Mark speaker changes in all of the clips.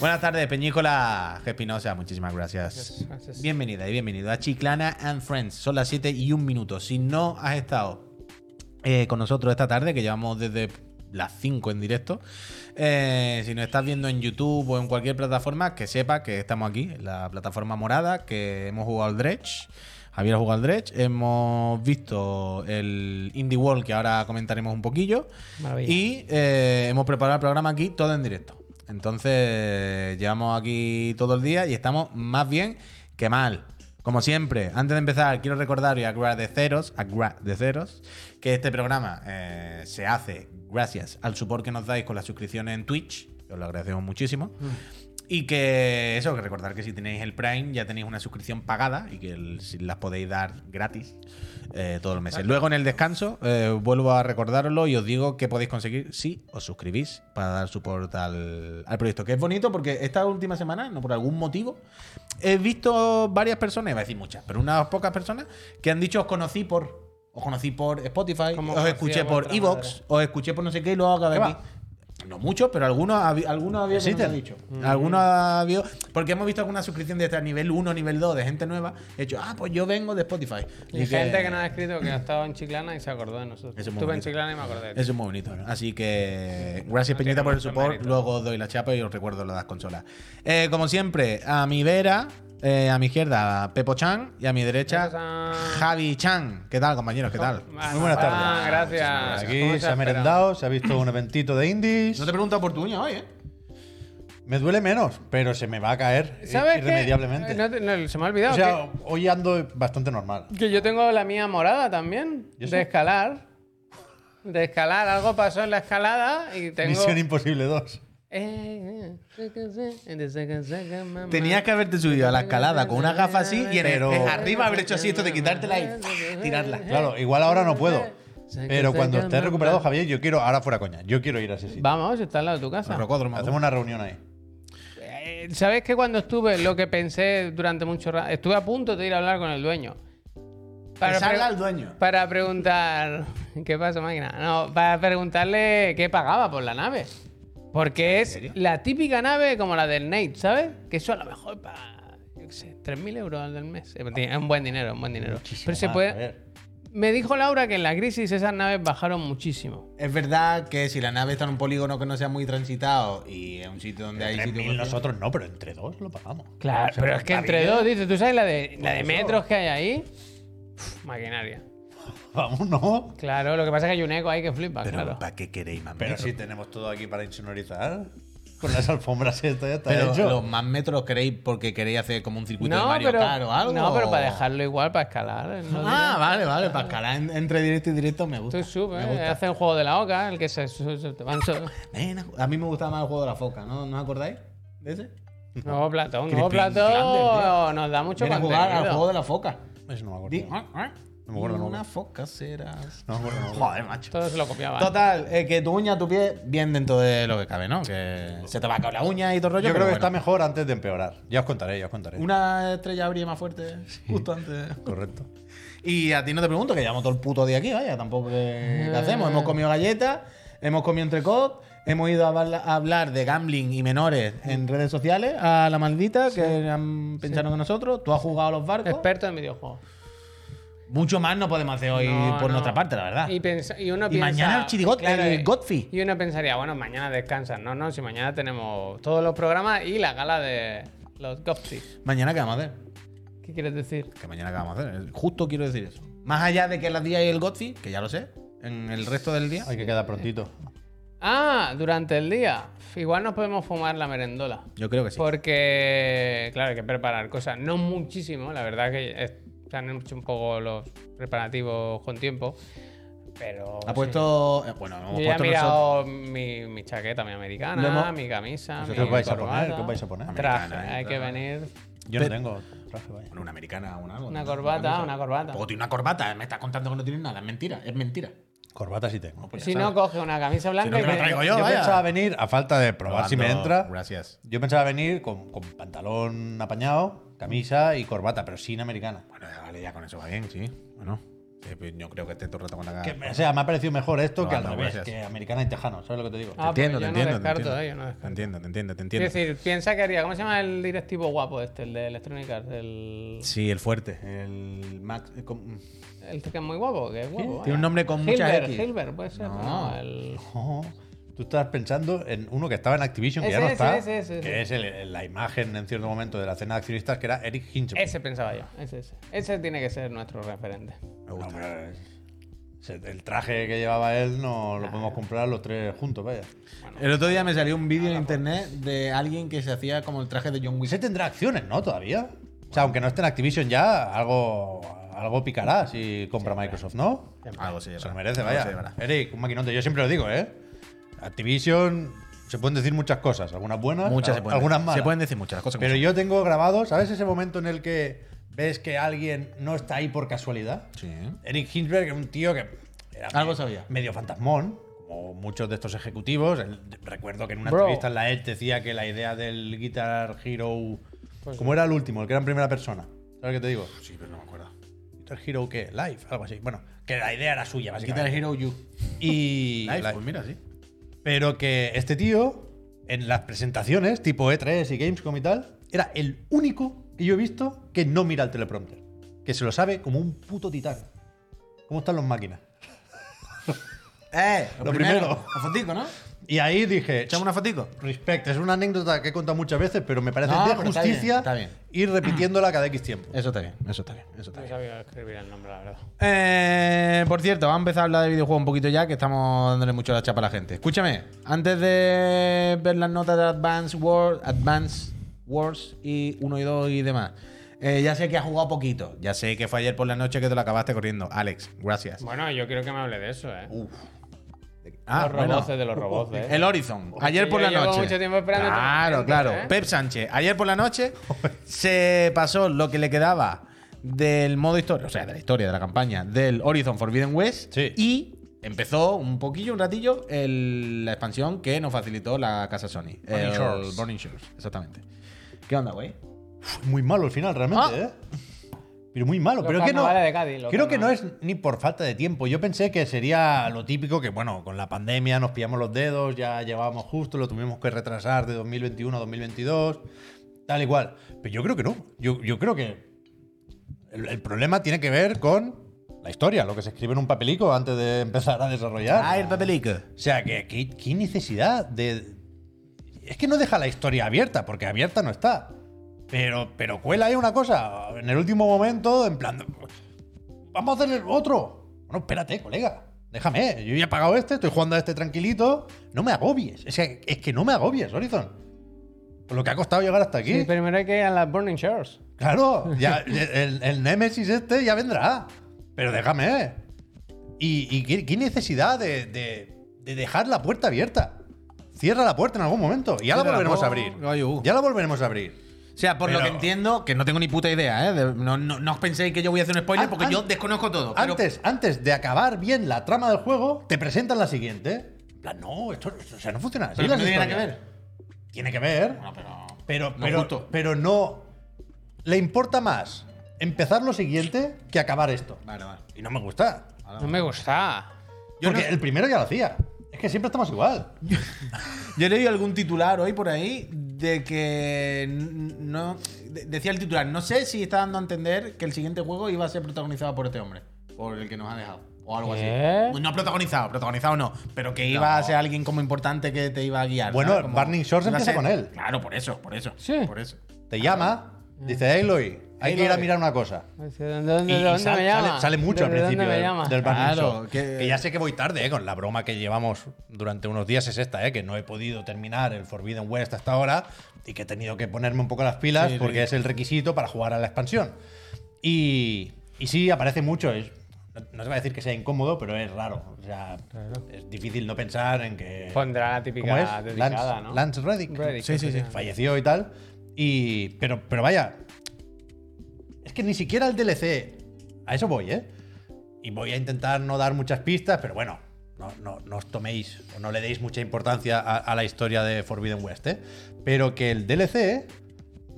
Speaker 1: Buenas tardes, Peñícola Espinosa. Muchísimas gracias.
Speaker 2: Gracias, gracias.
Speaker 1: Bienvenida y bienvenido a Chiclana and Friends. Son las 7 y un minuto. Si no has estado eh, con nosotros esta tarde, que llevamos desde las 5 en directo, eh, si nos estás viendo en YouTube o en cualquier plataforma, que sepa que estamos aquí, en la plataforma morada, que hemos jugado al Dredge. Javier ha jugado al Dredge. Hemos visto el Indie World, que ahora comentaremos un poquillo.
Speaker 2: Maravilla.
Speaker 1: Y eh, hemos preparado el programa aquí todo en directo. Entonces, llevamos aquí todo el día y estamos más bien que mal. Como siempre, antes de empezar, quiero recordar y agradeceros, agradeceros que este programa eh, se hace gracias al support que nos dais con las suscripciones en Twitch. que Os lo agradecemos muchísimo. Y que eso, que recordar que si tenéis el Prime ya tenéis una suscripción pagada y que el- si las podéis dar gratis eh, todos los meses. Luego en el descanso eh, vuelvo a recordarlo y os digo que podéis conseguir si os suscribís para dar support al, al proyecto. Que es bonito porque esta última semana, no por algún motivo, he visto varias personas, iba a decir muchas, pero unas pocas personas que han dicho os conocí por... Os conocí por Spotify,
Speaker 2: Como
Speaker 1: os
Speaker 2: conocía
Speaker 1: escuché por
Speaker 2: vuestra
Speaker 1: Evox, os escuché por no sé qué y luego acabé
Speaker 3: ¿Qué
Speaker 1: aquí. No muchos, pero algunos, habi- algunos había que nos ha dicho.
Speaker 3: Existen.
Speaker 2: Mm.
Speaker 1: Algunos ha habido. Porque hemos visto alguna suscripción de esta nivel 1, nivel 2, de gente nueva. He dicho, ah, pues yo vengo de Spotify.
Speaker 2: Y gente que nos ha escrito que ha estado en Chiclana y se acordó de nosotros.
Speaker 1: Eso es muy
Speaker 2: Estuve en
Speaker 1: bonito.
Speaker 2: Chiclana y me acordé. de ti.
Speaker 1: Eso es muy bonito. ¿no? Así que gracias,
Speaker 2: No
Speaker 1: Peñita,
Speaker 2: tiene
Speaker 1: por el
Speaker 2: mucho
Speaker 1: support.
Speaker 2: mérito.
Speaker 1: Luego os doy la chapa y os recuerdo lo de las consolas. Eh, como siempre, a mi vera, eh, a mi izquierda, Pepo Chan y a mi derecha,
Speaker 2: Pepo Chan.
Speaker 1: Javi Chan. ¿Qué tal, compañeros? ¿Qué tal?
Speaker 2: Bueno,
Speaker 3: Muy buenas tardes.
Speaker 2: ah, gracias. ¿Cómo
Speaker 3: Aquí se ha
Speaker 2: esperado?
Speaker 3: merendado, se ha visto un eventito de indies.
Speaker 1: No te he preguntado por tu uña hoy, ¿eh?
Speaker 3: Me duele menos, pero se me va a caer i-
Speaker 2: ¿Sabes qué?
Speaker 3: irremediablemente.
Speaker 2: Eh, no te- no, se me ha
Speaker 3: o
Speaker 2: olvidado
Speaker 3: sea, hoy ando bastante normal.
Speaker 2: que, que yo tengo la mía morada también,
Speaker 3: ¿Y eso?
Speaker 2: de escalar. De escalar, algo pasó en la escalada y tengo...
Speaker 3: Misión Imposible 2.
Speaker 2: Eh, eh, eh, eh, second, second, mamá.
Speaker 1: Tenías que haberte subido a la escalada con una gafa así y en el
Speaker 3: Pero-
Speaker 1: espejo arriba haber hecho así esto de quitártela y ¡pah! tirarla.
Speaker 2: Eh.
Speaker 3: Claro, igual ahora no puedo. Pero cuando esté recuperado, Javier, yo quiero. Ahora fuera coña, yo quiero ir a ese sitio.
Speaker 2: Vamos, está al lado de tu casa.
Speaker 1: Rocódromo.
Speaker 3: Hacemos una reunión ahí.
Speaker 2: Eh, ¿Sabes que cuando estuve, lo que pensé durante mucho rato, estuve a punto de ir a hablar con el dueño.
Speaker 1: Que salga
Speaker 2: pre-
Speaker 1: el dueño.
Speaker 2: Para preguntar. ¿Qué pasa, máquina? No, para preguntarle qué pagaba por la nave. Porque es la típica nave como la del Nate, ¿sabes? Que eso a lo mejor para. Yo qué sé, 3.000 euros al del mes. Es un buen dinero, un buen dinero. Pero se
Speaker 3: Ah, a
Speaker 2: puede.
Speaker 3: ver.
Speaker 2: Me dijo Laura que en la crisis esas naves bajaron muchísimo.
Speaker 1: Es verdad que si la nave está en un polígono que no sea muy transitado y es un sitio donde hay
Speaker 3: Entre
Speaker 1: sitio
Speaker 3: mil nosotros no, pero entre dos lo pagamos.
Speaker 2: Claro, pero es que entre dos, dices, ¿tú sabes la de, la de metros que hay ahí? Uf, maquinaria.
Speaker 3: Vamos, no.
Speaker 2: Claro, lo que pasa es que hay un eco ahí que flipa,
Speaker 1: Pero
Speaker 2: claro.
Speaker 1: ¿para qué queréis más
Speaker 3: Pero
Speaker 1: metros?
Speaker 3: si tenemos todo aquí para insonorizar. Con las alfombras y esto ya está
Speaker 1: Pero
Speaker 3: hecho.
Speaker 1: los más metros queréis porque queréis hacer como un circuito de
Speaker 2: No
Speaker 1: Mario
Speaker 2: pero,
Speaker 1: Kart o algo.
Speaker 2: no, pero para
Speaker 1: o-
Speaker 2: dejarlo igual, para escalar. eh, ¿no?
Speaker 1: Ah, vale, vale. Para escalar en- entre directo y directo me gusta.
Speaker 2: Tú subes,
Speaker 1: me gusta.
Speaker 2: hace el eh, juego de la oca, el que se, se- se- te van so-
Speaker 1: Ven, Eh, a mí me gustaba más el juego de la foca, ¿no? ¿No os acordáis de ese?
Speaker 2: Nuevo platón, nuevo
Speaker 1: Crispin
Speaker 2: platón
Speaker 1: Flanders,
Speaker 2: nos da mucho
Speaker 1: Ven a
Speaker 2: contenido.
Speaker 1: jugar al juego de la foca.
Speaker 3: Eso no me
Speaker 1: Di-
Speaker 3: acuerdo.
Speaker 1: ah, ah.
Speaker 3: No me acuerdo, no me
Speaker 1: Una
Speaker 3: acuerdo.
Speaker 1: foca serás.
Speaker 3: No me acuerdo, no me acuerdo.
Speaker 1: Joder, macho.
Speaker 2: Todo se lo copiaban.
Speaker 1: Total, eh, que tu uña, tu pie, bien dentro de lo que cabe, ¿no? Que se te va a caer la uña y todo el rollo.
Speaker 3: Yo creo
Speaker 1: pero
Speaker 3: que
Speaker 1: bueno.
Speaker 3: está mejor antes de empeorar. Ya os contaré, ya os contaré.
Speaker 1: Una estrella brilla más fuerte justo antes.
Speaker 3: Correcto.
Speaker 1: Y a ti no te pregunto, que llevamos todo el puto día aquí, vaya, tampoco que ¿qué hacemos. Hemos comido galletas, hemos comido entrecot, hemos ido a, habla- a hablar de gambling y menores en redes sociales a la maldita, que han pensado que nosotros. Tú has jugado a los barcos.
Speaker 2: Experto en videojuegos.
Speaker 1: Mucho más no podemos hacer hoy
Speaker 2: No,
Speaker 1: por
Speaker 2: no.
Speaker 1: nuestra parte, la verdad.
Speaker 2: Y, pens- y uno
Speaker 1: Y
Speaker 2: piensa,
Speaker 1: mañana el Chirigot- el
Speaker 2: y-
Speaker 1: Godfrey.
Speaker 2: Y uno pensaría, bueno, mañana descansan. No, no, si mañana tenemos todos los programas y la gala de los Godfrey.
Speaker 1: Mañana, ¿qué vamos a hacer?
Speaker 2: ¿Qué quieres decir?
Speaker 1: que mañana que vamos a hacer. Justo quiero decir eso. Más allá de que las días y el Godfrey, que ya lo sé, en el resto del día.
Speaker 3: Hay que quedar prontito.
Speaker 2: Ah, durante el día. Igual nos podemos fumar la merendola.
Speaker 1: Yo creo que
Speaker 2: Pues,
Speaker 1: sí.
Speaker 2: Porque, claro, hay que preparar cosas. No muchísimo, la verdad que es- se han hecho un poco los preparativos con tiempo. Pero.
Speaker 1: Ha puesto. eh, Bueno,
Speaker 2: sí. Yo
Speaker 1: hemos
Speaker 2: ya he
Speaker 1: puesto nosotros.
Speaker 2: mirado mi, mi chaqueta, mi americana,
Speaker 1: Lo hemos- Pues
Speaker 2: mi camisa.
Speaker 3: ¿Vosotros
Speaker 2: mi
Speaker 3: vais a
Speaker 2: corbata.
Speaker 3: poner? ¿Qué os vais a poner?
Speaker 2: Traje,
Speaker 1: Americana,
Speaker 2: hay
Speaker 1: ¿eh?
Speaker 2: que
Speaker 1: Traje.
Speaker 2: venir.
Speaker 3: Yo
Speaker 1: Pe-
Speaker 3: no tengo traje, vaya.
Speaker 1: Bueno, una americana, una algo.
Speaker 2: Una corbata, una corbata.
Speaker 1: Tampoco tiene una corbata, me estás contando que no tienes nada. Es mentira, es mentira.
Speaker 3: Corbata sí tengo.
Speaker 1: Pues
Speaker 2: Si
Speaker 1: ya
Speaker 2: no,
Speaker 1: sabes.
Speaker 2: coge una camisa blanca
Speaker 1: me la
Speaker 2: y-
Speaker 1: traigo yo,
Speaker 3: yo
Speaker 1: vaya.
Speaker 3: pensaba venir, a falta de probar si me
Speaker 1: Probando,
Speaker 3: entra,
Speaker 1: Gracias.
Speaker 3: yo pensaba venir con, con pantalón apañado, camisa y corbata, pero sin americana.
Speaker 1: Bueno, ya vale, ya con eso va bien, sí. Bueno. Eh, pues Yo creo que esté todo el rato con la cara.
Speaker 3: Que me- Ah, o sea, me ha parecido mejor esto
Speaker 1: No,
Speaker 3: que al
Speaker 1: no,
Speaker 3: revés,
Speaker 1: gracias.
Speaker 3: que americana y tejano, ¿sabes lo que te digo?
Speaker 2: Ah,
Speaker 1: te entiendo, te
Speaker 2: pues yo no
Speaker 1: entiendo.
Speaker 2: descarto,
Speaker 1: te,
Speaker 2: eh, yo no
Speaker 1: entiendo.
Speaker 2: descarto.
Speaker 1: te entiendo, te entiendo, te
Speaker 2: Es
Speaker 1: entiendo.
Speaker 2: decir, piensa que haría. ¿Cómo se llama el directivo guapo este? El de Electronic Arts. El,
Speaker 1: Sí, el fuerte. El Max. eh, con-
Speaker 2: el que es muy guapo. Que es guapo
Speaker 1: Tiene un nombre con muchas
Speaker 2: mucha
Speaker 1: X.
Speaker 2: Hilbert, puede ser. No,
Speaker 1: No.
Speaker 2: el.
Speaker 3: No, tú estabas pensando en uno que estaba en Activision, que
Speaker 2: Ese,
Speaker 3: ya no
Speaker 2: ese,
Speaker 3: está,
Speaker 2: ese, ese, ese.
Speaker 3: que es el- la imagen en cierto momento de la cena de accionistas, que era Eric Hinchman.
Speaker 2: Ese pensaba yo. Ese, ese. Ese tiene que ser nuestro referente.
Speaker 1: Me gusta.
Speaker 3: El traje que llevaba él no lo podemos comprar los tres juntos, vaya.
Speaker 1: El otro día me salió un vídeo en internet de alguien que se hacía como el traje de John
Speaker 3: Ese
Speaker 1: Wick.
Speaker 3: tendrá acciones, ¿no? Todavía. O sea, aunque no esté en Activision ya, algo, algo picará si compra Microsoft, ¿no?
Speaker 1: Algo se
Speaker 3: Se
Speaker 1: llevará.
Speaker 3: lo merece,
Speaker 1: Algo se
Speaker 3: vaya.
Speaker 1: llevará.
Speaker 3: Eric, un maquinote. Yo siempre lo digo, ¿eh? Activision, se pueden decir muchas cosas. Algunas buenas,
Speaker 1: Muchas se
Speaker 3: al-
Speaker 1: pueden
Speaker 3: algunas
Speaker 1: decir.
Speaker 3: malas.
Speaker 1: Se pueden decir muchas las cosas. como
Speaker 3: Pero
Speaker 1: son.
Speaker 3: yo tengo grabado, ¿sabes ese momento en el que ves que alguien no está ahí por casualidad?
Speaker 1: Sí.
Speaker 3: Eric Hinsberg es un tío que era
Speaker 1: Algo
Speaker 3: medio-
Speaker 1: sabía.
Speaker 3: medio fantasmón, como muchos de estos ejecutivos. El- recuerdo que en una
Speaker 2: Bro.
Speaker 3: entrevista en la ED decía que la idea del Guitar Hero. como era el último, el que era en primera persona. ¿Sabes qué te digo?
Speaker 1: Sí, pero no me acuerdo.
Speaker 3: Guitar Hero, ¿qué? Live, algo así. Bueno, que la idea era suya,
Speaker 1: Guitar
Speaker 3: básicamente.
Speaker 1: Hero You.
Speaker 3: Y. Live.
Speaker 1: pues mira, sí.
Speaker 3: Pero que este tío, en las presentaciones, tipo E3 y Gamescom y tal, era el único que yo he visto que no mira el teleprompter. Que se lo sabe como un puto titán. ¿Cómo están las máquinas?
Speaker 1: ¡Eh!
Speaker 3: Lo primero.
Speaker 1: La fotico, ¿no?
Speaker 3: Y ahí dije,
Speaker 1: ¿Echamos una fotico?
Speaker 3: respect, es una anécdota que he contado muchas veces, pero me parece
Speaker 1: No,
Speaker 3: de
Speaker 1: pero está
Speaker 3: justicia
Speaker 1: bien, está bien.
Speaker 3: ir repitiéndola cada X tiempo.
Speaker 1: Eso está bien, eso está bien, eso está
Speaker 2: No
Speaker 1: bien.
Speaker 2: sabía escribir el nombre, la verdad.
Speaker 1: Eh, por cierto, vamos a empezar a hablar de videojuegos un poquito ya, que estamos dándole mucho la chapa a la gente. Escúchame, antes de ver las notas de Advance Wars, Advance Wars y 1 y 2 y demás. eh, ya sé que has jugado poquito. Ya sé que fue ayer por la noche que te lo acabaste corriendo. Alex, gracias.
Speaker 2: Bueno, yo quiero que me hable de eso, ¿eh.
Speaker 1: Ah,
Speaker 2: los
Speaker 1: bueno.
Speaker 2: roboces de los roboces. ¿eh?
Speaker 1: El Horizon, ayer
Speaker 2: Yo
Speaker 1: por la
Speaker 2: llevo
Speaker 1: noche.
Speaker 2: mucho tiempo esperando
Speaker 1: Claro,
Speaker 2: este momento,
Speaker 1: claro.
Speaker 2: ¿eh?
Speaker 1: Pep Sánchez, ayer por la noche se pasó lo que le quedaba del modo historia, o sea, de la historia, de la campaña, del Horizon Forbidden West.
Speaker 3: Sí.
Speaker 1: Y empezó un poquillo, un ratillo, el- la expansión que nos facilitó la casa Sony. el
Speaker 3: Shores.
Speaker 1: Burning Shores, exactamente. ¿Qué onda, güey?
Speaker 3: Uf, Muy malo al final,
Speaker 1: Ah.
Speaker 3: realmente, ¿eh? Pero muy malo.
Speaker 2: Los
Speaker 3: pero que no.
Speaker 2: carnavales de Cádiz, los
Speaker 3: creo que no
Speaker 2: carnavales.
Speaker 3: es ni por falta de tiempo. Yo pensé que sería lo típico que, bueno, con la pandemia nos pillamos los dedos, ya llevábamos justo, lo tuvimos que retrasar de 2021 a 2022, tal y cual. Pero yo creo que no. Yo, yo creo que el, el problema tiene que ver con la historia, lo que se escribe en un papelico antes de empezar a desarrollar.
Speaker 1: Ah, el papelico.
Speaker 3: O sea, que qué, qué necesidad de. Es que no deja la historia abierta, porque abierta no está. Pero, pero cuela ahí una cosa. En el último momento, en plan. Vamos a hacer el otro. Bueno, espérate, colega. Déjame. Yo ya he pagado este, estoy jugando a este tranquilito. No me agobies. Es que, es que no me agobies, Horizon. Por lo que ha costado llegar hasta aquí.
Speaker 2: Sí, primero hay que ir a las Burning Shores.
Speaker 3: Claro, ya, el, el Nemesis este ya vendrá. Pero déjame. ¿Y, y qué, qué necesidad de, de- de dejar la puerta abierta? Cierra la puerta en algún momento. Y ya la
Speaker 1: Cierra la
Speaker 3: volveremos a
Speaker 1: puerta,
Speaker 3: abrir.
Speaker 1: ay, uh.
Speaker 3: Ya la volveremos a abrir.
Speaker 1: O sea, por lo
Speaker 3: Pero-
Speaker 1: que entiendo, que no tengo ni puta idea, ¿eh? De- no, no, no os penséis que yo voy a hacer un spoiler
Speaker 3: An-
Speaker 1: porque
Speaker 3: an-
Speaker 1: yo desconozco todo. pero-
Speaker 3: Antes, antes de acabar bien la trama del juego, te presentan la siguiente. En plan, no, esto, esto- o sea, no funciona así.
Speaker 1: pero
Speaker 3: las
Speaker 1: no tiene nada que
Speaker 3: historias.
Speaker 1: ver.
Speaker 3: Tiene que ver.
Speaker 1: Bueno, pero...
Speaker 3: Pero,
Speaker 1: No
Speaker 3: pero,
Speaker 1: justo.
Speaker 3: pero no. Le importa más empezar lo siguiente que acabar esto.
Speaker 1: Vale, vale.
Speaker 3: Y no me gusta.
Speaker 2: Ah. No me gusta.
Speaker 3: Porque el primero ya lo hacía. Es que siempre estamos igual.
Speaker 1: Yo leí algún titular hoy por ahí de que n- no de- decía el titular, no sé si está dando a entender que el siguiente juego iba a ser protagonizado por este hombre, por el que nos ha dejado o algo
Speaker 2: ¿Qué?
Speaker 1: así. Pues No protagonizado, protagonizado no, pero que iba a ser alguien como importante que te iba a guiar.
Speaker 3: Bueno,
Speaker 1: ¿sabes? Como-
Speaker 3: Burning Shores
Speaker 1: iba a
Speaker 3: empieza
Speaker 1: ser-
Speaker 3: con él.
Speaker 1: Claro, por eso, por eso.
Speaker 2: Sí.
Speaker 1: Por eso.
Speaker 3: Te llama, dice, Aloy, hay que ir a
Speaker 2: Aloy.
Speaker 3: mirar una cosa.
Speaker 2: ¿De dónde, dónde,
Speaker 3: Y- y
Speaker 2: dónde
Speaker 3: sal-
Speaker 2: me
Speaker 3: sale,
Speaker 2: llama?
Speaker 3: sale mucho al
Speaker 2: ¿De
Speaker 3: principio
Speaker 2: ¿Dónde
Speaker 3: del,
Speaker 2: me llama?
Speaker 3: del Burning
Speaker 1: Claro,
Speaker 3: Shore.
Speaker 1: que-
Speaker 3: que... ya sé que voy tarde, eh, con la broma que llevamos durante unos días es esta, eh, que no he podido terminar el Forbidden West hasta ahora y que he tenido que ponerme un poco las pilas
Speaker 1: Sí, sí.
Speaker 3: porque es el requisito para jugar a la expansión. Y, y sí, aparece mucho. es- no, no se va a decir que sea incómodo, pero es raro. O sea, es difícil no pensar en que...
Speaker 2: Pondrá la típica
Speaker 3: ¿Cómo es?
Speaker 2: dedicada,
Speaker 3: Lance,
Speaker 2: ¿no?
Speaker 3: Lance Reddick.
Speaker 2: Reddick,
Speaker 1: Sí, sí, sí.
Speaker 3: Falleció y tal. Y, pero, pero vaya. Es que ni siquiera el DLC. A eso voy, ¿eh? Y voy a intentar no dar muchas pistas, pero bueno. No, no, no os toméis o no le deis mucha importancia a, a la historia de Forbidden West, ¿eh? Pero que el DLC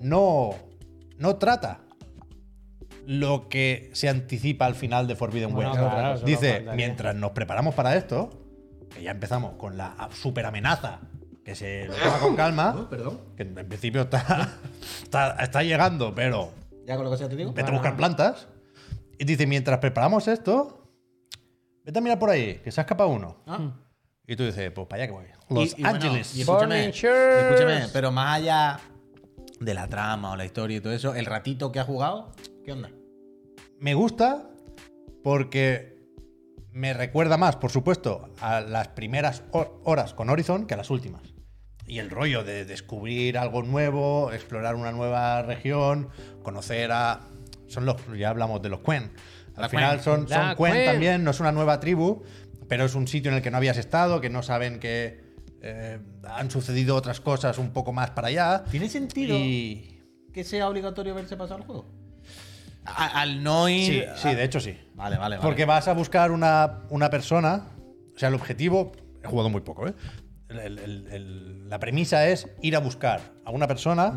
Speaker 3: no, no trata lo que se anticipa al final de Forbidden
Speaker 2: Bueno,
Speaker 3: West.
Speaker 2: claro, eso no
Speaker 3: Dice,
Speaker 2: faltaría.
Speaker 3: mientras nos preparamos para esto, que ya empezamos con la super amenaza, que se lo toma con calma,
Speaker 1: perdón.
Speaker 3: que en principio está, está, está llegando, pero
Speaker 1: Ya con lo que sea te digo.
Speaker 3: vete a buscar plantas. Y dice, mientras preparamos esto, vete a mirar por ahí, que se ha escapado uno. Y tú dices, pues para allá que voy. ah,
Speaker 1: Ah.
Speaker 3: Los
Speaker 1: Y- y bueno,
Speaker 3: Ángeles.
Speaker 1: y escúchame,
Speaker 2: Furnitures.
Speaker 1: escúchame, pero más allá de la trama o la historia y todo eso, el ratito que ha jugado, ¿qué onda?
Speaker 3: Me gusta porque me recuerda más, por supuesto, a las primeras hor- horas con Horizon que a las últimas. Y el rollo de descubrir algo nuevo, explorar una nueva región, conocer a. Son los. Ya hablamos de los Quen. Al
Speaker 1: La
Speaker 3: final
Speaker 1: Quen.
Speaker 3: son, son
Speaker 2: La
Speaker 3: Quen
Speaker 2: Quen.
Speaker 3: también, no es una nueva tribu, pero es un sitio en el que no habías estado, que no saben que eh, han sucedido otras cosas un poco más para allá.
Speaker 1: ¿Tiene sentido
Speaker 3: Y.
Speaker 1: que sea obligatorio verse pasar el juego? al no
Speaker 3: Sí,
Speaker 1: ir.
Speaker 3: sí, de hecho sí.
Speaker 1: Vale, vale, vale.
Speaker 3: Porque vas a buscar una, una persona. O sea, el objetivo. He jugado muy poco, ¿eh? El- el- el- el- la premisa es ir a buscar a una persona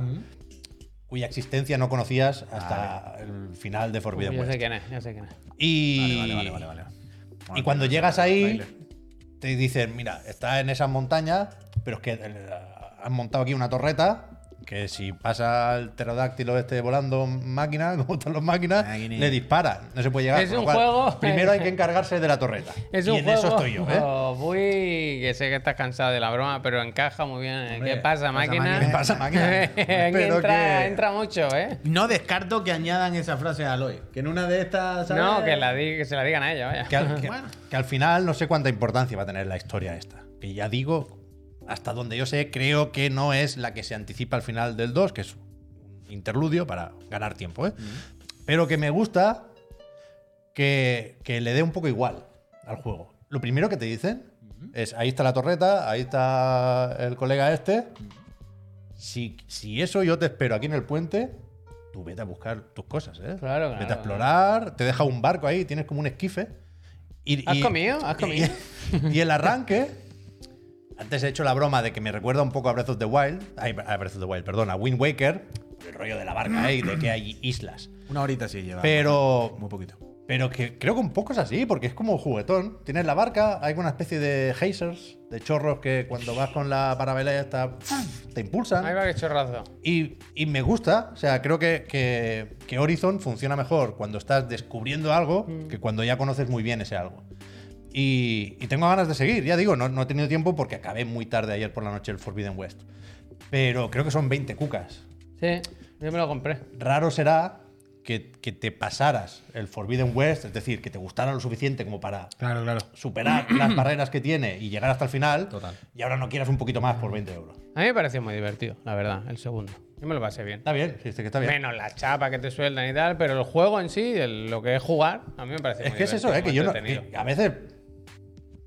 Speaker 3: cuya existencia no conocías hasta el final de
Speaker 2: Uy,
Speaker 3: Forbidden
Speaker 2: ya sé
Speaker 3: West.
Speaker 2: quién es, ya sé quién es.
Speaker 3: Y,
Speaker 1: Vale, vale, vale, vale, vale.
Speaker 3: y cuando llegas ahí,
Speaker 1: Trailer.
Speaker 3: te dicen: Mira, está en esas montañas, pero es que eh, han montado aquí una torreta. Que si pasa el pterodáctilo este volando máquina, como están las máquinas,
Speaker 1: Máquina.
Speaker 3: le dispara. No se puede llegar.
Speaker 2: Es
Speaker 3: con lo
Speaker 2: un juego-
Speaker 3: Primero hay que encargarse de la torreta.
Speaker 2: Es
Speaker 3: y
Speaker 2: un
Speaker 3: en
Speaker 2: juego
Speaker 3: eso estoy yo, ¿eh?
Speaker 2: muy- que sé que estás cansado de la broma, pero encaja muy bien. ¿eh?
Speaker 1: Hombre,
Speaker 2: ¿Qué pasa,
Speaker 1: pasa,
Speaker 2: máquina?
Speaker 1: máquina.
Speaker 3: ¿Qué pasa, máquina? Pero
Speaker 2: entra,
Speaker 3: que-
Speaker 2: entra mucho, ¿eh?
Speaker 1: No descarto que añadan esa frase a Aloy. Que en una de estas. ¿sabes?
Speaker 2: No, que, la di- que se la digan a ella, vaya.
Speaker 3: Que al, que-
Speaker 1: Bueno.
Speaker 3: que al final no sé cuánta importancia va a tener la historia esta. Que ya digo, hasta donde yo sé, creo que no es la que se anticipa al final del 2, que es un interludio para ganar tiempo. ¿eh? Pero que me gusta que, que le dé un poco igual al juego. Lo primero que te dicen es, ahí está la torreta, ahí está el colega este. Si, si eso yo te espero aquí en el puente, tú vete a buscar tus cosas, ¿eh?
Speaker 2: Claro, claro.
Speaker 3: Vete a explorar, te deja un barco ahí, tienes como un esquife. Y,
Speaker 2: ¿Has
Speaker 3: y-
Speaker 2: comido? ¿Has
Speaker 3: y-
Speaker 2: comido?
Speaker 3: Y, el arranque. Antes he hecho la broma de que me recuerda un poco a Breath of the Wild. ay, a Breath of the Wild, perdón, a Wind Waker. El rollo de la barca, ¿eh? y de que hay islas.
Speaker 1: Una horita sí lleva.
Speaker 3: Pero-
Speaker 1: Muy poquito.
Speaker 3: Pero que creo que un poco es así, porque es como juguetón. Tienes la barca, hay una especie de geysers, de chorros que cuando vas con la parabela ya está, te impulsan.
Speaker 2: Ahí va que chorrazo.
Speaker 3: Y, y me gusta, o sea, creo que, que- que Horizon funciona mejor cuando estás descubriendo algo que cuando ya conoces muy bien ese algo. Y, y tengo ganas de seguir, ya digo, no, no he tenido tiempo porque acabé muy tarde ayer por la noche el Forbidden West. Pero creo que son 20 cucas.
Speaker 2: Sí, yo me lo compré.
Speaker 3: Raro será que, que te pasaras el Forbidden West, es decir, que te gustara lo suficiente como para
Speaker 1: Claro, claro.
Speaker 3: superar las barreras que tiene y llegar hasta el final.
Speaker 1: Total.
Speaker 3: Y ahora no quieras un poquito más por 20 euros.
Speaker 2: A mí me pareció muy divertido, la verdad, el segundo. Yo me lo pasé bien.
Speaker 3: Está bien, sí, sí que está bien.
Speaker 2: Menos la chapa que te sueltan y tal, pero el juego en sí, el- lo que es jugar, a mí me parece
Speaker 3: Es
Speaker 2: Este muy
Speaker 3: que es eso,
Speaker 2: divertido,
Speaker 3: ¿eh? Que
Speaker 2: muy
Speaker 3: yo no,
Speaker 2: entretenido.
Speaker 3: que a veces,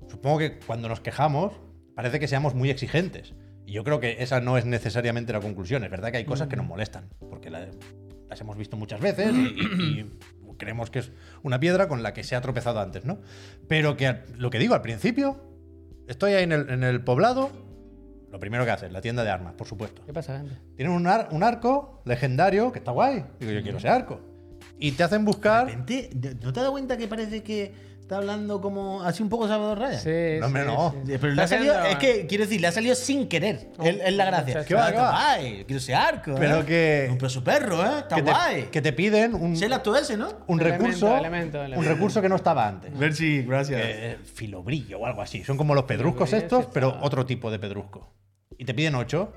Speaker 3: supongo que cuando nos quejamos, parece que seamos muy exigentes. Y yo creo que esa no es necesariamente la conclusión. Es verdad que hay cosas que nos molestan, porque la- las hemos visto muchas veces y, y- y creemos que es una piedra con la que se ha tropezado antes, ¿no? Pero que al- lo que digo al principio, estoy ahí en el, en el poblado, lo primero que haces, la tienda de armas, por supuesto.
Speaker 2: ¿Qué pasa, gente?
Speaker 3: Tienen un, ar- un arco legendario que está guay. Digo, yo quiero ese arco. Y te hacen
Speaker 1: De
Speaker 3: buscar...
Speaker 1: repente, ¿no te das cuenta que parece que está hablando como así un poco Salvador Raya?
Speaker 2: Sí,
Speaker 3: Eh, No, hombre,
Speaker 2: sí,
Speaker 3: no.
Speaker 2: sí.
Speaker 1: Sí, Pero le ha
Speaker 2: Está
Speaker 1: salido,
Speaker 2: haciendo-
Speaker 1: es que, quiero decir, le ha salido sin querer.
Speaker 2: Oh.
Speaker 1: Es es la gracia.
Speaker 2: Muchachos. ¿Qué va,
Speaker 1: Ah,
Speaker 3: qué
Speaker 1: está
Speaker 3: va?
Speaker 1: guay, yo quiero ese arco.
Speaker 3: Pero
Speaker 1: ¿eh?
Speaker 3: que-
Speaker 1: No, Pero su perro, ¿eh? Está
Speaker 3: que te,
Speaker 1: guay.
Speaker 3: que te piden un,
Speaker 1: Es el acto ese, ¿no?
Speaker 3: un
Speaker 2: Elemento,
Speaker 3: recurso
Speaker 2: elemento,
Speaker 3: un
Speaker 2: elemento.
Speaker 3: recurso que no estaba antes.
Speaker 1: Ver si, gracias.
Speaker 3: Eh, filobrillo o algo así. Son como los pedruscos
Speaker 2: Filobrillo,
Speaker 3: estos,
Speaker 2: sí,
Speaker 3: pero
Speaker 2: está.
Speaker 3: otro tipo de pedrusco. Y te piden ocho.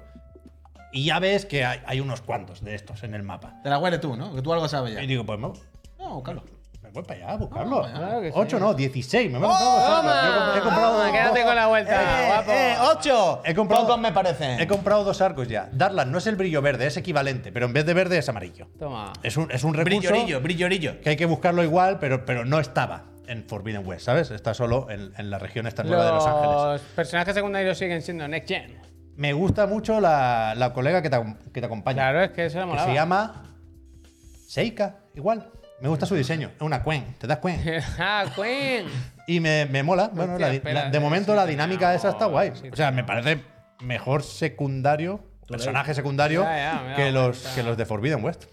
Speaker 3: Y ya ves que hay, hay unos cuantos de estos en el mapa.
Speaker 1: Te la hueles tú, ¿no? Que tú algo sabes ya.
Speaker 3: Y digo, pues me,
Speaker 1: No, Carlos.
Speaker 3: me voy para allá a buscarlo.
Speaker 1: Ah,
Speaker 2: claro que sí.
Speaker 3: ocho no, 16. Me he comprado dos armas. Yo he
Speaker 2: ¡Toma!
Speaker 3: comp- he comprado
Speaker 2: Toma, quédate con la vuelta,
Speaker 1: Eh,
Speaker 2: guapo.
Speaker 1: eh, ¡Ocho!
Speaker 3: He comprado-
Speaker 1: Pocos me parecen.
Speaker 3: He comprado dos arcos ya. Darlan no es el brillo verde, es equivalente, pero en vez de verde es amarillo.
Speaker 2: Toma.
Speaker 3: Es un, es un recurso.
Speaker 1: brillorillo, brillorillo.
Speaker 3: que hay que buscarlo igual, pero, pero no estaba en Forbidden West, ¿sabes? Está solo en, en la región esta nueva de Los Ángeles.
Speaker 2: Los personajes secundarios siguen siendo Next Gen.
Speaker 3: Me gusta mucho la, la colega que te, ac- que te acompaña.
Speaker 2: Claro, es que eso lo
Speaker 3: que
Speaker 2: molaba.
Speaker 3: se llama Seika, igual. Me gusta su diseño. Es una cuen, te das cuen.
Speaker 2: ¡Ah, Queen!
Speaker 3: Y me, me mola. Bueno,
Speaker 2: Hostia,
Speaker 3: la di-
Speaker 2: espera,
Speaker 3: la- de
Speaker 2: sí,
Speaker 3: momento
Speaker 2: sí,
Speaker 3: la
Speaker 2: sí,
Speaker 3: dinámica
Speaker 2: no,
Speaker 3: esa está guay.
Speaker 2: sí,
Speaker 3: O sea, me parece mejor secundario, personaje secundario,
Speaker 1: Ya,
Speaker 2: ya, me he dado
Speaker 3: que, los,
Speaker 2: cuenta.
Speaker 3: que los de Forbidden West.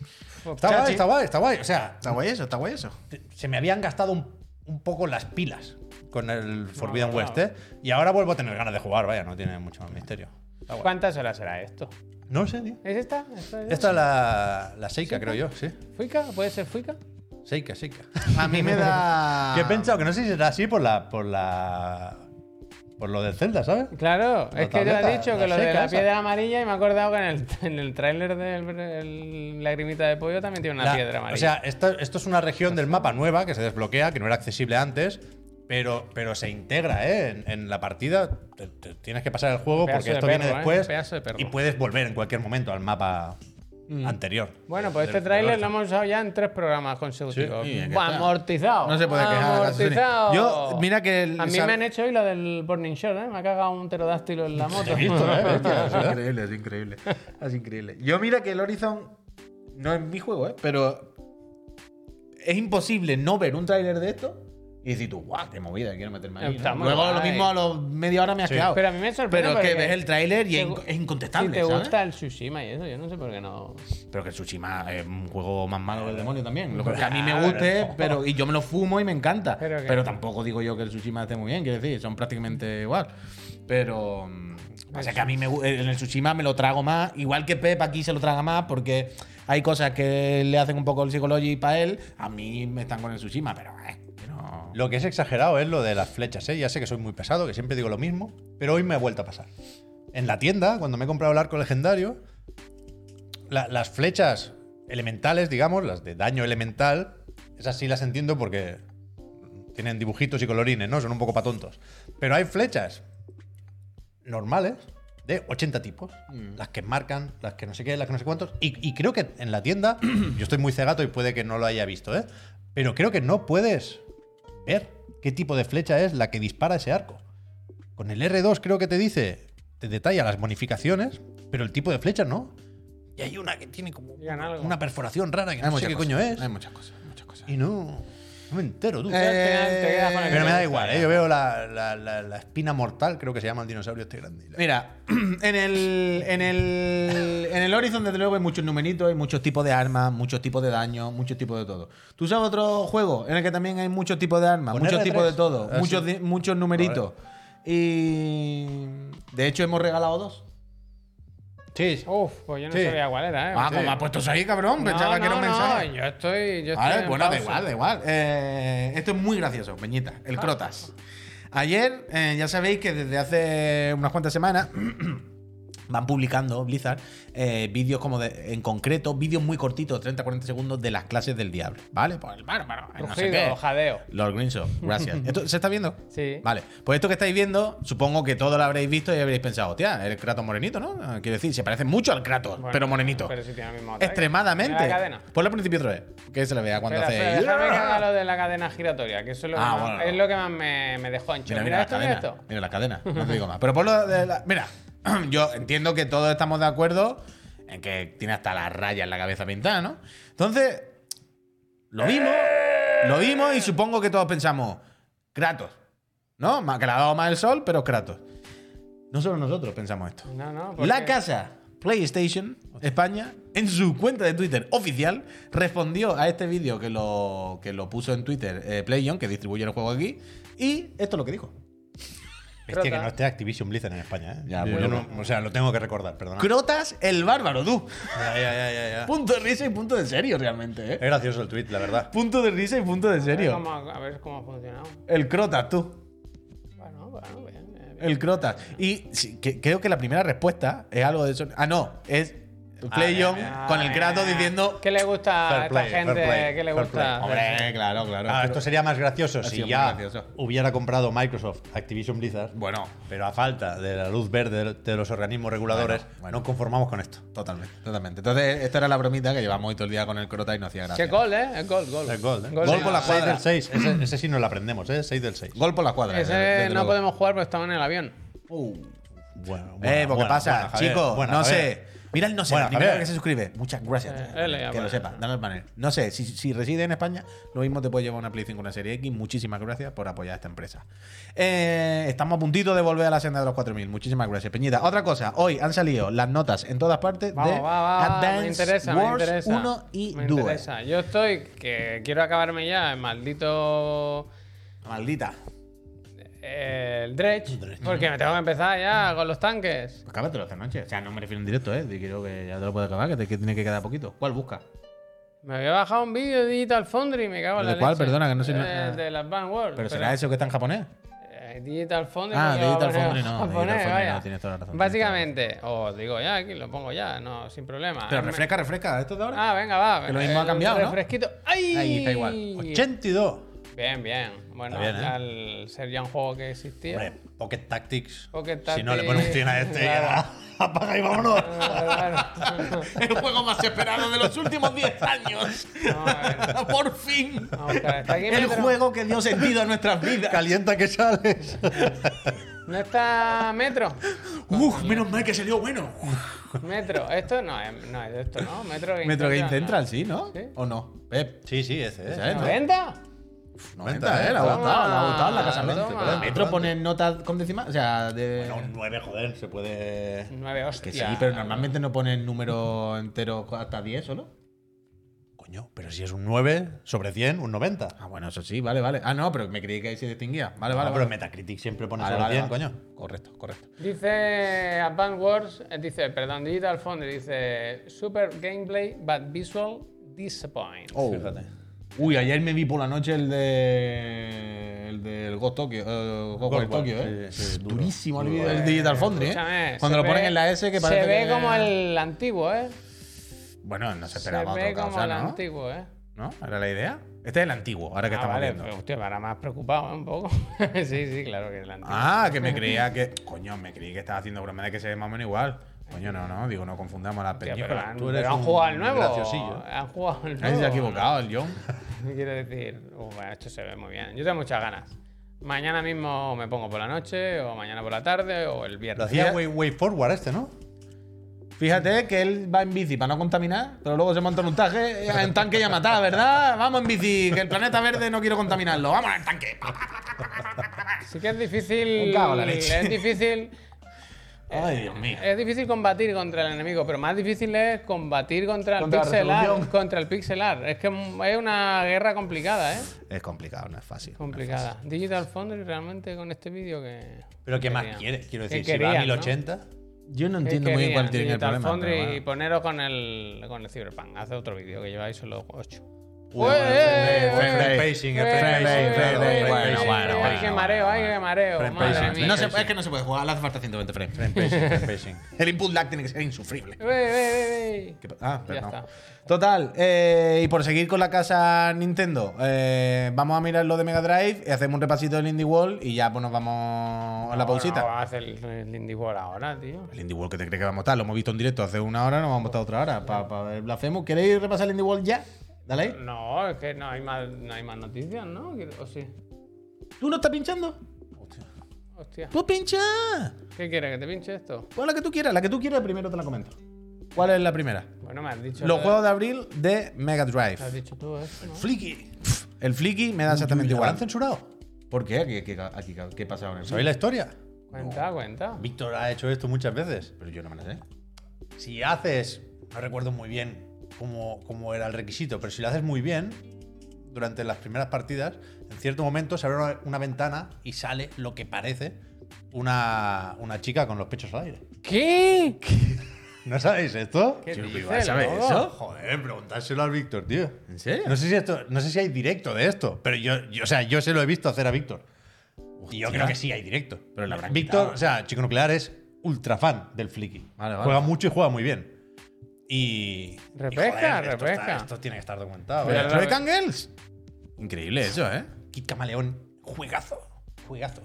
Speaker 3: Está guay, está guay, está guay. O sea,
Speaker 1: Está guay eso, está guay eso.
Speaker 3: te- se me habían gastado un, un poco las pilas con el Forbidden West, ¿eh? Y ahora vuelvo a tener ganas de jugar, vaya, no tiene mucho más misterio. Está guay.
Speaker 2: ¿Cuántas horas será esto?
Speaker 3: No sé, tío.
Speaker 2: ¿Es esta? ¿Esta es
Speaker 3: Esta es la, la Seika, creo yo, sí.
Speaker 2: ¿Fuica? ¿Puede ser Fuica?
Speaker 3: Seika, Seika.
Speaker 1: A mí me da.
Speaker 3: Que he pensado que no sé si será así por la. por la. por lo del Zelda, ¿sabes?
Speaker 2: Claro,
Speaker 3: La
Speaker 2: es que ya
Speaker 3: tableta,
Speaker 2: he dicho
Speaker 3: la
Speaker 2: que lo de
Speaker 3: seca
Speaker 2: la
Speaker 3: esa.
Speaker 2: piedra amarilla y me he acordado que en el, en el tráiler de Lagrimita de Pollo también tiene una
Speaker 3: La-
Speaker 2: piedra amarilla.
Speaker 3: O sea, esto, esto es una región del mapa nueva que se desbloquea, que no era accesible antes, pero, pero se integra ¿eh? en, en la partida. Te- te tienes que pasar el juego
Speaker 2: Pedazo
Speaker 3: porque
Speaker 2: de
Speaker 3: esto viene
Speaker 2: perro, ¿eh?
Speaker 3: después
Speaker 2: Pedazo de perro. Mm.
Speaker 3: y puedes volver en cualquier momento al mapa anterior.
Speaker 2: Bueno, pues
Speaker 3: Del-
Speaker 2: este tráiler
Speaker 3: del
Speaker 2: lo hemos usado ya en tres programas consecutivos.
Speaker 1: Sí, y aquí
Speaker 2: Buah,
Speaker 1: está.
Speaker 2: amortizado.
Speaker 1: No se puede quejar,
Speaker 2: Amortizado.
Speaker 1: Yo- mira que el-
Speaker 2: a mí
Speaker 1: sab-
Speaker 2: me han hecho hoy la del Burning Shore, ¿eh? Me ha cagado un pterodáctilo en la moto.
Speaker 1: Es increíble, es increíble. Es increíble. Yo mira que el Horizon no es mi juego, ¿eh? pero es imposible no ver un tráiler de esto y decir tú, guau, qué movida, quiero meterme ahí. ¿no?
Speaker 2: Está muy
Speaker 1: Luego lo
Speaker 2: guay.
Speaker 1: mismo a los media hora me has
Speaker 3: Sí.
Speaker 1: quedado.
Speaker 2: Pero a mí me sorprende
Speaker 1: Pero que
Speaker 2: porque
Speaker 1: ves el tráiler y
Speaker 2: te
Speaker 1: es
Speaker 2: gu-
Speaker 1: inc- es
Speaker 2: Si
Speaker 1: incontestable.
Speaker 2: te
Speaker 1: ¿sabes?
Speaker 2: gusta el Tsushima y eso, yo no sé por qué no.
Speaker 1: Pero que el Tsushima es un juego más malo que el demonio también. Lo que a mí me guste, pero y yo me lo fumo y me encanta.
Speaker 2: Pero
Speaker 1: Pero,
Speaker 2: que-
Speaker 1: tampoco digo yo que el Tsushima esté muy bien, quiero decir, son prácticamente igual. Pero mm, pasa que a mí me gu- en el Tsushima me lo trago más, igual que Pep aquí se lo traga más porque hay cosas que le hacen un poco el psicología para él, a mí me están con el Tsushima, pero eh, que no.
Speaker 3: Lo que es exagerado es lo de las flechas, ¿eh? Ya sé que soy muy pesado, que siempre digo lo mismo, pero hoy me ha vuelto a pasar. En la tienda, cuando me he comprado el arco legendario, la- las flechas elementales, digamos, las de daño elemental, esas sí las entiendo porque tienen dibujitos y colorines, ¿no? Son un poco pa' tontos. Pero hay flechas normales de 80 tipos. Las que marcan, las que no sé qué, las que no sé cuántos. Y, y creo que en la tienda, yo estoy muy cegato y puede que no lo haya visto, ¿eh? Pero creo que no puedes ver qué tipo de flecha es la que dispara ese arco. Con el R2 creo que te dice, te detalla las bonificaciones, pero el tipo de flecha no. Y hay una que tiene como
Speaker 2: Digan algo.
Speaker 3: una perforación rara que
Speaker 1: Hay
Speaker 3: no sé
Speaker 1: muchas
Speaker 3: qué
Speaker 1: cosas,
Speaker 3: coño es.
Speaker 1: Hay muchas cosas, muchas cosas.
Speaker 3: Y no, no me entero, tú.
Speaker 1: Eh,
Speaker 2: final te quedas con el
Speaker 3: Pero me da
Speaker 2: Eh,
Speaker 3: igual, ¿eh? yo veo la, la- la- la espina mortal, creo que se llama el dinosaurio este grande.
Speaker 1: Mira, en el, en el, en el Horizon, desde luego, hay muchos numeritos, hay muchos tipos de armas, muchos tipos de daño, muchos tipos de todo. ¿Tú sabes otro juego en el que también hay muchos tipos de armas,
Speaker 3: Con
Speaker 1: muchos
Speaker 3: R3?
Speaker 1: tipos de todo,
Speaker 3: Ah,
Speaker 1: muchos,
Speaker 3: sí.
Speaker 1: di- muchos numeritos? Y. De hecho, hemos regalado dos.
Speaker 3: Sí,
Speaker 2: Uf, pues yo no
Speaker 3: Sí.
Speaker 2: sabía cuál era, ¿eh?
Speaker 1: Ah,
Speaker 3: sí.
Speaker 1: como me has puesto eso ahí, cabrón. Pensaba que era un mensaje.
Speaker 2: No, yo estoy. Yo estoy
Speaker 1: Vale,
Speaker 2: en
Speaker 1: bueno, da
Speaker 2: pausa. Ah.
Speaker 1: igual, da igual. Eh, esto es muy gracioso, Peñita, el Crotas. Ayer, eh, ya sabéis que desde hace unas cuantas semanas van publicando Blizzard eh, vídeos como de, en concreto, vídeos muy cortitos, 30-40 segundos de las clases del diablo, ¿vale? Pues el bárbaro, el no sé qué.
Speaker 2: Rugido, jadeo.
Speaker 1: Lord Grinso, gracias. ¿Esto se está viendo?
Speaker 2: Sí.
Speaker 1: Vale. Pues esto que estáis viendo, supongo que todo lo habréis visto y habréis pensado, hostia, el Kratos morenito, ¿no? Ah, Quiero decir, se parece mucho al Kratos,
Speaker 2: Bueno,
Speaker 1: pero morenito.
Speaker 2: Pero si tiene el mismo ataque.
Speaker 1: Extremadamente.
Speaker 2: Mira La cadena.
Speaker 1: Ponlo al principio otra vez. Que se le vea cuando
Speaker 2: Espera,
Speaker 1: hace.
Speaker 2: espera, déjame que haga lo de la cadena giratoria, que eso es lo que,
Speaker 1: Ah,
Speaker 2: más,
Speaker 1: bueno.
Speaker 2: es lo que más me, me dejó ancho.
Speaker 1: Mira, mira,
Speaker 2: Mira,
Speaker 1: la
Speaker 2: esto, mira
Speaker 1: cadena.
Speaker 2: esto.
Speaker 1: Mira la cadena. No te digo más. Pero ponlo de la. Mira, yo entiendo que todos estamos de acuerdo en que tiene hasta la raya en la cabeza pintada, ¿no? Entonces, lo vimos. Lo vimos y supongo que todos pensamos. Kratos. ¿No? Ma- Que le ha dado más el sol, pero Kratos. No solo nosotros pensamos esto.
Speaker 2: No, no, ¿por
Speaker 1: La
Speaker 2: qué?
Speaker 1: casa PlayStation España, en su cuenta de Twitter oficial, respondió a este vídeo que lo, que lo puso en Twitter eh, PlayOn, que distribuye el juego aquí, y esto es lo que dijo.
Speaker 3: Hostia, que
Speaker 2: Crota.
Speaker 3: no esté Activision Blizzard en España, ¿eh?
Speaker 1: Ya,
Speaker 3: Yo
Speaker 1: bueno.
Speaker 3: no- o sea, lo tengo que recordar, perdona.
Speaker 1: Crotas el bárbaro, tú.
Speaker 3: Ya, ya, ya, ya, ya.
Speaker 1: Punto de risa y punto de serio, realmente,
Speaker 3: Es
Speaker 1: ¿eh?
Speaker 3: gracioso el tweet, la verdad.
Speaker 1: Punto de risa y punto de
Speaker 2: A ver
Speaker 1: serio.
Speaker 2: cómo- a ver cómo ha funcionado.
Speaker 1: El Crotas, tú.
Speaker 2: Bueno, bueno, bien, bien.
Speaker 1: El Crotas. Y sí, que- creo que la primera respuesta es algo de eso. Ah, no, es PlayOn
Speaker 2: Ah,
Speaker 1: con el Kratos
Speaker 2: mira.
Speaker 1: diciendo.
Speaker 2: ¿Qué le gusta a
Speaker 3: Fair
Speaker 2: esta
Speaker 3: play, fair
Speaker 2: gente?
Speaker 3: play,
Speaker 2: ¿Qué le
Speaker 3: fair
Speaker 2: gusta?
Speaker 3: play.
Speaker 1: Hombre, claro, claro.
Speaker 3: Ah,
Speaker 1: Pero-
Speaker 3: esto sería más gracioso
Speaker 1: Ha
Speaker 3: si
Speaker 1: sido
Speaker 3: ya
Speaker 1: muy gracioso.
Speaker 3: hubiera comprado Microsoft Activision Blizzard.
Speaker 1: Bueno,
Speaker 3: Pero a falta de la luz verde de- de los organismos reguladores,
Speaker 1: Bueno, bueno.
Speaker 3: nos conformamos con esto.
Speaker 1: Totalmente, totalmente. Entonces, esta era la bromita que llevamos hoy todo el día con el crota y no hacía
Speaker 2: Che,
Speaker 1: gracia.
Speaker 2: gol, ¿eh? Es Gol, gol.
Speaker 3: El gol, ¿eh?
Speaker 1: Gol
Speaker 2: de
Speaker 1: por la
Speaker 2: la-
Speaker 1: cuadra. Mm.
Speaker 3: del 6, ese, ese sí nos lo aprendemos, ¿eh? 6 del 6.
Speaker 1: Gol por la cuadra. desde-
Speaker 2: Ese
Speaker 1: desde
Speaker 2: no
Speaker 1: luego.
Speaker 2: podemos jugar porque estamos en el avión.
Speaker 1: Uh,
Speaker 3: Bueno,
Speaker 1: eh, porque pasa, chicos, no sé. Mira el no sé,
Speaker 3: Buena,
Speaker 1: la primera
Speaker 3: Javier.
Speaker 1: que se suscribe. Muchas gracias.
Speaker 2: Eh, él, ya,
Speaker 1: que lo
Speaker 2: bueno.
Speaker 1: sepa, dame el panel. No sé, si, si reside en España, lo mismo te puede llevar una Play 5 una Serie X. Muchísimas gracias por apoyar a esta empresa. Eh, estamos a puntito de volver a la senda de los 4000. Muchísimas gracias, Peñita. Otra cosa, hoy han salido las notas en todas partes
Speaker 2: Vamos,
Speaker 1: de
Speaker 2: va, va, va,
Speaker 1: Advance
Speaker 2: me interesa,
Speaker 1: Wars
Speaker 2: me interesa.
Speaker 1: 1 y
Speaker 2: me
Speaker 1: 2.
Speaker 2: interesa. Yo estoy que quiero acabarme ya el maldito
Speaker 1: Maldita.
Speaker 2: eh, el dredge, porque me tengo que empezar ya con los tanques.
Speaker 1: Acábatelo esta noche. O sea, no me refiero en directo, ¿eh? Quiero que ya te lo puedes acabar, que te que tiene que quedar poquito. ¿Cuál busca?
Speaker 2: Me había bajado un vídeo de Digital Foundry, me cago en la
Speaker 1: ¿De cuál?
Speaker 2: leche.
Speaker 1: Perdona, que no sé Ah.
Speaker 2: Eh,
Speaker 1: nada.
Speaker 2: De, las Van World.
Speaker 1: ¿Pero será eso que está en japonés?
Speaker 2: Eh, Digital Foundry.
Speaker 1: Ah,
Speaker 2: no lo
Speaker 1: Digital
Speaker 2: va a poner-
Speaker 1: Foundry no,
Speaker 2: va a
Speaker 1: Digital
Speaker 2: poner,
Speaker 1: Foundry no,
Speaker 2: vaya.
Speaker 1: tienes toda la razón,
Speaker 2: Básicamente, os digo ya, aquí lo pongo ya, no, sin problema.
Speaker 1: Pero
Speaker 2: Ah, Me-
Speaker 1: refresca, refresca. ¿Esto de ahora?
Speaker 2: Ah, venga, va.
Speaker 1: Que lo mismo ha
Speaker 2: El
Speaker 1: cambiado, ¿no?
Speaker 2: Refresquito. ¡Ay!
Speaker 1: Ahí está igual.
Speaker 3: 82.
Speaker 2: Bien, bien. Bueno,
Speaker 1: Está bien, ¿eh?
Speaker 2: al ser ya un juego que existía.
Speaker 3: Hombre, Pocket Tactics.
Speaker 2: Pocket
Speaker 3: Si no le
Speaker 2: Tactics,
Speaker 3: pones un a este,
Speaker 2: claro.
Speaker 3: ya, apaga y vámonos.
Speaker 2: Ah, claro.
Speaker 1: El juego más esperado de los últimos 10 años.
Speaker 2: No, eh. a
Speaker 1: Por fin.
Speaker 2: Vamos a buscar, está aquí
Speaker 1: El
Speaker 2: Metro.
Speaker 1: juego que dio sentido a nuestras vidas.
Speaker 3: Calienta que sales.
Speaker 2: ¿No está Metro?
Speaker 1: Uf, menos mal que salió bueno.
Speaker 2: Metro. Esto no es, no es de esto, ¿no? Metro Game
Speaker 1: Metro Game Central,
Speaker 2: ¿no?
Speaker 1: sí, ¿no?
Speaker 2: Sí.
Speaker 1: ¿O no? Pep.
Speaker 3: Sí, sí, ese es.
Speaker 1: Ese
Speaker 3: ¿eh?
Speaker 1: es. ¿no?
Speaker 2: ¿90?
Speaker 1: 90, ¿eh? La ha
Speaker 2: Toma,
Speaker 1: gustado, la ha gustado la casa
Speaker 2: toma.
Speaker 1: lente. Pero Metro pone notas con decimal. O sea, de.
Speaker 3: No, un 9, joder, se puede.
Speaker 2: 9, hostia.
Speaker 1: que sí, pero normalmente no ponen números enteros hasta 10 solo.
Speaker 3: Coño, pero si es un 9 sobre 100, un 90.
Speaker 1: Ah, bueno, eso sí, vale, vale. Ah, no, pero me creí que ahí se distinguía. Vale, vale.
Speaker 3: No, Ah, pero
Speaker 1: vale.
Speaker 3: Metacritic siempre pone
Speaker 1: Vale,
Speaker 3: sobre
Speaker 1: vale,
Speaker 3: 100,
Speaker 1: vale.
Speaker 3: coño.
Speaker 1: Correcto, correcto.
Speaker 2: Dice Advanced Wars, eh, dice, perdón, Digital Foundry, dice Super Gameplay but Visual Disappoint.
Speaker 1: Oh,
Speaker 3: Fíjate.
Speaker 1: Uy, ayer me vi por la noche el de. El del Ghost Tokyo. eh, Ghostwire
Speaker 3: Ghostwire,
Speaker 1: Tokyo, ¿eh?
Speaker 3: sí, sí,
Speaker 1: Es
Speaker 3: duro,
Speaker 1: durísimo el,
Speaker 3: duro.
Speaker 1: vídeo del Digital Foundry, ¿eh?
Speaker 2: Escúchame,
Speaker 1: Cuando
Speaker 2: se
Speaker 1: lo ponen
Speaker 2: ve-
Speaker 1: en la S, que parece.
Speaker 2: Se ve
Speaker 1: que-
Speaker 2: como el antiguo, ¿eh?
Speaker 1: Bueno, no se
Speaker 2: Se
Speaker 1: esperaba
Speaker 2: ve
Speaker 1: otra
Speaker 2: como
Speaker 1: cosa,
Speaker 2: el
Speaker 1: ¿no?
Speaker 2: antiguo, ¿eh?
Speaker 1: ¿No? ¿Era la idea? Este es el antiguo, ahora que
Speaker 2: Ah,
Speaker 1: estamos
Speaker 2: vale,
Speaker 1: viendo.
Speaker 2: pero, hostia, me habrá más preocupado ¿eh? un poco. sí, sí, claro que es el antiguo.
Speaker 1: Ah, que me creía que. Coño, me creí que estaba haciendo broma de que se ve más o menos igual. Coño, no, no, digo, no confundamos las
Speaker 2: Hostia, pero
Speaker 1: películas.
Speaker 2: han,
Speaker 3: tú eres
Speaker 2: pero han
Speaker 3: un
Speaker 2: jugado al nuevo.
Speaker 3: graciosillo.
Speaker 2: Han jugado al
Speaker 1: Nadie
Speaker 2: nuevo.
Speaker 1: se ha equivocado, el John.
Speaker 2: Quiero decir, uh, bueno, esto se ve muy bien. Yo tengo muchas ganas. Mañana mismo me pongo por la noche, o mañana por la tarde, o el
Speaker 3: Lo
Speaker 2: viernes.
Speaker 3: hacía
Speaker 1: Fíjate-
Speaker 3: way, Way Forward este, ¿no?
Speaker 1: Fíjate que él va en bici para no contaminar, pero luego se monta en un taje, en tanque y a matar, ¿verdad? Vamos en bici, que el planeta verde no quiero contaminarlo. Vamos en tanque.
Speaker 2: Sí que es difícil.
Speaker 1: Me cago en la leche.
Speaker 2: Es difícil.
Speaker 1: Ay, Dios mío.
Speaker 2: Es difícil combatir contra el enemigo, pero más difícil es combatir contra el
Speaker 1: Contra la
Speaker 2: pixel art.
Speaker 1: resolución.
Speaker 2: Contra el pixel art. Es que es una guerra complicada, ¿eh?
Speaker 1: Es complicado, no es fácil.
Speaker 2: Complicada. Digital Foundry realmente con este vídeo que.
Speaker 3: Pero ¿qué más
Speaker 2: quería.
Speaker 3: quieres? Quiero
Speaker 2: ¿Qué
Speaker 3: decir, si va a
Speaker 2: querían, no?
Speaker 3: 1080.
Speaker 1: Yo no
Speaker 2: ¿Qué
Speaker 1: entiendo muy bien
Speaker 2: querían?
Speaker 1: cuál tiene el
Speaker 2: Digital
Speaker 1: problema.
Speaker 2: Foundry
Speaker 1: pero
Speaker 2: y
Speaker 1: bueno.
Speaker 2: poneros con el, con el Cyberpunk. Haz otro vídeo que lleváis solo Eh, 8.
Speaker 3: bueno, frame rate, pacing, frame
Speaker 1: rate, frame rate, bueno, bueno, bueno,
Speaker 2: ¡Qué
Speaker 1: bueno,
Speaker 2: mareo, ay,
Speaker 1: bueno.
Speaker 2: qué mareo!
Speaker 3: Frame
Speaker 2: madre
Speaker 3: pacing,
Speaker 2: mía.
Speaker 1: No se- es que no se puede jugar, le hace falta 120 frames. El input lag tiene que ser insufrible.
Speaker 2: Uy, uy, uy, uy.
Speaker 1: ¿Qué pa- Ah, pero
Speaker 2: Ya
Speaker 1: no.
Speaker 2: está.
Speaker 1: Total, eh, y por seguir con la casa Nintendo, eh, vamos a mirar lo de Mega Drive y hacemos un repasito del Indie Wall y ya pues, nos vamos a la
Speaker 2: No,
Speaker 1: pausita.
Speaker 2: No, va a hacer el, el Indie World ahora, tío.
Speaker 1: El Indie World que te crees que vamos a estar, lo hemos visto en directo hace una hora, nos vamos a estar otra hora para ver el Blasphemous. ¿Queréis repasar el Indie World ya? Dale ahí.
Speaker 2: No, es que no hay más, no hay más noticias, ¿no? Quiero- ¿O sí?
Speaker 1: ¿Tú no estás pinchando?
Speaker 2: Hostia.
Speaker 1: Pues pincha.
Speaker 2: ¿Qué quieres? ¿Que te pinche esto?
Speaker 1: Pon la que tú quieras, la que tú quieras primero te la comento. ¿Cuál es la primera?
Speaker 2: Bueno, me has dicho.
Speaker 1: Los
Speaker 2: lo-
Speaker 1: juegos de abril de Mega
Speaker 2: lo has
Speaker 1: Drive.
Speaker 2: dicho tú eso, ¿no?
Speaker 3: Flicky.
Speaker 1: El Flicky me da exactamente
Speaker 3: ¿Lo
Speaker 1: igual.
Speaker 3: han censurado?
Speaker 1: ¿Por qué? ¿Qué, qué, aquí- qué pasa ahora?
Speaker 3: ¿Sabéis la historia?
Speaker 2: Cuenta, cuenta.
Speaker 3: Víctor ha hecho esto muchas veces.
Speaker 1: Pero yo no me la sé.
Speaker 3: Si haces, no recuerdo muy bien cómo, cómo era el requisito, pero si lo haces muy bien, durante las primeras partidas, en cierto momento se abre una, una ventana y sale lo que parece una, una chica con los pechos al aire.
Speaker 2: ¿Qué?
Speaker 3: ¿No sabéis esto?
Speaker 2: ¿Qué
Speaker 1: Yo no me
Speaker 2: dices,
Speaker 1: iba a saber
Speaker 2: loco?
Speaker 1: eso.
Speaker 3: Joder, preguntárselo al Víctor, tío.
Speaker 1: ¿En serio?
Speaker 3: No sé si esto, no sé si hay directo de esto, pero yo, yo- o sea, yo se lo he visto hacer a Víctor. Y yo
Speaker 1: Hostia.
Speaker 3: creo que sí hay directo.
Speaker 1: Pero le habrán
Speaker 3: Víctor,
Speaker 1: quitado.
Speaker 3: o sea, Chico Nuclear es ultra fan del Flicky.
Speaker 1: Vale, vale.
Speaker 3: Juega mucho y juega muy bien. Y. y,
Speaker 2: Repesca,
Speaker 3: esto,
Speaker 2: repesca.
Speaker 3: está- esto tiene que estar documentado.
Speaker 2: Pero
Speaker 3: ¿eh?
Speaker 2: la-
Speaker 1: Troy Angels. Increíble eso, ¿eh?
Speaker 3: Kid Camaleón, juegazo. Juegazo.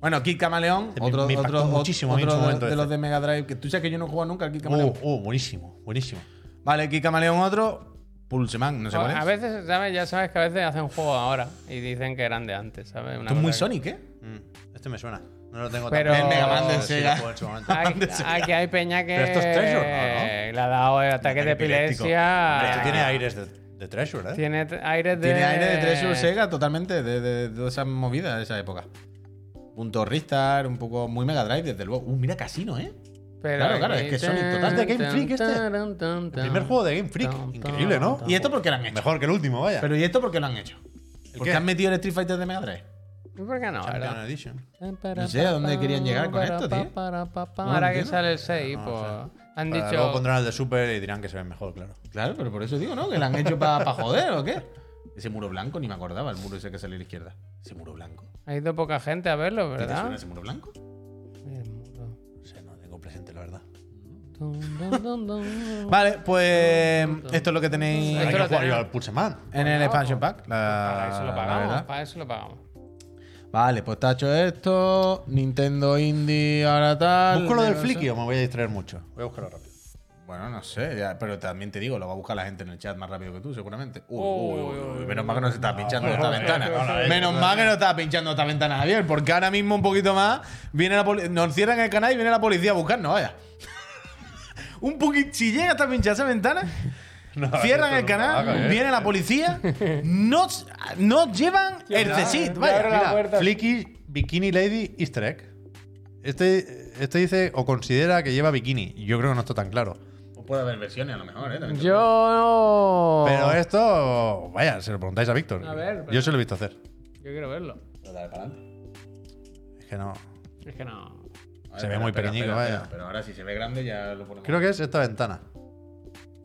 Speaker 1: Bueno, Kid Camaleón,
Speaker 3: Me-
Speaker 1: otro,
Speaker 3: me impactó
Speaker 1: otro,
Speaker 3: muchísimo a mí en
Speaker 1: otro
Speaker 3: su
Speaker 1: de,
Speaker 3: momento
Speaker 1: de
Speaker 3: este.
Speaker 1: los de Mega Drive. Que tú sabes que yo no he jugado nunca al Kid Camaleón.
Speaker 3: Oh, oh, buenísimo, buenísimo.
Speaker 1: Vale, Kid Camaleón otro. Pulseman,
Speaker 3: Oh,
Speaker 1: no sé cuál es.
Speaker 2: A veces, ¿sabes? Ya sabes que a veces hacen juegos ahora y dicen que eran de antes, ¿sabes? Una
Speaker 1: Esto es muy
Speaker 2: cosa que-
Speaker 1: Sonic, ¿eh?
Speaker 3: Mm, este me suena. No lo tengo
Speaker 2: Pero-
Speaker 3: tan
Speaker 2: El Mega Man de
Speaker 3: Sí, lo
Speaker 1: Sega.
Speaker 3: juego en su momento.
Speaker 2: Aquí, aquí hay peña que
Speaker 3: Pero esto es Treasure, ¿no?
Speaker 2: le ha dado el ataque de
Speaker 3: Epiléptico.
Speaker 2: epilepsia.
Speaker 1: Ah.
Speaker 3: Hombre, esto tiene aires de, de Treasure, ¿eh?
Speaker 2: Tiene t- aire de.
Speaker 1: Tiene aire de Treasure Sega totalmente, de, de, de esas movidas de esa época. Punto Ristar, un poco muy Mega Drive, desde luego. Uh, mira Casino, ¿eh?
Speaker 2: Pero
Speaker 1: Claro, claro,
Speaker 2: aquí-
Speaker 1: es que son
Speaker 3: total de Game Freak este. El primer juego de Game Freak.
Speaker 2: Tam, tam,
Speaker 3: Increíble, ¿no?
Speaker 2: tam.
Speaker 1: ¿Y esto por qué lo han hecho?
Speaker 3: Mejor que el último, vaya.
Speaker 1: Pero ¿y esto por qué lo han hecho? ¿Por qué
Speaker 3: qué?
Speaker 1: han metido el Street Fighter de Mega Drive?
Speaker 2: ¿Y ¿Por qué no?
Speaker 3: Champion
Speaker 2: verdad?
Speaker 3: Edition.
Speaker 1: No sé a dónde querían llegar con esto, tío. No
Speaker 2: Ahora que
Speaker 1: entiendo.
Speaker 2: sale el 6,
Speaker 3: No,
Speaker 2: pues.
Speaker 3: o
Speaker 2: Han
Speaker 3: Para Luego
Speaker 2: dicho.
Speaker 3: pondrán el de Super y dirán que se ven mejor, claro.
Speaker 1: Claro, pero por eso digo, ¿no? Que lo han hecho para joder o qué. Ese muro blanco, ni me acordaba, el muro ese que sale a la izquierda. Ese muro blanco.
Speaker 2: Ha ido poca gente a verlo,
Speaker 1: ¿Qué te suena
Speaker 2: ¿verdad?
Speaker 1: ese muro blanco?
Speaker 2: El muro.
Speaker 3: No sé, no tengo presente, la verdad.
Speaker 2: Dun, dun, dun, dun.
Speaker 1: Vale, pues esto es lo que tenéis
Speaker 3: Hay
Speaker 2: Esto
Speaker 3: que
Speaker 2: lo
Speaker 3: jugar yo
Speaker 2: tenemos.
Speaker 3: al Pulseman.
Speaker 1: en el expansion pack. La,
Speaker 2: Para eso lo
Speaker 1: la
Speaker 2: pagamos.
Speaker 1: verdad.
Speaker 2: Para eso lo pagamos.
Speaker 1: Vale, pues está hecho esto. Nintendo Indie, ahora tal.
Speaker 3: ¿Busco lo del
Speaker 1: no
Speaker 2: ¿eh?
Speaker 3: Flicky
Speaker 1: sé.
Speaker 3: o me voy a distraer mucho? Voy a buscarlo rápido.
Speaker 1: Bueno, no sé, ya, pero también te digo, lo va a buscar la gente en el chat más rápido que tú, seguramente. Uy, uy,
Speaker 2: Uy, uy,
Speaker 1: uy, menos mal que no se está pinchando
Speaker 3: no,
Speaker 1: esta
Speaker 3: no,
Speaker 1: ventana.
Speaker 3: no, no, no,
Speaker 1: menos
Speaker 3: no,
Speaker 1: mal que no está pinchando esta ventana, Javier, porque ahora mismo un poquito más viene la poli- nos cierran el canal y viene la policía a buscarnos, vaya. un poquito, si llega hasta pinchar esa ventana,
Speaker 3: No,
Speaker 1: cierran
Speaker 3: esto
Speaker 1: el
Speaker 3: no
Speaker 1: canal,
Speaker 3: trabaja, ¿eh?
Speaker 1: viene la policía, nos, nos llevan el CSIT, vaya.
Speaker 2: abre la
Speaker 1: mira.
Speaker 2: puerta.
Speaker 3: Flicky Bikini Lady Easter Egg. Este, este dice o considera que lleva bikini. Yo creo que no está tan claro.
Speaker 1: O Puede haber versiones a lo mejor, ¿eh? También te digo.
Speaker 2: Yo.
Speaker 3: Pero esto, vaya, se lo preguntáis a Víctor.
Speaker 2: Oh. A ver, pero-
Speaker 3: Yo se lo he visto hacer.
Speaker 2: Yo quiero verlo.
Speaker 1: Pero dale para adelante.
Speaker 3: Es que no.
Speaker 2: Es que no.
Speaker 1: A ver,
Speaker 3: Se ve
Speaker 1: espera,
Speaker 3: muy
Speaker 1: espera,
Speaker 3: pequeñico,
Speaker 1: espera,
Speaker 3: vaya.
Speaker 1: espera, Pero ahora si se ve grande ya lo ponemos.
Speaker 3: Creo que es esta ventana.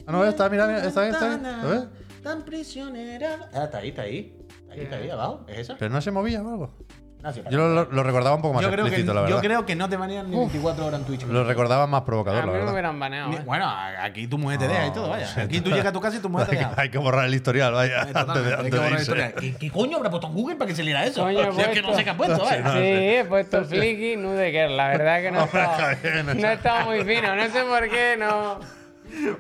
Speaker 3: Ah, no, está, mira, mira, está bien, está bien. ¿Lo ves?
Speaker 1: Tan prisionera. Ah, está ahí, está ahí. Está ahí, está ahí, abajo. ¿Es esa?
Speaker 3: Pero no se movía o algo.
Speaker 1: No, sí, para.
Speaker 3: Yo lo, lo recordaba un poco más
Speaker 1: Yo creo, que,
Speaker 3: explícito, la verdad.
Speaker 1: yo creo que no te banean ni 24 horas en Twitch.
Speaker 3: Lo recordaba más provocador,
Speaker 2: A mí
Speaker 3: la
Speaker 2: me
Speaker 3: verdad.
Speaker 2: hubieran baneado.
Speaker 1: Ni-
Speaker 2: ¿eh?
Speaker 1: Bueno, a- aquí tu mujer te deja y todo,
Speaker 3: sí,
Speaker 1: vaya. Aquí tú
Speaker 3: total.
Speaker 1: llegas a tu casa y tu mujer te
Speaker 3: Hay que,
Speaker 1: deja.
Speaker 3: hay que borrar el historial, vaya,
Speaker 1: Eh,
Speaker 3: antes de,
Speaker 1: totalmente, hay que
Speaker 3: antes de
Speaker 1: borrar
Speaker 3: irse. pues.
Speaker 1: historia. ¿Qué, qué coño habrá puesto en Google para que se liera eso?
Speaker 2: Coño, he
Speaker 1: O sea, es que no
Speaker 2: puesto.
Speaker 1: sé qué ha puesto,
Speaker 3: No
Speaker 1: vaya.
Speaker 3: sé,
Speaker 2: sí, he puesto Flicky Nude Girl. La verdad que no
Speaker 3: Hombre,
Speaker 2: estaba,
Speaker 3: Javier, no
Speaker 2: no estaba muy fino. No sé por qué, no.
Speaker 1: Eh.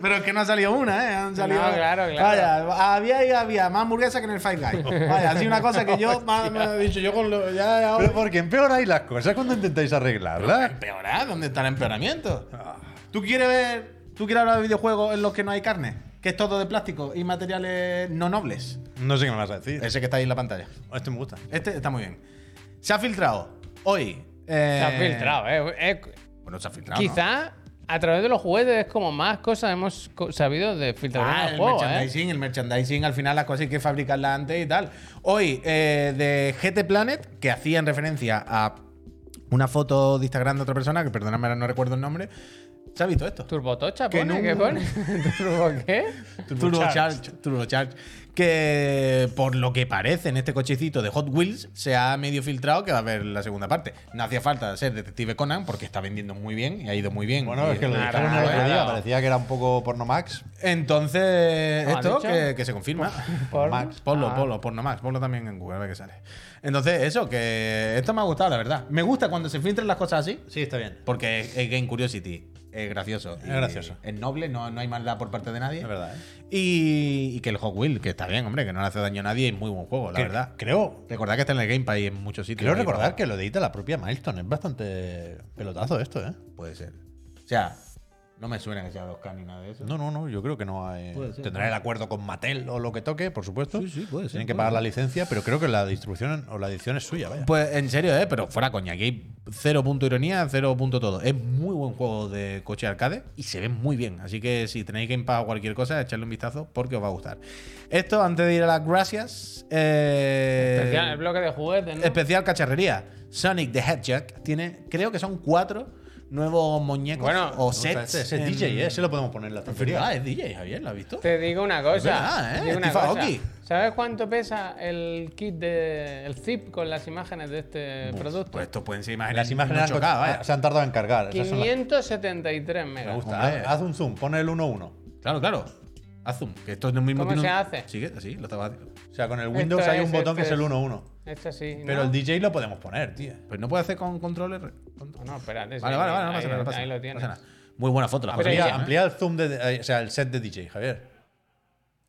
Speaker 1: Pero es que no ha salido una, ¿eh? Han salido.
Speaker 2: No, claro, claro.
Speaker 1: Vaya, había y había más hamburguesa que en el Five Guys. Vaya, ha sido una cosa que yo más- me he dicho, yo con lo. Ya, ya,
Speaker 3: Pero porque empeoráis las cosas cuando intentáis arreglarlas.
Speaker 1: empeorar? ¿Dónde está el empeoramiento? Ah. ¿Tú quieres ver, tú quieres hablar de videojuegos en los que no hay carne? Que es todo de plástico y materiales no nobles.
Speaker 3: No sé qué me vas a decir.
Speaker 1: Ese que está ahí en la pantalla.
Speaker 3: Este me gusta.
Speaker 1: Este está muy bien. Se ha filtrado hoy. eh,
Speaker 2: Se ha filtrado, ¿eh? Eh,
Speaker 1: Bueno, se ha filtrado. ¿no?
Speaker 2: quizá a través de los juguetes es como más cosas hemos co- sabido de filtrar
Speaker 1: Ah,
Speaker 2: los
Speaker 1: el
Speaker 2: juegos, ¿eh?
Speaker 1: merchandising, el merchandising, al final las cosas hay que fabricarlas antes y tal. Hoy, eh, de GT Planet, que hacían referencia a una foto de Instagram de otra persona, que perdóname, ahora no recuerdo el nombre, se ha visto esto.
Speaker 2: Turbotocha
Speaker 1: Que Eh,
Speaker 2: pone,
Speaker 1: no-
Speaker 2: ¿qué pone? ¿Turbo qué?
Speaker 1: Turbocharge. Turbocharge. Que por lo que parece en este cochecito de Hot Wheels se ha medio filtrado que va a haber la segunda parte. No hacía falta ser Detective Conan porque está vendiendo muy bien y ha ido muy bien.
Speaker 3: Bueno,
Speaker 1: Y-
Speaker 3: es que lo
Speaker 2: Nada,
Speaker 3: dijeron el otro día.
Speaker 2: nada.
Speaker 3: Parecía que era un poco porno max.
Speaker 1: Entonces,
Speaker 2: ¿No has
Speaker 1: esto
Speaker 2: dicho?
Speaker 1: que, que se confirma.
Speaker 2: Por-
Speaker 3: Max,
Speaker 1: Ponlo,
Speaker 2: Ah.
Speaker 1: ponlo, ponlo más, ponlo también en Google, a ver qué sale. Entonces, eso, que esto me ha gustado, la verdad. Me gusta cuando se filtran las cosas así,
Speaker 3: Sí, está bien.
Speaker 1: porque es, es Game Curiosity, es gracioso.
Speaker 3: Es gracioso.
Speaker 1: Es noble, no, no hay maldad por parte de nadie.
Speaker 3: Es verdad, ¿eh?
Speaker 1: Y, y que el Hot Wheel, que está bien, hombre, que no le hace daño a nadie, es muy buen juego, la
Speaker 3: Que-
Speaker 1: verdad.
Speaker 3: Creo,
Speaker 1: Recordad que está en el Game Pass y "Oh, en muchos sitios.
Speaker 3: creo
Speaker 1: ahí,
Speaker 3: recordar
Speaker 1: ¿verdad?
Speaker 3: que lo edita la propia Milestone. Es bastante pelotazo esto, ¿eh?
Speaker 1: Puede ser. O sea, no me suena que sea 2K ni nada de eso.
Speaker 3: No, no, no. Yo creo que no hay.
Speaker 1: Puede ser.
Speaker 3: Tendrán el acuerdo con Mattel o lo que toque, por supuesto.
Speaker 1: Sí, sí, puede ser,
Speaker 3: Tienen que
Speaker 1: puede
Speaker 3: pagar
Speaker 1: ser.
Speaker 3: la licencia, pero creo que la distribución o la edición es suya, vaya.
Speaker 1: Pues en serio, ¿eh? pero fuera coña, aquí hay cero punto ironía, cero punto todo. Es muy buen juego de coche arcade y se ve muy bien. Así que si tenéis Game Pass o cualquier cosa, echarle un vistazo porque os va a gustar. Esto, antes de ir a las gracias. eh,
Speaker 2: Especial, el bloque de juguetes, ¿no?
Speaker 1: Mm. especial cacharrería. Sonic the Hedgehog tiene, creo que son cuatro nuevos muñecos
Speaker 2: Bueno,
Speaker 1: o
Speaker 3: Me gusta
Speaker 1: sets.
Speaker 3: este, ese
Speaker 1: en-
Speaker 3: DJ, ¿eh? ese lo podemos poner en la
Speaker 1: Es
Speaker 3: estantería.
Speaker 1: verdad, es DJ, Javier, ¿lo has visto?
Speaker 2: Te digo una cosa.
Speaker 1: Es verdad, ¿eh?
Speaker 2: te digo una
Speaker 1: Steve
Speaker 2: cosa.
Speaker 1: Aoki.
Speaker 2: ¿Sabes cuánto pesa el kit de. el zip con las imágenes de este
Speaker 1: Uf,
Speaker 2: producto?
Speaker 1: Pues esto pueden ser imágenes.
Speaker 3: Las imágenes
Speaker 1: no
Speaker 3: han-
Speaker 1: chocadas, vaya.
Speaker 3: Ah, se han tardado en cargar. Esas son las-
Speaker 2: 573
Speaker 3: Me
Speaker 2: megas.
Speaker 3: gusta.
Speaker 1: Hombre.
Speaker 3: Haz, haz un zoom, pon el 1-1.
Speaker 1: Claro, claro. Haz zoom, que esto es lo mismo
Speaker 2: ¿Cómo
Speaker 1: tiene
Speaker 2: se
Speaker 1: un-
Speaker 2: hace?
Speaker 1: Sí, que- sí, lo estaba haciendo.
Speaker 3: O sea, con el Windows hay un
Speaker 2: es,
Speaker 3: botón que es
Speaker 2: esto
Speaker 3: el
Speaker 2: es.
Speaker 3: 1-1.
Speaker 2: Esto Este sí. ¿no?
Speaker 3: Pero el DJ lo podemos poner, tío.
Speaker 1: Pues no puede hacer con controller. Vale,
Speaker 2: No, espérate. sí,
Speaker 1: vale, vale, no
Speaker 2: ahí-
Speaker 1: pasa nada. no pasa
Speaker 2: Ahí
Speaker 1: nada,
Speaker 2: lo tienes.
Speaker 1: no pasa nada. Muy buena foto la foto.
Speaker 2: Pero
Speaker 3: Amplía,
Speaker 2: ya-
Speaker 3: amplía el zoom, de- eh, o sea, el set de DJ, Javier.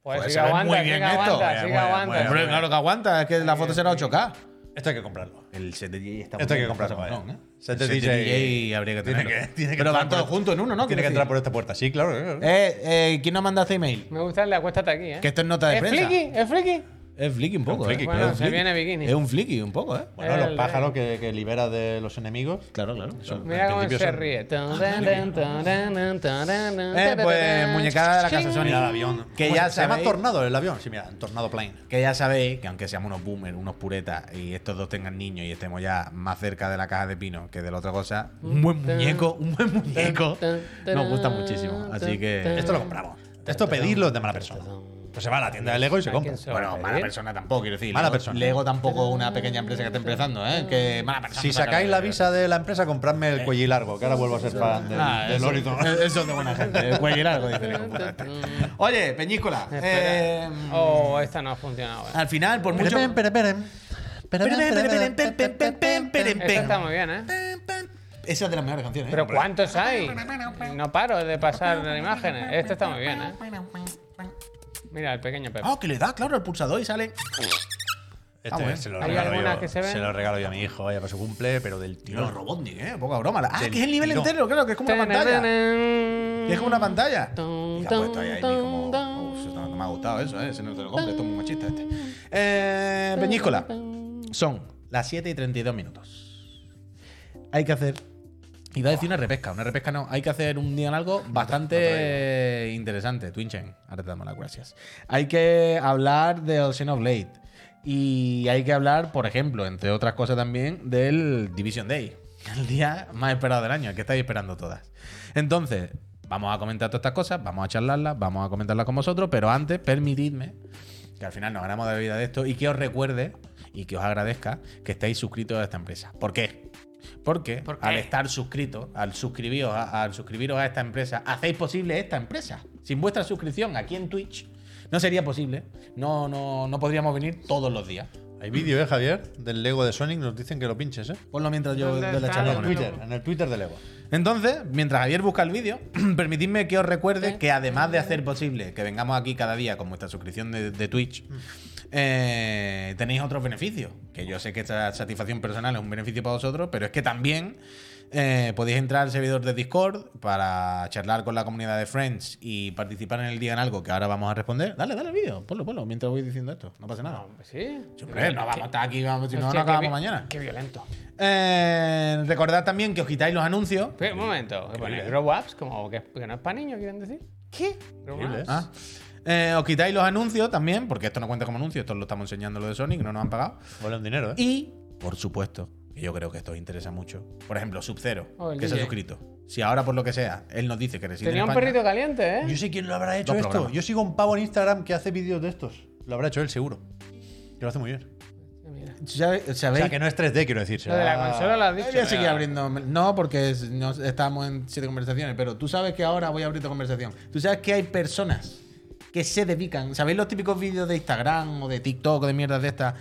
Speaker 2: Pues
Speaker 1: Pues
Speaker 2: sí
Speaker 1: se
Speaker 2: que
Speaker 1: ve
Speaker 2: aguanta,
Speaker 1: muy
Speaker 2: sí
Speaker 1: bien
Speaker 2: que
Speaker 1: esto. eh,
Speaker 2: aguanta,
Speaker 3: Vaya,
Speaker 2: sí que
Speaker 3: vaya,
Speaker 2: aguanta.
Speaker 3: vaya.
Speaker 1: Hombre, claro que aguanta, es que la foto será 8K.
Speaker 3: Esto hay que comprarlo.
Speaker 1: El set DJ está
Speaker 3: Esto hay
Speaker 1: muy
Speaker 3: que
Speaker 1: bien,
Speaker 3: comprarlo.
Speaker 1: está
Speaker 3: vaya.
Speaker 1: muy bien, ¿eh?
Speaker 3: Set
Speaker 1: El
Speaker 3: de
Speaker 1: set de
Speaker 3: DJ
Speaker 1: habría que
Speaker 3: tiene
Speaker 1: tener.
Speaker 3: que, tiene que
Speaker 1: Pero van
Speaker 3: entrar
Speaker 1: todos
Speaker 3: por-
Speaker 1: juntos en uno, ¿no?
Speaker 3: Tiene que
Speaker 1: Quiero
Speaker 3: entrar
Speaker 1: decir.
Speaker 3: por esta puerta, sí, claro. claro.
Speaker 1: Eh, eh, ¿Quién nos manda este email?
Speaker 2: Me gusta el de acuéstate aquí, ¿eh?
Speaker 1: Que esto es nota de
Speaker 2: ¿Es
Speaker 1: prensa.
Speaker 2: friki? ¿Es friki?
Speaker 1: Es fliki un poco.
Speaker 3: Es un
Speaker 1: ¿eh?
Speaker 3: friki,
Speaker 1: es
Speaker 2: Bueno,
Speaker 1: un
Speaker 2: se
Speaker 1: friki.
Speaker 2: viene bikini.
Speaker 1: Es un fliki un poco, ¿eh?
Speaker 3: Bueno, los
Speaker 2: el-
Speaker 3: pájaros que, que libera de los enemigos.
Speaker 1: Claro, claro.
Speaker 3: Son-
Speaker 2: Mira
Speaker 3: en
Speaker 2: cómo
Speaker 3: principio
Speaker 2: se
Speaker 3: son-
Speaker 2: ríe.
Speaker 1: Eh,
Speaker 2: Eh,
Speaker 1: pues muñecada de la casa
Speaker 3: Mira el
Speaker 1: Sony.
Speaker 3: avión.
Speaker 1: Que
Speaker 3: ¿Cómo
Speaker 1: ya
Speaker 3: se- se llama
Speaker 1: sabéis-
Speaker 3: Tornado el avión. Sí, mira, Tornado Plane.
Speaker 1: Que ya sabéis que aunque seamos unos boomers, unos puretas y estos dos tengan niños y estemos ya más cerca de la caja de pino que de la otra cosa, un buen muñeco, un buen muñeco nos gusta muchísimo. Así que
Speaker 3: Esto lo compramos. Esto pedirlo es de mala persona. Pues se va a la tienda de Lego y se compra.
Speaker 2: se va?
Speaker 1: Bueno, mala persona tampoco, quiero decir.
Speaker 3: Mala
Speaker 1: Lego,
Speaker 3: persona.
Speaker 1: Lego tampoco es una pequeña empresa que está empezando, ¿eh? Que mala persona.
Speaker 3: Si sacáis la Eh. visa de la empresa, compradme el cuello largo, que ahora vuelvo a ser fan del,
Speaker 1: Ah,
Speaker 3: del Este
Speaker 1: eso,
Speaker 3: Horizon. Mm.
Speaker 1: eso es de buena gente. El cuello largo, dice la computadora. Oye, Peñíscola. eh,
Speaker 2: Oh, esta no ha funcionado. eh.
Speaker 1: al final, por mucho.
Speaker 3: Perem, perem, perem. Perem, perem, perem, perem, perem, perem, perem, perem.
Speaker 2: Esta está muy bien, ¿eh?
Speaker 1: Esa es de las mejores canciones. ¿eh?
Speaker 2: Pero ¿cuántos hay? No paro de pasar las imágenes. Esta está muy bien, ¿eh? Mira, el pequeño Pepe.
Speaker 1: Ah, que le da, claro, al pulsador y sale.
Speaker 3: Este
Speaker 1: bueno.
Speaker 3: se lo
Speaker 2: ¿Hay
Speaker 3: regalo
Speaker 2: alguna
Speaker 3: yo-
Speaker 2: que se ve?
Speaker 3: Se lo regalo yo a mi hijo, vaya, para su cumple, pero del
Speaker 1: Tío, el
Speaker 3: tirón.
Speaker 1: Robotnik, ¿eh? Poca broma. Ah,
Speaker 3: Del
Speaker 1: que es el nivel
Speaker 3: tirón.
Speaker 1: entero, claro, que es como una pantalla. Que es como una pantalla.
Speaker 2: Tum,
Speaker 1: Y la puesto ahí, ahí
Speaker 2: tum,
Speaker 1: como.
Speaker 2: tum,
Speaker 1: "Oh, eso no me ha gustado eso, ¿eh? Ese no te lo compre, esto es muy machista este. Eh, Peñíscola. Son las 7 y 32 minutos. Hay que hacer. Iba a decir una repesca, una repesca no. Hay que hacer un día en algo bastante interesante. Twinchen, ahora te damos las gracias. Hay que hablar de Xenoblade. Y hay que hablar, por ejemplo, entre otras cosas también, del Division Day. El día más esperado del año, el que estáis esperando todas. Entonces, vamos a comentar todas estas cosas, vamos a charlarlas, vamos a comentarlas con vosotros, pero antes, permitidme que al final nos ganamos de vida de esto y que os recuerde y que os agradezca que estéis suscritos a esta empresa. ¿Por qué? Porque
Speaker 2: ¿Por qué?
Speaker 1: al estar suscritos, al suscribiros a, al suscribiros a esta empresa, hacéis posible esta empresa. Sin vuestra suscripción aquí en Twitch no sería posible. No, no, no podríamos venir todos los días.
Speaker 3: Hay vídeo, ¿eh, Javier? Del Lego de Sonic, nos dicen que lo pinches, ¿eh?
Speaker 1: Ponlo mientras yo
Speaker 2: ¿Dónde
Speaker 1: doy la
Speaker 2: está
Speaker 1: charla
Speaker 2: el
Speaker 1: con él.
Speaker 3: Twitter, en el Twitter de Lego.
Speaker 1: Entonces, mientras Javier busca el vídeo, permitidme que os recuerde que además de hacer posible que vengamos aquí cada día con vuestra suscripción de, de Twitch, eh, tenéis otros beneficios. Que yo sé que esta satisfacción personal es un beneficio para vosotros, pero es que también eh, podéis entrar al servidor de Discord para charlar con la comunidad de Friends y participar en el día en algo que ahora vamos a responder. Dale, dale el vídeo, ponlo, ponlo, mientras voy diciendo esto. No pasa nada.
Speaker 2: Sí.
Speaker 1: Sí, hombre, no vamos a estar aquí, vamos, si no, no
Speaker 2: Hostia, qué vi-
Speaker 1: acabamos mañana.
Speaker 2: Qué violento.
Speaker 1: Eh, recordad también que os quitáis los anuncios.
Speaker 2: Pero, un momento. que pone
Speaker 3: violento.
Speaker 2: grow ups, como que, que no es para niños, quieren decir.
Speaker 1: ¿Qué?
Speaker 2: Grow
Speaker 3: Increíble,
Speaker 2: ups.
Speaker 3: ¿eh?
Speaker 1: Ah. Eh, os quitáis los anuncios también, porque esto no cuenta como anuncio, esto lo estamos enseñando lo de Sonic, no nos han pagado.
Speaker 3: Vale un dinero, ¿eh?
Speaker 1: Y, por supuesto, que yo creo que esto os interesa mucho. Por ejemplo, Sub-Zero,
Speaker 2: Oh, el
Speaker 1: que se ha
Speaker 2: DJ.
Speaker 1: suscrito. Si ahora, por lo que sea, él nos dice que reside
Speaker 2: Tenía
Speaker 1: en
Speaker 2: un
Speaker 1: España,
Speaker 2: perrito caliente, ¿eh?
Speaker 3: Yo sé quién lo habrá hecho
Speaker 1: Dos
Speaker 3: esto.
Speaker 1: programas.
Speaker 3: Yo sigo un pavo en Instagram que hace vídeos de estos. Lo habrá hecho él, seguro. Que lo hace muy bien.
Speaker 2: Mira.
Speaker 1: ¿sabe-
Speaker 3: O
Speaker 1: ¿Sabéis?
Speaker 3: sea, que no es 3D, quiero decir.
Speaker 2: Lo de la
Speaker 3: será-
Speaker 2: consola lo has
Speaker 1: Eh,
Speaker 2: dicho.
Speaker 1: voy a seguir
Speaker 2: pero-
Speaker 1: abriendo. No, porque es- no- estamos en siete conversaciones, pero tú sabes que ahora voy a abrir tu conversación. Tú sabes que hay personas que se dedican. ¿Sabéis los típicos vídeos de Instagram o de TikTok o de mierdas de estas?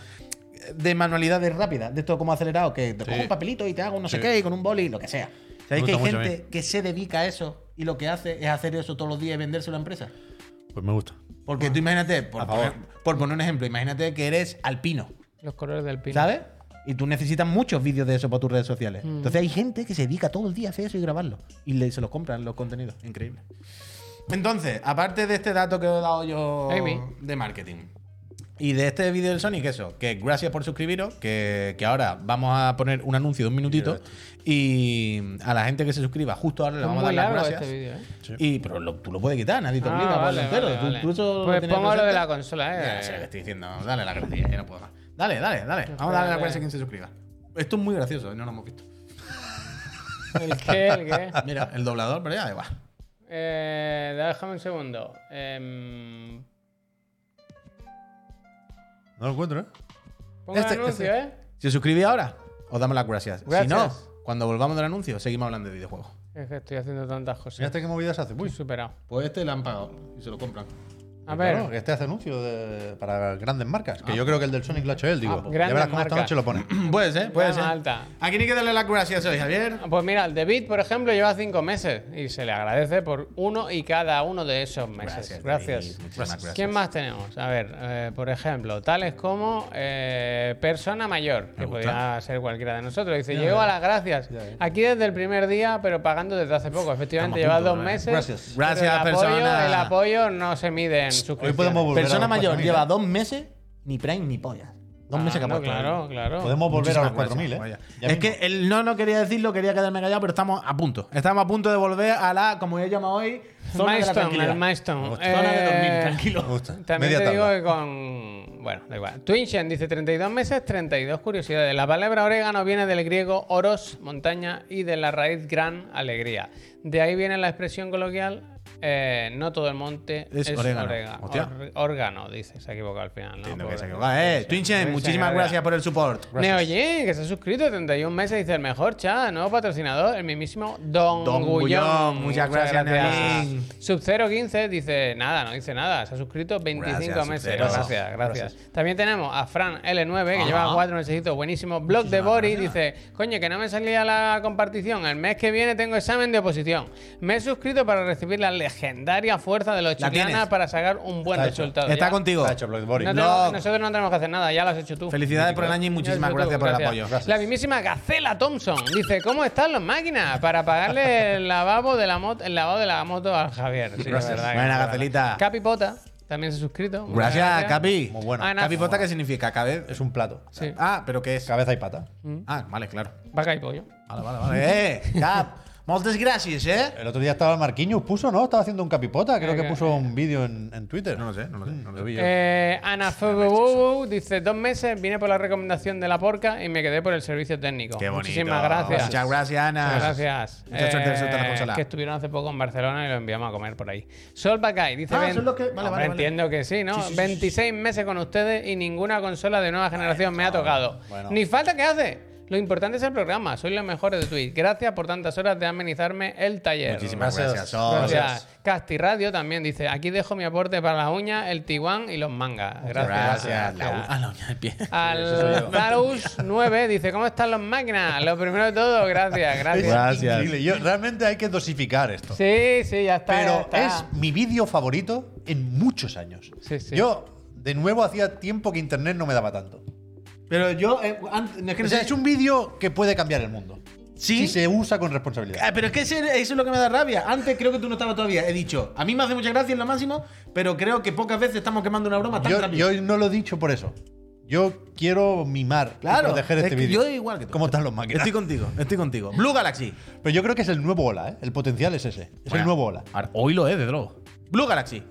Speaker 1: De manualidades rápidas, de esto como acelerado, que te
Speaker 3: Sí.
Speaker 1: cojo un papelito y te hago un no sé
Speaker 3: Sí.
Speaker 1: qué, y con un boli, lo que sea. ¿Sabéis
Speaker 3: Me
Speaker 1: que hay
Speaker 3: gusta mucho a
Speaker 1: gente que se dedica a eso y lo que hace es hacer eso todos los días y vendérselo a la empresa?
Speaker 3: Pues me gusta.
Speaker 1: Porque tú imagínate, por,
Speaker 3: A favor.
Speaker 1: poner- por poner un ejemplo, imagínate que eres alpino.
Speaker 2: Los colores del pino.
Speaker 1: ¿Sabes? Y tú necesitas muchos vídeos de eso para tus redes sociales.
Speaker 2: Mm.
Speaker 1: Entonces hay gente que se dedica todo el día a hacer eso y grabarlo. Y le- se los compran los contenidos. Increíble. Entonces, aparte de este dato que os he dado yo
Speaker 2: Amy.
Speaker 1: de marketing. Y de este vídeo del Sonic, eso, que gracias por suscribiros, que, que ahora vamos a poner un anuncio de un minutito. Y a la gente que se suscriba justo ahora le
Speaker 2: Es
Speaker 1: vamos a
Speaker 2: muy
Speaker 1: dar las
Speaker 2: largo
Speaker 1: gracias.
Speaker 2: este vídeo, ¿eh?
Speaker 3: Sí.
Speaker 1: Y, pero lo- tú lo puedes quitar, nadie te
Speaker 2: Ah,
Speaker 1: obliga a ponerlo
Speaker 2: vale,
Speaker 1: entero.
Speaker 2: vale,
Speaker 1: Tú-
Speaker 2: vale.
Speaker 1: tú eso lo
Speaker 2: Pues
Speaker 1: tenías
Speaker 2: pongo lo de
Speaker 1: presente.
Speaker 2: la consola,
Speaker 1: Ya,
Speaker 2: eh.
Speaker 1: sé lo que estoy diciendo. Dale la gracia, ya no puedo más. Dale, dale, dale. Vamos a darle la gracia a quien se suscriba. Esto es muy gracioso, ¿eh? no lo hemos visto.
Speaker 2: ¿El qué? ¿El qué?
Speaker 1: Mira, el doblador, pero ya va.
Speaker 2: Eh, déjame un segundo. Em,
Speaker 3: No lo encuentro, ¿eh?
Speaker 2: pongo
Speaker 1: Este,
Speaker 2: el anuncio,
Speaker 1: este.
Speaker 2: ¿eh?
Speaker 1: Si os suscribís ahora, os damos las gracias. Si no,
Speaker 2: Gracias.
Speaker 1: cuando volvamos del anuncio, seguimos hablando de videojuegos.
Speaker 2: Es que estoy haciendo tantas cosas.
Speaker 1: este
Speaker 3: Fíjate qué movidas hace.
Speaker 2: Muy
Speaker 3: Uy,
Speaker 2: superado.
Speaker 1: Pues este le han pagado y se lo compran.
Speaker 2: A
Speaker 3: Claro,
Speaker 2: ver.
Speaker 3: que este hace anuncio de- para grandes marcas. Que yo creo que el del Sonic lo ha hecho él. Digo,
Speaker 2: pues.
Speaker 3: ya verás
Speaker 2: Grandes
Speaker 3: cómo esta
Speaker 2: marcas.
Speaker 3: noche lo pone.
Speaker 1: Puede ser, puede
Speaker 2: Gama
Speaker 1: ser.
Speaker 2: alta.
Speaker 1: ¿A quién hay que darle las gracias hoy, Javier?
Speaker 2: Pues mira, el de Bit, por ejemplo, lleva cinco meses y se le agradece por uno y cada uno de esos meses. Gracias. Pues,
Speaker 1: David, muchísimas gracias.
Speaker 2: ¿Quién más tenemos? A ver, eh, por ejemplo, tales como eh, persona mayor, que
Speaker 1: gusta.
Speaker 2: podría ser cualquiera de nosotros. Dice, llego a las gracias. Aquí desde el primer día, pero pagando desde hace poco. Efectivamente,
Speaker 1: Estamos
Speaker 2: lleva
Speaker 1: juntos,
Speaker 2: dos
Speaker 1: ¿eh?
Speaker 2: meses.
Speaker 3: Gracias.
Speaker 2: pero
Speaker 1: Gracias,
Speaker 2: el apoyo,
Speaker 1: persona.
Speaker 2: El apoyo no se mide en suscripciones.
Speaker 3: Hoy podemos volver a
Speaker 4: Persona
Speaker 3: los
Speaker 4: mayor
Speaker 1: pues,
Speaker 3: 4.000,
Speaker 4: lleva
Speaker 3: ¿eh?
Speaker 4: dos meses, ni Prime ni polla. Dos
Speaker 2: Ah,
Speaker 4: meses que ha
Speaker 2: no,
Speaker 4: puesto.
Speaker 2: Claro, claro.
Speaker 3: Podemos volver a los
Speaker 1: Muchísimas
Speaker 3: 4000, ¿eh?
Speaker 1: gracias, vaya.
Speaker 3: Ya
Speaker 1: Es
Speaker 3: mismo.
Speaker 1: que él no lo quería decirlo, quería quedarme callado, pero estamos a punto. Estamos a punto de volver a la, como yo llamo hoy, zona de la
Speaker 2: Milestone,
Speaker 1: tranquilidad.
Speaker 2: el milestone.
Speaker 4: Zona de dormir,
Speaker 2: Eh,
Speaker 3: Me
Speaker 4: tranquilo.
Speaker 3: gusta.
Speaker 2: También
Speaker 3: Media
Speaker 2: te digo
Speaker 3: tabla.
Speaker 2: que con. Bueno, da igual. Twinchen dice 32 meses, 32 curiosidades. La palabra orégano viene del griego oros, montaña, y de la raíz gran alegría. De ahí viene la expresión coloquial. eh, no todo el monte
Speaker 1: Es
Speaker 2: es,
Speaker 1: orégano.
Speaker 2: orega-
Speaker 1: Hostia.
Speaker 2: or- órgano, dice. Se ha equivocado al final. ¿no?
Speaker 1: Entiendo que
Speaker 2: Pobre.
Speaker 1: se equivoca. Eh, Twinchen,
Speaker 2: Twinchen,
Speaker 1: muchísimas
Speaker 2: gracias.
Speaker 1: gracias por el support.
Speaker 2: Neoyen, que se ha suscrito 31 meses, dice el mejor chat, nuevo patrocinador, el mismísimo Don,
Speaker 1: Don
Speaker 2: Gullón.
Speaker 1: Gullón, muchas gracias, Neoyen.
Speaker 2: Sub015 dice nada, no dice nada, se ha suscrito 25
Speaker 1: Gracias,
Speaker 2: meses.
Speaker 1: Sub-Zero.
Speaker 2: Gracias, gracias, También tenemos a Fran L9, que lleva cuatro mesecitos, buenísimo. Blog de Boris dice, coño, que no me salía la compartición, el mes que viene tengo examen de oposición. Me he suscrito para recibir la legendaria fuerza de los
Speaker 1: La tienes.
Speaker 2: chicanas para sacar un buen
Speaker 3: Está hecho.
Speaker 2: resultado.
Speaker 1: Está
Speaker 2: Ya-
Speaker 1: contigo.
Speaker 3: Está hecho Blood Boris.
Speaker 2: no
Speaker 1: No.
Speaker 2: tenemos- nosotros no tenemos que hacer nada, ya lo has hecho tú.
Speaker 1: Felicidades por el año y muchísimas gracias
Speaker 2: Gracias, tú,
Speaker 1: por el
Speaker 2: gracias.
Speaker 1: apoyo.
Speaker 2: La mismísima Gacela Thompson dice: ¿Cómo están las máquinas? Para pagarle el lavabo de la moto, el lavado de la moto al Javier. Sí, la verdad que-
Speaker 1: Buena, Gacelita.
Speaker 2: Capi Pota también se ha suscrito. Muchas
Speaker 1: Gracias, Capi. Ah,
Speaker 3: Muy bueno.
Speaker 2: Ana-
Speaker 1: Capi Pota, ¿qué significa? Cabe-
Speaker 3: Es un plato.
Speaker 2: Sí,
Speaker 1: Ah, pero ¿qué es?
Speaker 3: Cabeza y pata.
Speaker 1: Ah, vale, claro.
Speaker 2: vaca y pollo.
Speaker 1: Vale, vale, vale. Eh, Cap, muchas gracias, eh.
Speaker 3: El otro día estaba Marquinhos, puso, ¿no? Estaba haciendo un capipota. Creo que
Speaker 2: Ok.
Speaker 3: puso un vídeo en, en Twitter.
Speaker 1: No lo sé, no lo sé, no lo sé.
Speaker 3: Lo vi yo.
Speaker 2: Eh, Ana Fugububu dice: Dos meses vine por la recomendación de la porca y me quedé por el servicio técnico.
Speaker 1: Qué bonito.
Speaker 2: Muchísimas gracias.
Speaker 1: Muchas gracias, Ana.
Speaker 2: Muchas gracias. Eh,
Speaker 1: Mucha suerte, suerte a la consola.
Speaker 2: Que estuvieron hace poco en Barcelona y lo enviamos a comer por ahí. Sol Bacay dice:
Speaker 1: Ah,
Speaker 2: "Ven-
Speaker 1: son los que- vale,
Speaker 2: Hombre,
Speaker 1: vale, vale.
Speaker 2: Entiendo que sí, ¿no? 26 meses con ustedes y ninguna consola de nueva generación me ha tocado.
Speaker 3: bueno.
Speaker 2: Ni falta que hace. Lo importante es el programa. Soy los mejores de Twitch. Gracias por tantas horas de amenizarme el taller.
Speaker 1: Muchísimas
Speaker 3: Gracias.
Speaker 1: gracias. Sol.
Speaker 2: Gracias. Casti Radio también dice: Aquí dejo mi aporte para las uñas, el tiguan y los mangas. Gracias.
Speaker 1: Gracias. La u- Ah, la uña del pie.
Speaker 2: Al Darus 9 dice: ¿Cómo están los máquinas? Lo primero de todo, gracias,
Speaker 3: Es
Speaker 2: gracias.
Speaker 1: Gracias.
Speaker 3: increíble. Yo, realmente hay que dosificar esto.
Speaker 2: Sí, sí, ya está.
Speaker 3: Pero
Speaker 2: ya está.
Speaker 3: es mi vídeo favorito en muchos años.
Speaker 2: Sí, sí.
Speaker 3: Yo, de nuevo, hacía tiempo que internet no me daba tanto.
Speaker 1: Pero yo. eh, antes- es que no
Speaker 3: O sea,
Speaker 1: sé-
Speaker 3: es un vídeo que puede cambiar el mundo.
Speaker 1: Sí.
Speaker 3: Si se usa con responsabilidad.
Speaker 1: Ah, pero es que ese- eso es lo que me da rabia. Antes creo que tú no estabas todavía. He dicho, a mí me hace mucha gracia en lo máximo, pero creo que pocas veces estamos quemando una broma tan
Speaker 3: Yo,
Speaker 1: rápido.
Speaker 3: yo no lo he dicho por eso. Yo quiero mimar, y
Speaker 1: Claro,
Speaker 3: proteger
Speaker 1: es
Speaker 3: este
Speaker 1: que
Speaker 3: vídeo.
Speaker 1: yo igual que tú.
Speaker 3: ¿Cómo están los máquinas?
Speaker 1: Estoy contigo, estoy contigo. Blue Galaxy.
Speaker 3: Pero yo creo que es el nuevo Ola, ¿eh? El potencial es ese. Es
Speaker 1: Bueno,
Speaker 3: el nuevo Ola.
Speaker 1: ahora- hoy lo es, de luego. Blue Galaxy.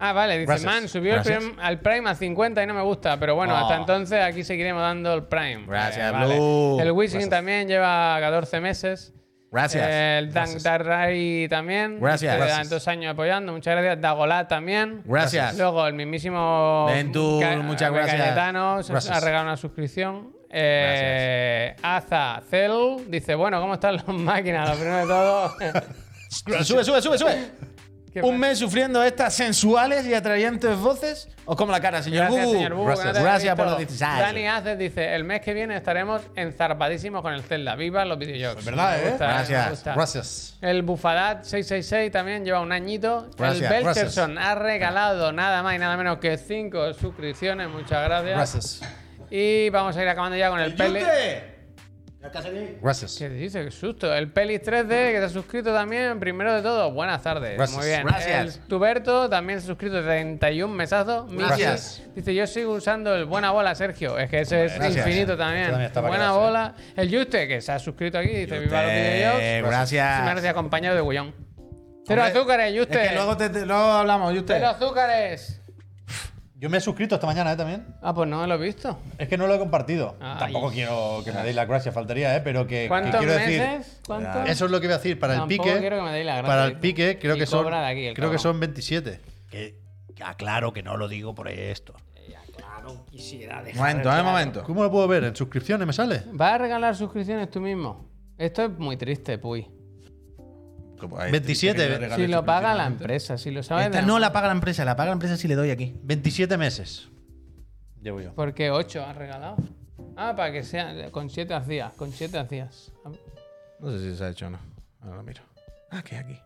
Speaker 2: Ah, vale, dice
Speaker 3: Gracias.
Speaker 2: Man, subió el
Speaker 1: Gracias.
Speaker 2: Prime- al Prime a 50 y no me gusta, pero bueno,
Speaker 1: Oh.
Speaker 2: hasta entonces aquí seguiremos dando el Prime. Eh,
Speaker 1: Gracias, Blue.
Speaker 2: El Wishing también lleva 14 meses. Eh,
Speaker 1: Gracias.
Speaker 2: El Dank Darrai también.
Speaker 1: Gracias.
Speaker 2: Este,
Speaker 1: Gracias.
Speaker 2: Dos años apoyando. Muchas gracias. Dagolat también.
Speaker 1: Gracias.
Speaker 2: Luego el mismísimo.
Speaker 1: Ventur, muchas gracias.
Speaker 2: Cayetano se
Speaker 1: Gracias.
Speaker 2: ha regalado una suscripción. Eh, Aza Cell dice: Bueno, ¿cómo están las máquinas? Lo primero de todo.
Speaker 1: Sube, sube, sube, sube.
Speaker 2: ¿Qué
Speaker 1: Un
Speaker 2: pasa?
Speaker 1: mes sufriendo estas sensuales y atrayentes voces. Os como la cara, señor
Speaker 2: Gracias,
Speaker 1: Bubu.
Speaker 2: señor Bubu, que no
Speaker 1: Gracias,
Speaker 2: te había
Speaker 1: Gracias por
Speaker 2: visto.
Speaker 1: los 16.
Speaker 2: Dani Haces dice: El mes que viene estaremos enzarpadísimos con el Zelda. Viva los videojuegos.
Speaker 3: Es
Speaker 2: Me
Speaker 3: verdad, ¿eh?
Speaker 2: gusta, me
Speaker 1: Gracias,
Speaker 2: gusta.
Speaker 3: Gracias.
Speaker 2: El Bufadat 666 también lleva un añito.
Speaker 1: Gracias,
Speaker 2: el Belcherson ha regalado nada más y nada menos que 5 suscripciones. Muchas gracias.
Speaker 3: Gracias.
Speaker 2: Y vamos a ir acabando ya con el Peli.
Speaker 3: Gracias.
Speaker 2: ¿Qué dice? Qué susto. El Pelis 3D que se ha suscrito también. Primero de todo, buenas tardes.
Speaker 3: Gracias.
Speaker 2: Muy bien.
Speaker 1: Gracias.
Speaker 2: El Tuberto también se ha suscrito 31 mesazos. Miki
Speaker 1: Gracias.
Speaker 2: Dice, yo sigo usando el buena bola, Sergio. Es que ese es
Speaker 3: Gracias.
Speaker 2: infinito
Speaker 3: Esto también
Speaker 2: también.
Speaker 3: está para
Speaker 2: buena
Speaker 3: quedarse.
Speaker 2: bola. El Juste que se ha suscrito aquí. Dice, viva los videojuegos.
Speaker 3: Eh,
Speaker 1: Gracias.
Speaker 2: Muchísimas gracias, compañero de Gullón. Cero azúcares,
Speaker 1: y
Speaker 2: Juste.
Speaker 1: Es que luego, te- te- luego hablamos, y usted.
Speaker 2: Cero azúcares.
Speaker 3: Yo me he suscrito esta mañana, ¿eh? También.
Speaker 2: Ah, pues no lo he visto.
Speaker 3: Es que no lo he compartido.
Speaker 1: Ah,
Speaker 2: Ay.
Speaker 3: Tampoco quiero que me deis la gracia, faltaría, ¿eh? Pero que, que
Speaker 2: ¿Cuántos
Speaker 3: quiero decir.
Speaker 2: meses? ¿Cuántos?
Speaker 3: Eso es lo que voy a decir. Para
Speaker 2: Tampoco
Speaker 3: el pique.
Speaker 2: quiero que me deis la gracia.
Speaker 3: para el pique, creo
Speaker 2: Y
Speaker 3: que son.
Speaker 2: cobra de aquí, el
Speaker 3: creo que
Speaker 2: cabrón.
Speaker 3: son 27.
Speaker 4: Que, que aclaro que no lo digo por esto. Claro, quisiera
Speaker 1: Un momento, un momento.
Speaker 3: ¿Cómo lo puedo ver? ¿En suscripciones me sale?
Speaker 2: ¿Vas a regalar suscripciones tú mismo? Esto es muy triste, Puy.
Speaker 1: Como, ay,
Speaker 3: 27,
Speaker 1: tenía que regalar
Speaker 2: Si
Speaker 1: esto,
Speaker 2: lo
Speaker 1: pero
Speaker 2: paga
Speaker 1: tiene-
Speaker 2: la empresa, si lo sabes.
Speaker 1: Esta
Speaker 2: de-
Speaker 1: no la paga la empresa, la paga la empresa si le doy aquí.
Speaker 3: 27 meses. Llevo yo.
Speaker 2: Porque 8 has regalado. Ah, para que sea. Con 7 hacías, con 7 hacías.
Speaker 1: No sé si se ha hecho o no. Ahora lo miro. Ah, que es aquí.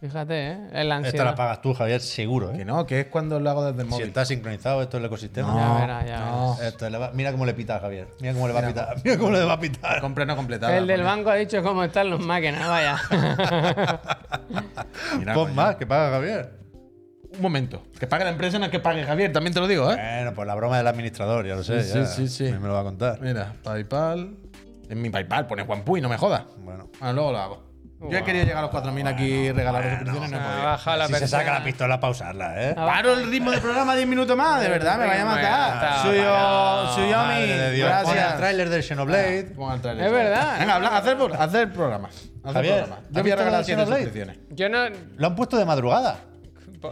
Speaker 2: Fíjate, ¿eh? El
Speaker 3: Esta
Speaker 2: ansiedad.
Speaker 3: la pagas tú, Javier, seguro,
Speaker 1: Que
Speaker 3: ¿eh?
Speaker 1: no, que es cuando lo hago desde el
Speaker 3: Si
Speaker 1: móvil.
Speaker 3: está sincronizado, esto es el ecosistema.
Speaker 2: Ya verás, ya
Speaker 1: no.
Speaker 3: Esto le va- mira cómo le pita a Javier. Mira cómo le va a
Speaker 1: Mira.
Speaker 3: pitar. Mira cómo le va a pitar.
Speaker 1: Compra no completada.
Speaker 2: El del banco ha dicho cómo están los máquinas, vaya.
Speaker 1: Mira,
Speaker 3: Pon
Speaker 1: coño.
Speaker 3: más, que paga Javier.
Speaker 1: Un momento. Que pague la empresa no es que pague Javier, también te lo digo, ¿eh?
Speaker 3: Bueno, pues la broma del administrador, ya lo sé.
Speaker 1: Sí,
Speaker 3: ya.
Speaker 1: sí, sí, sí.
Speaker 3: A mí Me lo va a contar.
Speaker 1: Mira, PayPal. En mi PayPal pone Juan Puy, no me jodas.
Speaker 3: Bueno.
Speaker 1: Ah, luego lo hago. Yo he querido llegar a los 4.000 aquí regalar las suscripciones, no he podido.
Speaker 2: Ah, Baja la
Speaker 3: si se saca
Speaker 2: persiana.
Speaker 3: la pistola para usarla, ¿eh?
Speaker 2: Ah,
Speaker 1: Paro el ritmo del programa 10 minutos más, de verdad, me vaya a matar.
Speaker 2: Está
Speaker 1: Suyo,
Speaker 2: apagado.
Speaker 1: Suyomi,
Speaker 3: Madre de Dios. Pon el
Speaker 1: gracias.
Speaker 3: tráiler del Xenoblade.
Speaker 1: Pon el tráiler.
Speaker 2: Es verdad.
Speaker 1: Venga, habla, haz el, pro- haz el programa. Haz el
Speaker 3: Javier,
Speaker 1: programa.
Speaker 3: ¿ya
Speaker 1: Yo voy a
Speaker 3: viste lo de
Speaker 1: regalar 7
Speaker 3: Xenoblade?
Speaker 1: suscripciones.
Speaker 2: Yo no.
Speaker 3: Lo han puesto de madrugada.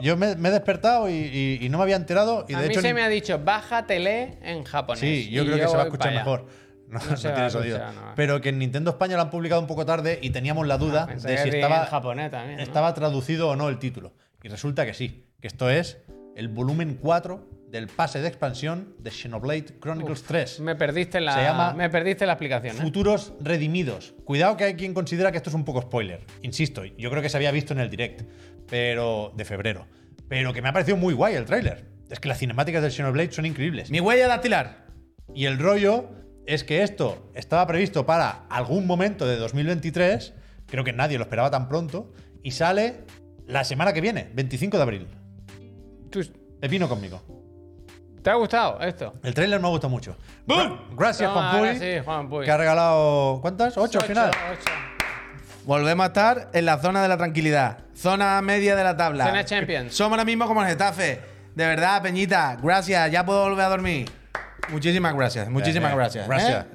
Speaker 3: Yo me, me he despertado y, y- y no me había enterado. Y
Speaker 2: Ah. A
Speaker 3: de
Speaker 2: mí
Speaker 3: hecho,
Speaker 2: se
Speaker 3: ni-
Speaker 2: me ha dicho, bájatele en japonés.
Speaker 3: Sí, yo
Speaker 2: Y
Speaker 3: creo que se va a
Speaker 2: voy
Speaker 3: escuchar
Speaker 2: para allá.
Speaker 3: mejor. No,
Speaker 2: se
Speaker 3: no
Speaker 2: va a
Speaker 3: tiene sonido.
Speaker 2: escuchar, no. Ah,
Speaker 3: Pero que en Nintendo España lo han publicado un poco tarde y teníamos la duda
Speaker 2: Pensé
Speaker 3: de
Speaker 2: que
Speaker 3: si
Speaker 2: sí, en
Speaker 3: estaba,
Speaker 2: japonés también. ¿no?
Speaker 3: estaba traducido o no el título. Y resulta que sí, que esto es el volumen 4 del pase de expansión de Xenoblade Chronicles 3.
Speaker 2: Me perdiste la.
Speaker 3: Se llama-
Speaker 2: me perdiste la explicación. ¿eh?
Speaker 3: Futuros redimidos. Cuidado que hay quien considera que esto es un poco spoiler. Insisto, yo creo que se había visto en el direct, pero de febrero. Pero que me ha parecido muy guay el tráiler. Es que las cinemáticas del Xenoblade son increíbles.
Speaker 1: Mi huella dactilar.
Speaker 3: Y el rollo es que esto estaba previsto para algún momento de 2023. Creo que nadie lo esperaba tan pronto. Y sale la semana que viene, 25 de abril.
Speaker 2: Tú-
Speaker 3: Pepino conmigo.
Speaker 2: ¿Te ha gustado esto?
Speaker 3: El tráiler me ha gustado mucho. Gra- Gracias,
Speaker 2: No,
Speaker 3: Juan
Speaker 2: ahora
Speaker 3: Puy,
Speaker 2: sí, Juan Puy.
Speaker 3: Que ha regalado. ¿Cuántas? ¿Ocho al final?
Speaker 2: ocho.
Speaker 1: Volvemos a estar en la zona de la tranquilidad. Zona media de la tabla.
Speaker 2: Zona Champions.
Speaker 1: Somos ahora mismo como el Getafe. De verdad, Peñita, gracias. Ya puedo volver a dormir. Muchísimas gracias, muchísimas
Speaker 3: eh,
Speaker 1: gracias. ¿eh?
Speaker 3: gracias.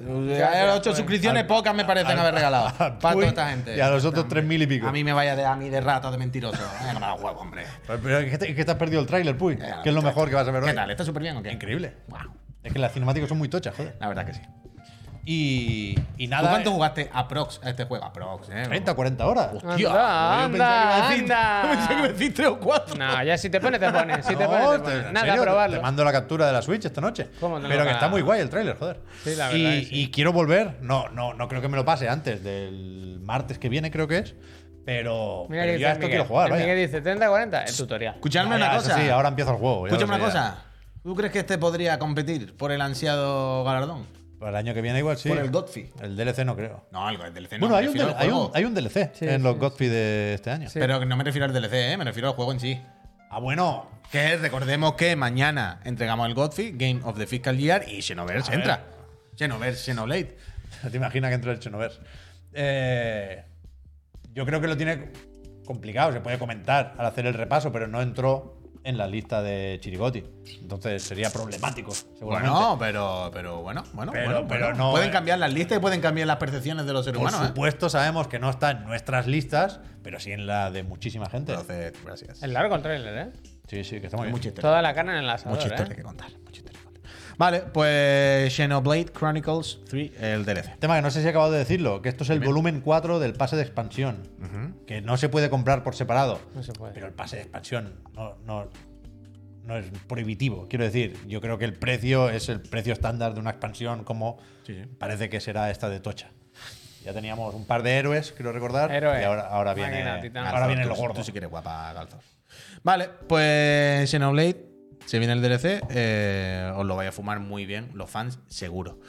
Speaker 1: Hay ocho suscripciones, pocas me parecen haber regalado.
Speaker 3: Al
Speaker 1: Para
Speaker 3: Ah, Puy
Speaker 1: toda esta gente.
Speaker 3: Y a los otros tres mil y pico.
Speaker 1: A mí me vaya de, a mí de rato, de mentiroso. Venga, me la juego, hombre.
Speaker 3: Pero, pero es que te, es que te has perdido el tráiler, Puy.
Speaker 1: Eh,
Speaker 3: que es lo
Speaker 1: ¿qué
Speaker 3: mejor que vas a ver hoy.
Speaker 1: ¿Qué tal? ¿Está súper bien o qué?
Speaker 3: Increíble.
Speaker 1: Wow,
Speaker 3: Es que las cinemáticas son muy tochas, joder.
Speaker 1: la verdad que sí.
Speaker 3: Y, y
Speaker 1: ¿Tú
Speaker 3: nada. eh.
Speaker 1: cuánto jugaste a Prox a este juego? A Prox, ¿eh?
Speaker 3: 30, 40 horas.
Speaker 2: Anda,
Speaker 1: Yo pensaba que iba a
Speaker 2: anda,
Speaker 1: decir- yo pensaba que iba a
Speaker 2: anda.
Speaker 1: decir tres o cuatro.
Speaker 2: No, ya si te pones, te pones. Si Ah, te
Speaker 3: No,
Speaker 2: pones, te
Speaker 3: te-
Speaker 2: pones.
Speaker 3: en
Speaker 2: Nada,
Speaker 3: serio,
Speaker 2: probarlo.
Speaker 3: Te mando la captura de la Switch esta noche.
Speaker 2: ¿Cómo te lo
Speaker 3: Pero que
Speaker 2: va?
Speaker 3: está muy guay el tráiler, joder.
Speaker 2: Sí, la
Speaker 3: y,
Speaker 2: verdad es que sí.
Speaker 3: y quiero volver. No, no, no creo que me lo pase antes del martes que viene, creo que es. Pero,
Speaker 2: Mira
Speaker 3: pero
Speaker 2: que dice
Speaker 3: yo a esto
Speaker 2: Miguel.
Speaker 3: quiero jugar,
Speaker 2: El
Speaker 3: vaya.
Speaker 2: Miguel dice 30-40, el tutorial.
Speaker 1: Escuchadme
Speaker 3: No,
Speaker 1: una
Speaker 3: ya, eso
Speaker 1: cosa.
Speaker 3: Sí, ahora empieza el juego. ya
Speaker 1: Escúchame
Speaker 3: lo
Speaker 1: una
Speaker 3: sé, ya.
Speaker 1: cosa. ¿Tú crees que este podría competir por el ansiado galardón?
Speaker 3: Para el año que viene igual sí.
Speaker 1: Por el Godfrey.
Speaker 3: El DLC no creo.
Speaker 1: No, algo del DLC.
Speaker 3: bueno,
Speaker 1: no,
Speaker 3: hay un, del- hay, un, hay un DLC
Speaker 2: Sí,
Speaker 3: en
Speaker 2: sí,
Speaker 3: los
Speaker 2: sí.
Speaker 3: Godfrey de este año.
Speaker 2: Sí.
Speaker 1: Pero no me refiero al DLC, ¿eh? me refiero al juego en sí.
Speaker 3: Ah, bueno.
Speaker 1: Que recordemos que mañana entregamos el Godfrey, Game of the Fiscal Year, y Xenoverse entra. Xenoverse, Xenoblade.
Speaker 3: ¿Te imaginas que entra el Xenoverse? Eh, yo creo que lo tiene complicado, se puede comentar al hacer el repaso, pero no entró en la lista de Chirigoti. Entonces sería problemático, seguramente.
Speaker 1: Bueno, pero, pero bueno, bueno,
Speaker 3: Pero-
Speaker 1: bueno,
Speaker 3: pero
Speaker 1: bueno.
Speaker 3: no,
Speaker 1: Pueden
Speaker 3: eh.
Speaker 1: cambiar las listas y pueden cambiar las percepciones de los seres
Speaker 3: Por
Speaker 1: humanos. ¿eh?
Speaker 3: supuesto, sabemos que no está en nuestras listas, pero sí en la de muchísima gente.
Speaker 1: Entonces, gracias.
Speaker 2: Es largo el trailer, ¿eh?
Speaker 3: Sí, sí, que está muy bien.
Speaker 1: Mucha historia,
Speaker 2: Toda la carne en el asador,
Speaker 1: mucha historia
Speaker 2: ¿eh?
Speaker 1: que contar. mucha historia que contar. Vale, pues Xenoblade Chronicles 3, el DLC.
Speaker 3: Tema que no sé si he acabado de decirlo, que esto es el volumen 4 del pase de expansión, que no se puede comprar por separado.
Speaker 2: No se puede.
Speaker 3: Pero el pase de expansión no, no, no es prohibitivo. Quiero decir, yo creo que el precio es el precio estándar de una expansión como
Speaker 1: Sí, sí.
Speaker 3: parece que será esta de Tocha. Ya teníamos un par de héroes, quiero recordar.
Speaker 2: Héroes.
Speaker 3: Y ahora, ahora viene,
Speaker 2: Máquina, titán.
Speaker 3: ahora viene lo
Speaker 1: Tú-
Speaker 3: gordo.
Speaker 1: Tú si quieres guapa, Galzor. Vale, pues Xenoblade, se viene el DLC, eh, os lo vais a fumar muy bien, los fans, seguro.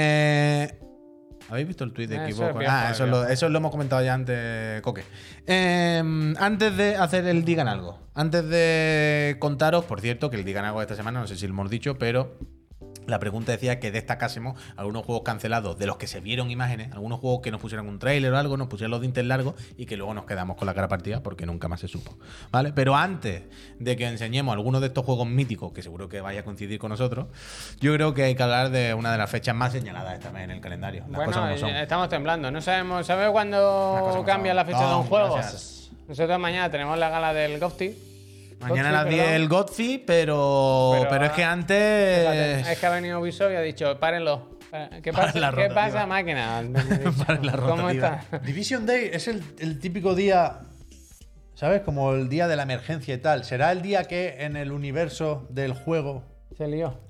Speaker 1: Eh, ¿Habéis visto el tweet de
Speaker 2: Eh, Eso es
Speaker 1: equivoco?
Speaker 2: viejo,
Speaker 1: Ah,
Speaker 2: es
Speaker 1: eso lo, eso lo hemos comentado ya antes, Coque. Eh, antes de hacer el Digan Algo, antes de contaros, por cierto, que el Digan Algo de esta semana, no sé si lo hemos dicho, pero la pregunta decía que destacásemos algunos juegos cancelados de los que se vieron imágenes, algunos juegos que nos pusieron un tráiler o algo, nos pusieron los dientes largos y que luego nos quedamos con la cara partida porque nunca más se supo. ¿Vale? Pero antes de que enseñemos algunos de estos juegos míticos, que seguro que vaya a coincidir con nosotros, yo creo que hay que hablar de una de las fechas más señaladas esta vez en el calendario. Las cosas
Speaker 2: Bueno,
Speaker 1: como son.
Speaker 2: eh, estamos temblando. No sabemos, ¿sabes
Speaker 1: Las cosas
Speaker 2: cuándo
Speaker 1: como
Speaker 2: cambia
Speaker 1: son.
Speaker 2: la fecha de
Speaker 1: No,
Speaker 2: un juego?
Speaker 1: gracias.
Speaker 2: Nosotros mañana tenemos la gala del Gofty.
Speaker 1: Mañana a las 10 el Godfrey, pero, pero,
Speaker 2: Pero- eh,
Speaker 1: es que antes.
Speaker 2: Es que ha venido Ubisoft y ha dicho, párenlo. Para- ¿Qué
Speaker 1: Para
Speaker 2: pasa,
Speaker 1: la
Speaker 2: ¿qué
Speaker 1: rotativa.
Speaker 2: pasa máquina?
Speaker 1: Para la
Speaker 2: ¿Cómo
Speaker 1: rotativa.
Speaker 2: está?
Speaker 3: Division Day es el, el típico día, ¿sabes? Como el día de la emergencia y tal. Será el día que en el universo del juego,
Speaker 2: Se lió.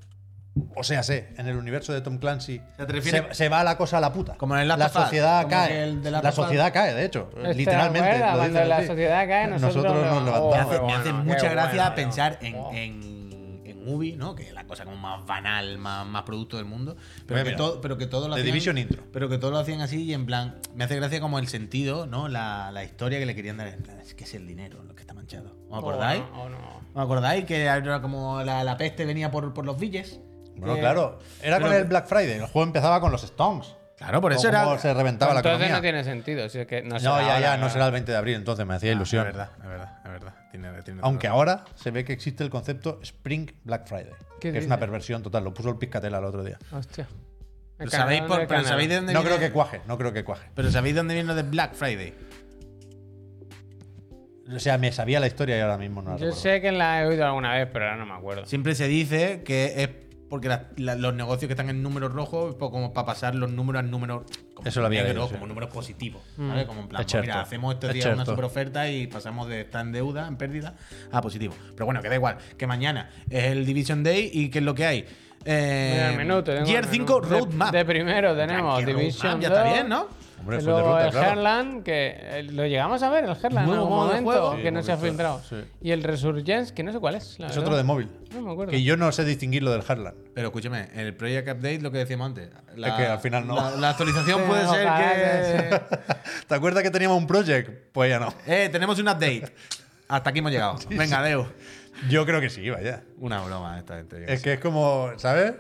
Speaker 3: o sea, sé, en el universo de Tom Clancy,
Speaker 1: ¿Te refieres-
Speaker 3: se, se va la cosa a la puta.
Speaker 1: Como en el Last
Speaker 3: la
Speaker 1: of Us,
Speaker 3: sociedad
Speaker 1: como que
Speaker 3: cae.
Speaker 1: el de Last
Speaker 3: la
Speaker 1: of Us.
Speaker 3: sociedad cae, de hecho,
Speaker 2: ¿Te
Speaker 3: literalmente.
Speaker 2: acuerdas?
Speaker 3: lo
Speaker 2: Cuando
Speaker 3: dicen
Speaker 2: la
Speaker 3: así.
Speaker 2: sociedad cae, nosotros,
Speaker 3: nos
Speaker 2: Oh,
Speaker 1: Me
Speaker 3: levantamos.
Speaker 1: hace, me
Speaker 2: bueno,
Speaker 1: hace
Speaker 2: qué
Speaker 1: mucha
Speaker 2: bueno,
Speaker 1: gracia
Speaker 2: bueno.
Speaker 1: pensar en, en, en Ubi, ¿no? Que es la cosa como más banal, más, más producto del mundo. Pero,
Speaker 3: Mira,
Speaker 1: que,
Speaker 3: mira.
Speaker 1: todo, pero que todo lo
Speaker 3: The
Speaker 1: hacían.
Speaker 3: Division intro.
Speaker 1: Pero que todo lo hacían así y en plan. Me hace gracia como el sentido, ¿no? La, la historia que le querían dar. En plan, es que es el dinero lo que está manchado. ¿Os acordáis?
Speaker 2: Oh, no.
Speaker 1: ¿Os acordáis que era como la, la peste venía por, por los villes?
Speaker 3: Bueno, claro. Era con el Black Friday. El juego empezaba con los Stones.
Speaker 1: Claro, por eso
Speaker 3: Como
Speaker 1: era.
Speaker 3: se reventaba la
Speaker 2: Entonces
Speaker 3: economía.
Speaker 2: no tiene sentido. si es que no,
Speaker 3: No,
Speaker 2: será
Speaker 3: ya,
Speaker 2: ahora,
Speaker 3: ya, no
Speaker 2: ¿verdad?
Speaker 3: será el 20 de abril, entonces me hacía
Speaker 1: Ah, Es
Speaker 3: ilusión.
Speaker 1: verdad, es verdad, es verdad. Tiene, tiene
Speaker 3: Aunque ahora se ve que existe el concepto Spring Black Friday,
Speaker 2: ¿Qué
Speaker 3: que es
Speaker 2: dices?
Speaker 3: una perversión total. Lo puso el Piscatela el otro día.
Speaker 2: Hostia. El
Speaker 1: Pero sabéis,
Speaker 2: canal
Speaker 1: por-
Speaker 2: del
Speaker 1: pero
Speaker 2: canal.
Speaker 1: sabéis de dónde
Speaker 3: No
Speaker 1: viene-
Speaker 3: creo que cuaje, no creo que cuaje.
Speaker 1: Pero sabéis dónde viene lo de Black Friday.
Speaker 3: O sea, me sabía la historia y ahora mismo no la
Speaker 2: Yo
Speaker 3: recuerdo.
Speaker 2: sé que la he oído alguna vez, pero ahora no me acuerdo.
Speaker 1: Siempre se dice que es porque la- la- los negocios que están en números rojos, pues como para pasar los números a números como
Speaker 3: Eso lo había
Speaker 1: negros,
Speaker 3: leído, sí.
Speaker 1: como números positivos.
Speaker 2: Mm.
Speaker 1: ¿vale? Como en plan,
Speaker 3: Es
Speaker 1: pues mira,
Speaker 3: cierto.
Speaker 1: hacemos este
Speaker 3: Es
Speaker 1: día una
Speaker 3: cierto.
Speaker 1: super oferta y pasamos de estar en deuda, en pérdida, a positivo. Pero bueno, que da igual, que mañana es el Division Day y ¿qué es lo que hay? Eh,
Speaker 2: Mira el menú, te tengo
Speaker 1: Year
Speaker 2: el menú.
Speaker 1: 5
Speaker 2: De-
Speaker 1: Roadmap.
Speaker 2: De, primero tenemos
Speaker 1: Tranqui, roadmap,
Speaker 2: Division.
Speaker 1: Ya está
Speaker 2: 2,
Speaker 1: bien, ¿no?
Speaker 3: Hombre, fue de
Speaker 2: Luego
Speaker 3: ruta,
Speaker 2: el
Speaker 3: claro.
Speaker 2: Herland, que eh, lo llegamos a ver, el Herland en
Speaker 1: Nuevo
Speaker 2: algún
Speaker 1: modo de
Speaker 2: momento,
Speaker 1: juego.
Speaker 2: que
Speaker 3: Sí,
Speaker 2: no
Speaker 3: hemos
Speaker 2: se ha
Speaker 3: visto,
Speaker 2: filtrado.
Speaker 3: sí.
Speaker 2: Y el Resurgence, que no sé cuál es. la
Speaker 3: Es
Speaker 2: verdad.
Speaker 3: otro de móvil.
Speaker 2: Ah, No me acuerdo.
Speaker 3: Que yo no sé distinguir lo del Harlan.
Speaker 1: Pero escúchame, el Project Update, lo que decíamos antes. la-
Speaker 3: Es que al final no.
Speaker 1: La, la actualización
Speaker 2: Sí,
Speaker 1: puede
Speaker 2: ojalá
Speaker 1: ser que.
Speaker 2: que-
Speaker 3: ¿Te acuerdas que teníamos un project? Pues ya no.
Speaker 1: Eh, tenemos un update. Hasta aquí hemos llegado. Venga, Deu.
Speaker 3: Yo creo que sí, vaya.
Speaker 1: Una broma esta gente. yo qué
Speaker 3: Es
Speaker 1: sé.
Speaker 3: que es como, ¿sabes?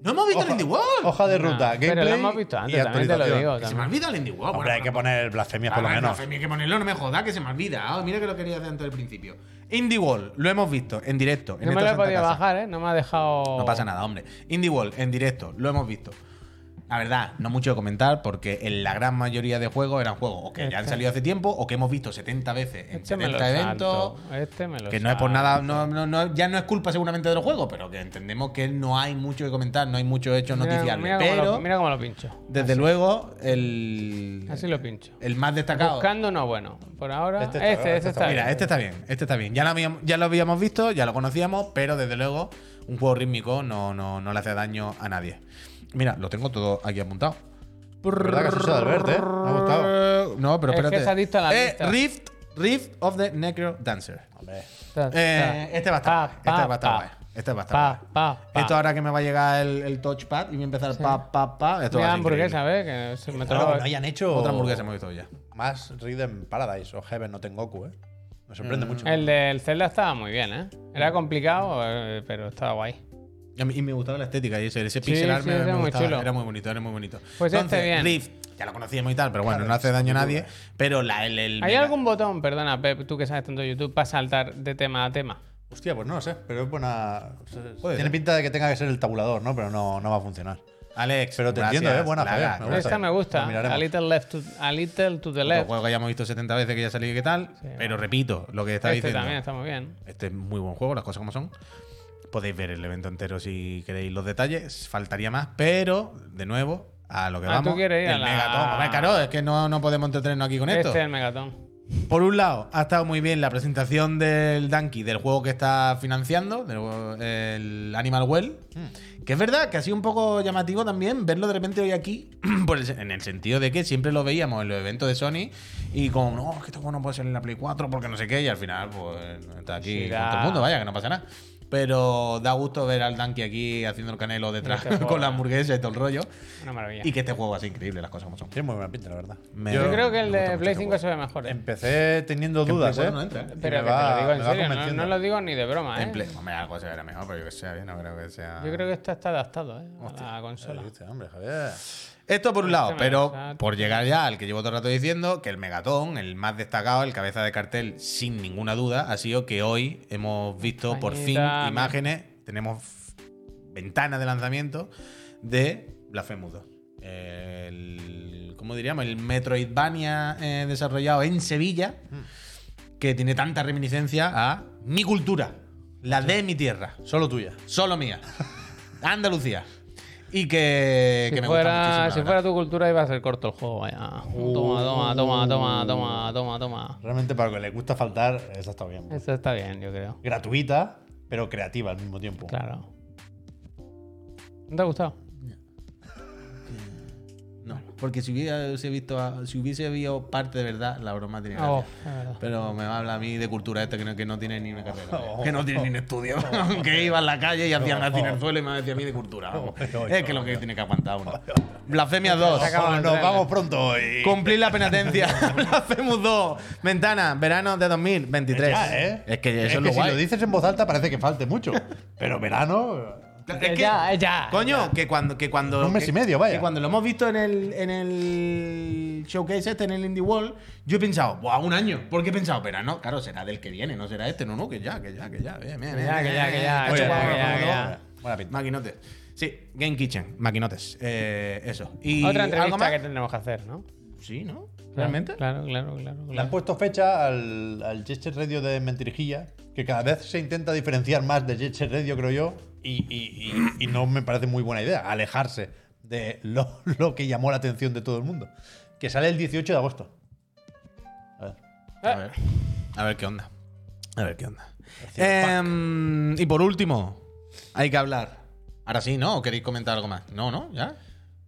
Speaker 1: No hemos visto el Indie World.
Speaker 3: Hoja de ruta,
Speaker 2: No,
Speaker 3: gameplay
Speaker 2: pero lo hemos visto
Speaker 3: y
Speaker 2: antes, también te lo
Speaker 3: actualización.
Speaker 2: digo. Ah,
Speaker 1: Que se me olvida el Indie World.
Speaker 3: Hombre, hay que poner blasfemias por lo menos.
Speaker 1: Hay que ponerlo, no me joda, que se me olvida. Ah, mira que lo quería hacer antes del principio. Indie World, lo hemos visto en directo. En
Speaker 2: No
Speaker 1: esta
Speaker 2: me lo he
Speaker 1: santa
Speaker 2: podido
Speaker 1: casa.
Speaker 2: bajar, ¿eh? No me ha dejado.
Speaker 1: No pasa nada, hombre. Indie World, en directo, lo hemos visto. La verdad, no mucho que comentar porque en la gran mayoría de juegos eran juegos o que ya han
Speaker 2: Este.
Speaker 1: salido hace tiempo o que hemos visto 70 veces en
Speaker 2: Este me lo
Speaker 1: 70 eventos.
Speaker 2: salto. Este me lo
Speaker 1: Que no es por
Speaker 2: salto.
Speaker 1: nada, no, no, no- ya no es culpa seguramente de los juegos, pero que entendemos que no hay mucho que comentar, no hay mucho hecho
Speaker 2: Mira,
Speaker 1: noticiable.
Speaker 2: mira, cómo
Speaker 1: pero,
Speaker 2: lo, mira cómo lo pincho.
Speaker 1: desde luego, el,
Speaker 2: Así lo pincho.
Speaker 1: el más destacado.
Speaker 2: Buscando uno bueno. Por ahora.
Speaker 3: Este
Speaker 2: Este,
Speaker 3: está-
Speaker 2: este, está
Speaker 3: este está-
Speaker 2: bien.
Speaker 1: Mira, este está bien, este está bien. Ya lo, habíamos, ya lo habíamos visto, ya lo conocíamos, pero desde luego, un juego rítmico no, no, no le hace daño a nadie. Mira, lo tengo todo aquí apuntado.
Speaker 3: ¿Verdad que has hecho de verte? eh? Me ha gustado.
Speaker 1: No, pero
Speaker 2: Es que
Speaker 1: espérate.
Speaker 2: se ha visto la
Speaker 1: Eh,
Speaker 2: lista.
Speaker 1: Rift, Rift of the Necro Dancer.
Speaker 3: Hombre.
Speaker 2: Ta,
Speaker 1: Eh,
Speaker 2: ta.
Speaker 1: este va a estar
Speaker 2: Pa,
Speaker 1: guay, Este
Speaker 2: pa,
Speaker 1: va a estar
Speaker 2: pa.
Speaker 1: guay. Este va a estar
Speaker 2: Pa,
Speaker 1: guay.
Speaker 2: pa, pa.
Speaker 1: Esto ahora que me va a llegar el, el touchpad y voy a empezar pa, pa, pa. Esto va a
Speaker 2: Mira
Speaker 1: ser
Speaker 2: hamburguesa, Oh.
Speaker 1: increíble.
Speaker 2: ¿ves? Que se me
Speaker 3: Claro,
Speaker 2: traba-
Speaker 3: que no hayan hecho
Speaker 1: Otra hamburguesa hemos visto ya.
Speaker 3: más Rhythm Paradise o Heaven no Tengoku, ¿eh? Me sorprende mucho.
Speaker 2: El del Zelda estaba muy bien, ¿eh? Era complicado, eh, pero estaba guay.
Speaker 1: Y, a mí- y me gustaba la estética y eso, ese
Speaker 2: Sí,
Speaker 1: pixel art
Speaker 2: sí,
Speaker 1: me,
Speaker 2: era
Speaker 1: me
Speaker 2: muy
Speaker 1: gustaba.
Speaker 2: chulo.
Speaker 1: Era muy bonito, era muy bonito.
Speaker 2: Pues este bien.
Speaker 1: Rift, ya lo conocíamos y tal, pero bueno,
Speaker 3: Claro,
Speaker 1: no hace daño a
Speaker 3: sin
Speaker 1: nadie.
Speaker 3: duda.
Speaker 1: Pero la el, el
Speaker 2: ¿Hay
Speaker 1: mega-
Speaker 2: algún botón, perdona, Pep, tú que sabes tanto de YouTube, para saltar de tema a tema?
Speaker 3: Hostia, pues no lo sé, pero es buena.
Speaker 1: Puede
Speaker 3: Tiene
Speaker 1: ser.
Speaker 3: pinta de que tenga que ser el tabulador, ¿no? Pero no, no va a funcionar.
Speaker 1: Alex,
Speaker 3: Pero te entiendo, ¿eh? Buena
Speaker 1: Laga,
Speaker 3: pelea, me gusta.
Speaker 1: gracias.
Speaker 2: Esta me gusta.
Speaker 3: Lo miraremos.
Speaker 2: A little, left to, a little to the
Speaker 1: Otro
Speaker 2: left.
Speaker 1: juego que ya hemos visto 70 veces que ya ha salido y qué tal. pero repito, lo que está
Speaker 2: Este
Speaker 1: diciendo.
Speaker 2: también está muy bien.
Speaker 1: Este es muy buen juego, las cosas como son. Podéis ver el evento entero si queréis los detalles. Faltaría más, pero de nuevo, a lo que
Speaker 2: Ah,
Speaker 1: vamos.
Speaker 2: tú quieres ir a
Speaker 1: el
Speaker 2: la-
Speaker 1: megatón. Hombre, claro, es que no, no podemos entretenernos aquí con
Speaker 2: Este
Speaker 1: esto.
Speaker 2: es el megatón.
Speaker 1: Por un lado, ha estado muy bien la presentación del Danky, del juego que está financiando, del- el Animal Well. Que es verdad que ha sido un poco llamativo también verlo de repente hoy aquí, por el- en el sentido de que siempre lo veíamos en los eventos de Sony y como, no, es que este juego no puede ser en la Play 4 porque no sé qué, y al final, pues, está aquí
Speaker 2: Sí,
Speaker 1: con
Speaker 2: da.
Speaker 1: todo el mundo, vaya, que no pasa nada. Pero da gusto ver al Danky aquí haciendo el canelo detrás
Speaker 2: Y este juego,
Speaker 1: con la hamburguesa y todo el rollo.
Speaker 2: Una maravilla.
Speaker 1: Y que este juego va a ser increíble, las cosas como son.
Speaker 3: Tiene muy buena pinta, la verdad.
Speaker 1: Me-
Speaker 2: Yo creo que
Speaker 1: me
Speaker 2: el
Speaker 1: gusta
Speaker 2: de
Speaker 1: mucho
Speaker 2: Play
Speaker 1: este
Speaker 2: 5
Speaker 1: juego.
Speaker 2: se ve mejor. ¿eh?
Speaker 3: Empecé teniendo dudas,
Speaker 1: Play
Speaker 3: ¿eh?
Speaker 1: cuatro no entra, ¿eh?
Speaker 3: Y em- me
Speaker 2: Pero que
Speaker 3: va-
Speaker 2: te lo digo en
Speaker 3: me va
Speaker 2: serio, no,
Speaker 3: convenciendo.
Speaker 2: no lo digo ni de broma, ¿eh?
Speaker 1: En Play- hombre, algo se verá mejor, pero yo que sea bien, no creo que sea.
Speaker 2: Yo creo que esta está adaptado, ¿eh? A la
Speaker 3: ¿Qué
Speaker 2: consola.
Speaker 3: dices, hombre, Javier?
Speaker 1: Esto por un lado,
Speaker 2: Este me
Speaker 1: pero
Speaker 2: gusta.
Speaker 1: por llegar ya al que llevo todo el rato diciendo, que el megatón, el más destacado, el cabeza de cartel, sin ninguna duda, ha sido que hoy hemos visto por fin
Speaker 2: Cañita,
Speaker 1: imágenes, tenemos ventanas de lanzamiento de Blasphemous 2. El, ¿Cómo diríamos? El Metroidvania eh, desarrollado en Sevilla,
Speaker 2: Mm.
Speaker 1: que tiene tanta reminiscencia a mi cultura, la de mi tierra
Speaker 3: Solo tuya.
Speaker 1: solo mía. Andalucía.
Speaker 4: y que,
Speaker 2: Si
Speaker 4: que me gusta muchísimo.
Speaker 2: fuera,
Speaker 4: la
Speaker 2: si
Speaker 4: verdad.
Speaker 2: fuera tu cultura iba a ser corto el juego, vaya. Toma, toma, toma, toma, toma, toma, toma.
Speaker 3: Realmente para lo que le gusta faltar, esa está bien.
Speaker 2: Eso está bien, yo creo.
Speaker 3: Gratuita, pero creativa al mismo tiempo.
Speaker 2: Claro. ¿No te ha gustado?
Speaker 4: No, porque si hubiese visto, a- si hubiese habido parte de verdad, la broma tenía gracia.
Speaker 2: Oh, la verdad.
Speaker 4: Pero me habla a mí de cultura esta que no, que no tiene ni una carrera. ¿eh? que no tiene ni un estudio. que iba en la calle y hacían así en el suelo y me decía a mí de cultura. vamos. es que lo que tiene que aguantar uno. Blasfemia 2.
Speaker 2: acabado
Speaker 3: Ojo,
Speaker 2: el
Speaker 3: nos
Speaker 2: tren.
Speaker 3: vamos pronto y.
Speaker 4: Cumplir la penitencia. Blasphemous 2. Ventana, verano de 2023.
Speaker 3: Ya, ¿eh?
Speaker 4: Es que eso es,
Speaker 3: que
Speaker 4: lo
Speaker 3: si
Speaker 4: guay.
Speaker 3: lo dices en voz alta parece que falte mucho. pero verano.
Speaker 4: Es que-
Speaker 2: ya, eh, ya.
Speaker 4: Coño, que cuando, que cuando.
Speaker 3: Un mes y
Speaker 4: que-
Speaker 3: medio, vaya.
Speaker 4: Que cuando lo hemos visto en el, en el showcase este, en el Indie World, yo he pensado, ¡buah, un año! Porque he pensado, pero no, claro, será del que viene, no será este, no, no, que ya, que ya, que ya, bien, bien, bien,
Speaker 2: ya, que ya, que ya,
Speaker 4: bien,
Speaker 2: que
Speaker 4: bien,
Speaker 2: ya, que ya,
Speaker 4: bien,
Speaker 2: que ya.
Speaker 3: Buena pinta.
Speaker 4: Maquinotes. Sí, Game Kitchen, maquinotes. Eh, eso. Y
Speaker 2: Otra
Speaker 4: ¿algo
Speaker 2: entrevista
Speaker 4: más?
Speaker 2: que tendremos que hacer, ¿no?
Speaker 4: Sí, ¿no? ¿Realmente?
Speaker 2: Claro, claro, claro.
Speaker 3: Le han
Speaker 2: claro.
Speaker 3: puesto fecha al, al Jet Set Radio de Mentirijilla, que cada vez se intenta diferenciar más de Jet Set Radio, creo yo, y, y- y- y no me parece muy buena idea alejarse de lo, lo que llamó la atención de todo el mundo. Que sale el 18 de agosto. A ver.
Speaker 4: A ver. A ver qué onda. A ver qué onda. Em, y por último, hay que hablar. Ahora sí, ¿no? ¿O queréis comentar algo más? No, ¿no? ¿Ya?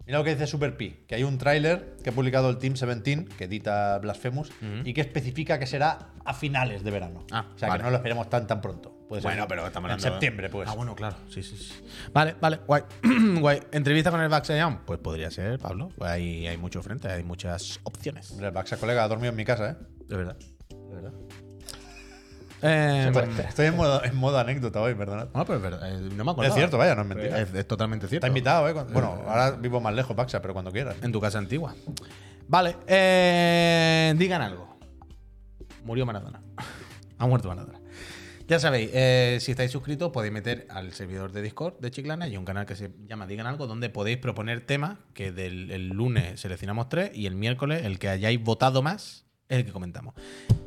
Speaker 3: Mira lo que dice Super P, que hay un tráiler que ha publicado el Team 17, que edita Blasphemous, y que especifica que será a finales de verano.
Speaker 4: Ah,
Speaker 3: o sea,
Speaker 4: vale.
Speaker 3: que no lo esperemos tan tan pronto. Puede ser
Speaker 4: Bueno, pero estamos
Speaker 3: en
Speaker 4: hablando-
Speaker 3: septiembre, pues.
Speaker 4: Ah, bueno, claro. Sí, sí, sí. Vale, vale, guay. guay. ¿Entrevista con el Baxayam? Pues podría ser, Pablo. Pues ahí hay mucho frente, hay muchas opciones.
Speaker 3: Hombre, el Baxa colega ha dormido en mi casa, ¿eh?
Speaker 4: De verdad. De verdad. Eh, bueno,
Speaker 3: Estoy en modo, en modo anécdota hoy, perdonad.
Speaker 4: pero es verdad. eh, No me acuerdo.
Speaker 3: Es cierto, vaya, no es mentira.
Speaker 4: Es, es totalmente cierto.
Speaker 3: Está invitado, ¿eh? Cuando- Bueno, ahora vivo más lejos, Baxa, pero cuando quieras.
Speaker 4: En tu casa antigua. Vale, eh, digan algo. Murió Maradona. ha muerto Maradona. Ya sabéis, eh, si estáis suscritos podéis meter al servidor de Discord de Chiclana y un canal que se llama Digan Algo donde podéis proponer temas que del el lunes seleccionamos tres y el miércoles el que hayáis votado más es el que comentamos.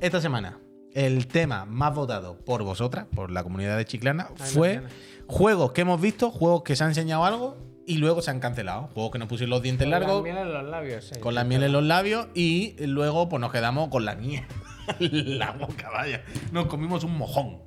Speaker 4: Esta semana el tema más votado por vosotras, por la comunidad de Chiclana,
Speaker 2: Ay,
Speaker 4: fue
Speaker 2: Mariana.
Speaker 4: juegos que hemos visto, juegos que se han enseñado algo y luego se han cancelado. Juegos que nos pusieron los dientes largos.
Speaker 2: Con la miel en los labios. sí.
Speaker 4: Con la miel en los labios y luego pues nos quedamos con la miel. en la boca, vaya. Nos comimos un mojón.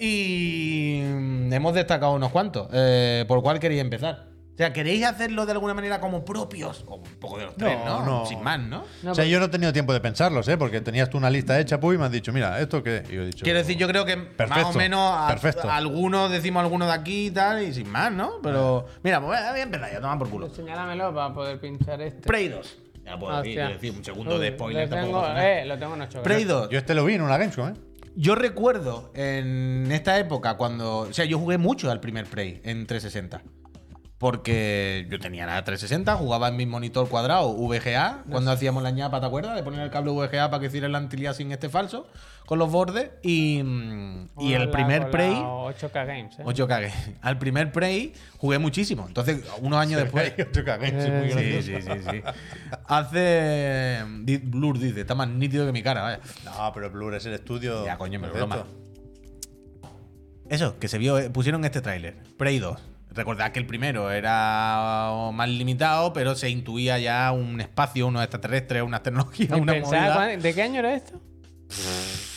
Speaker 4: Y mm, hemos destacado unos cuantos. Eh, ¿Por cuál queréis empezar? O sea, ¿queréis hacerlo de alguna manera como propios? O un poco de los tres, ¿no?
Speaker 3: no.
Speaker 4: Sin más, ¿no?
Speaker 2: No,
Speaker 3: o sea, yo no he tenido tiempo de pensarlos, ¿eh? Porque tenías tú una lista hecha, Puy, y me has dicho, mira, ¿esto qué? Y yo he dicho, "Oh,
Speaker 4: Quiero decir, yo creo que más o
Speaker 3: Perfecto,
Speaker 4: menos a-
Speaker 3: perfecto.
Speaker 4: algunos decimos algunos de aquí y tal, y sin más, ¿no? Pero mira, pues voy a empezar ya, toma por culo.
Speaker 2: Señálamelo para poder pinchar este. Ah,
Speaker 4: Prey 2. Ya puedo decir,
Speaker 2: Hostia.
Speaker 4: quiero decir, un segundo de
Speaker 2: Uy,
Speaker 4: spoiler.
Speaker 2: Lo
Speaker 4: tampoco
Speaker 2: tengo,
Speaker 4: pasa nada.
Speaker 2: eh, lo tengo en ocho.
Speaker 4: Prey 2.
Speaker 3: Yo este lo vi en una Gamescom, ¿eh?
Speaker 4: Yo recuerdo en esta época cuando. O sea, yo jugué mucho al primer Prey en 360. Porque yo tenía la 360, jugaba en mi monitor cuadrado VGA, cuando hacíamos la ñapa, ¿te acuerdas? De poner el cable VGA para que hiciera el anti-aliasing este falso, con los bordes. Y, mm, y el
Speaker 2: Hola,
Speaker 4: primer
Speaker 2: hola,
Speaker 4: Prey.
Speaker 2: 8K Games, eh.
Speaker 4: 8 cagué. Al primer Prey jugué muchísimo. Entonces, unos años después.
Speaker 3: Yo cagué, es
Speaker 4: Eh.
Speaker 3: muy gracioso.
Speaker 4: Sí, sí, sí, sí. Hace. di- Blur dice, está más nítido que mi cara, vaya.
Speaker 3: No, pero Blur es el estudio.
Speaker 4: Ya, coño, pero
Speaker 3: perfecto.
Speaker 4: broma. Eso, que se vio, eh, pusieron este tráiler, Prey 2. Recordad que el primero era oh, más limitado, pero se intuía ya un espacio, unos extraterrestres, unas tecnologías,
Speaker 2: Y
Speaker 4: una
Speaker 2: pensaba, ¿eh?
Speaker 4: movida.
Speaker 2: ¿cuán- ¿De qué año era esto?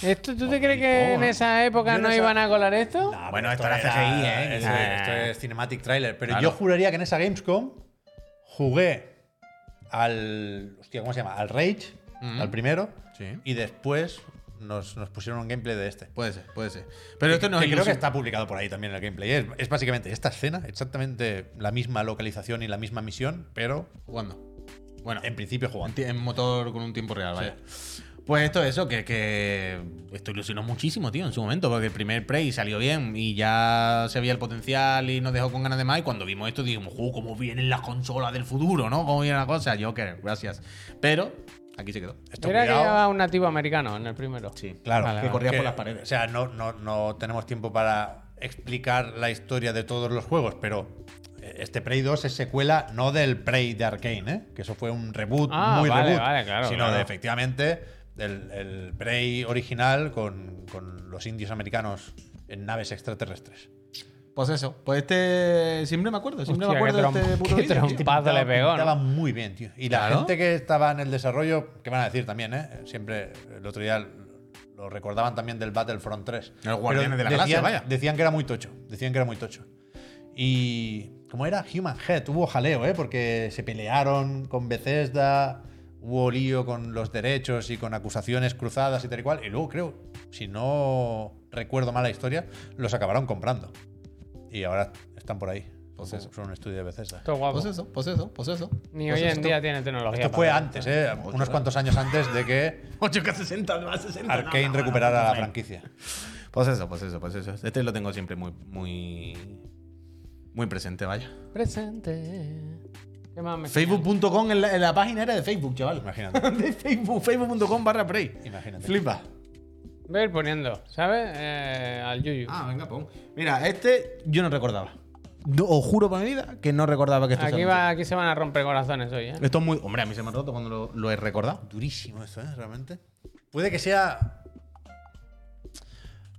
Speaker 2: ¿Esto ¿Tú te crees que en esa época
Speaker 3: Yo no
Speaker 2: no
Speaker 3: sab-
Speaker 2: iban a colar esto?
Speaker 3: No,
Speaker 4: Bueno,
Speaker 3: pero
Speaker 4: esto era CGI, ¿eh?
Speaker 3: Esto,
Speaker 4: Ah.
Speaker 3: esto es Cinematic Trailer. Pero
Speaker 4: Claro.
Speaker 3: yo juraría que en esa Gamescom jugué al. Hostia, ¿cómo se llama? Al Rage, al primero.
Speaker 4: Mm. Sí.
Speaker 3: Y después nos, nos pusieron un gameplay de este.
Speaker 4: Puede ser, puede ser. Pero esto no
Speaker 3: Que
Speaker 4: es
Speaker 3: creo que
Speaker 4: ilusión.
Speaker 3: está publicado por ahí también el gameplay. Es, es básicamente esta escena, exactamente la misma localización y la misma misión, pero
Speaker 4: jugando. Bueno,
Speaker 3: en principio
Speaker 4: en,
Speaker 3: jugando.
Speaker 4: ti- en motor con un tiempo real, vaya. Pues esto es eso, que, que esto ilusionó muchísimo, tío, en su momento, porque el primer Prey salió bien y ya se veía el potencial y nos dejó con ganas de más. Y cuando vimos esto, dijimos, ¡uh, cómo vienen las consolas del futuro, ¿no? ¿Cómo viene la cosa? Joker, gracias. Pero aquí se quedó.
Speaker 3: Esto
Speaker 2: Era que
Speaker 3: cuidado.
Speaker 2: llevaba un nativo americano en el primero.
Speaker 4: Sí,
Speaker 3: Claro,
Speaker 4: que corría por las paredes.
Speaker 3: O sea, no, no, no tenemos tiempo para explicar la historia de todos los juegos, pero eh, este Prey 2 es secuela no del Prey de Arkane, ¿eh? que eso fue un reboot,
Speaker 2: Ah,
Speaker 3: muy
Speaker 2: vale,
Speaker 3: reboot,
Speaker 2: vale, claro,
Speaker 3: sino
Speaker 2: claro.
Speaker 3: de efectivamente el, el Prey original con, con los indios americanos en naves extraterrestres.
Speaker 4: Pues eso. Pues este. Siempre me acuerdo. Siempre
Speaker 2: Hostia,
Speaker 4: me
Speaker 2: qué
Speaker 4: acuerdo de este
Speaker 2: trompa-
Speaker 4: puto
Speaker 2: qué
Speaker 4: vídeo, tío.
Speaker 2: trompa. Paz le pegó, ¿no?
Speaker 3: Estaba muy bien, tío. Y la
Speaker 4: Claro.
Speaker 3: gente que estaba en el desarrollo, que van a decir también, ¿eh? Siempre el otro día lo recordaban también del Battlefront 3. Pero
Speaker 4: Guardianes de la
Speaker 3: decían,
Speaker 4: Galaxia, vaya.
Speaker 3: Decían que era muy tocho. Decían que era muy tocho. Y. ¿Cómo era? Human Head. Hubo jaleo, ¿eh? Porque se pelearon con Bethesda. Hubo lío con los derechos y con acusaciones cruzadas y tal y cual. Y luego, creo, si no recuerdo mal la historia, los acabaron comprando. Y ahora están por ahí.
Speaker 4: Pues
Speaker 3: Son-
Speaker 4: eso.
Speaker 3: Son un estudio de Bethesda.
Speaker 2: Esto es guapo.
Speaker 4: Pues eso, pues eso, pues eso.
Speaker 2: Ni
Speaker 4: Pues
Speaker 2: hoy en
Speaker 4: esto.
Speaker 2: día tiene tecnología.
Speaker 3: Esto
Speaker 2: para
Speaker 3: fue
Speaker 2: ver.
Speaker 3: antes, ¿eh? unos cuantos años antes de que
Speaker 4: 8K60, no 60.
Speaker 3: Arkane recuperara la franquicia.
Speaker 4: Pues eso, pues eso, pues eso. Este lo tengo siempre muy, muy, muy presente, vaya.
Speaker 2: Presente. ¿Qué más me
Speaker 4: Facebook.com en, la- en la página era de Facebook, chaval.
Speaker 3: Imagínate.
Speaker 4: De Facebook, facebook.com barra Prey.
Speaker 3: Imagínate.
Speaker 4: Flipa.
Speaker 2: Voy a ir poniendo, ¿sabes? Eh, al Yuyu.
Speaker 4: Ah, venga, pon. Mira, este yo no recordaba. No, os juro por mi vida que no recordaba que este esto
Speaker 2: aquí,
Speaker 4: se
Speaker 2: va, aquí se van a romper corazones hoy, ¿eh?
Speaker 4: Esto es muy. Hombre, a mí se me ha roto cuando lo, lo he recordado.
Speaker 3: Durísimo esto, ¿eh? Realmente. Puede que sea.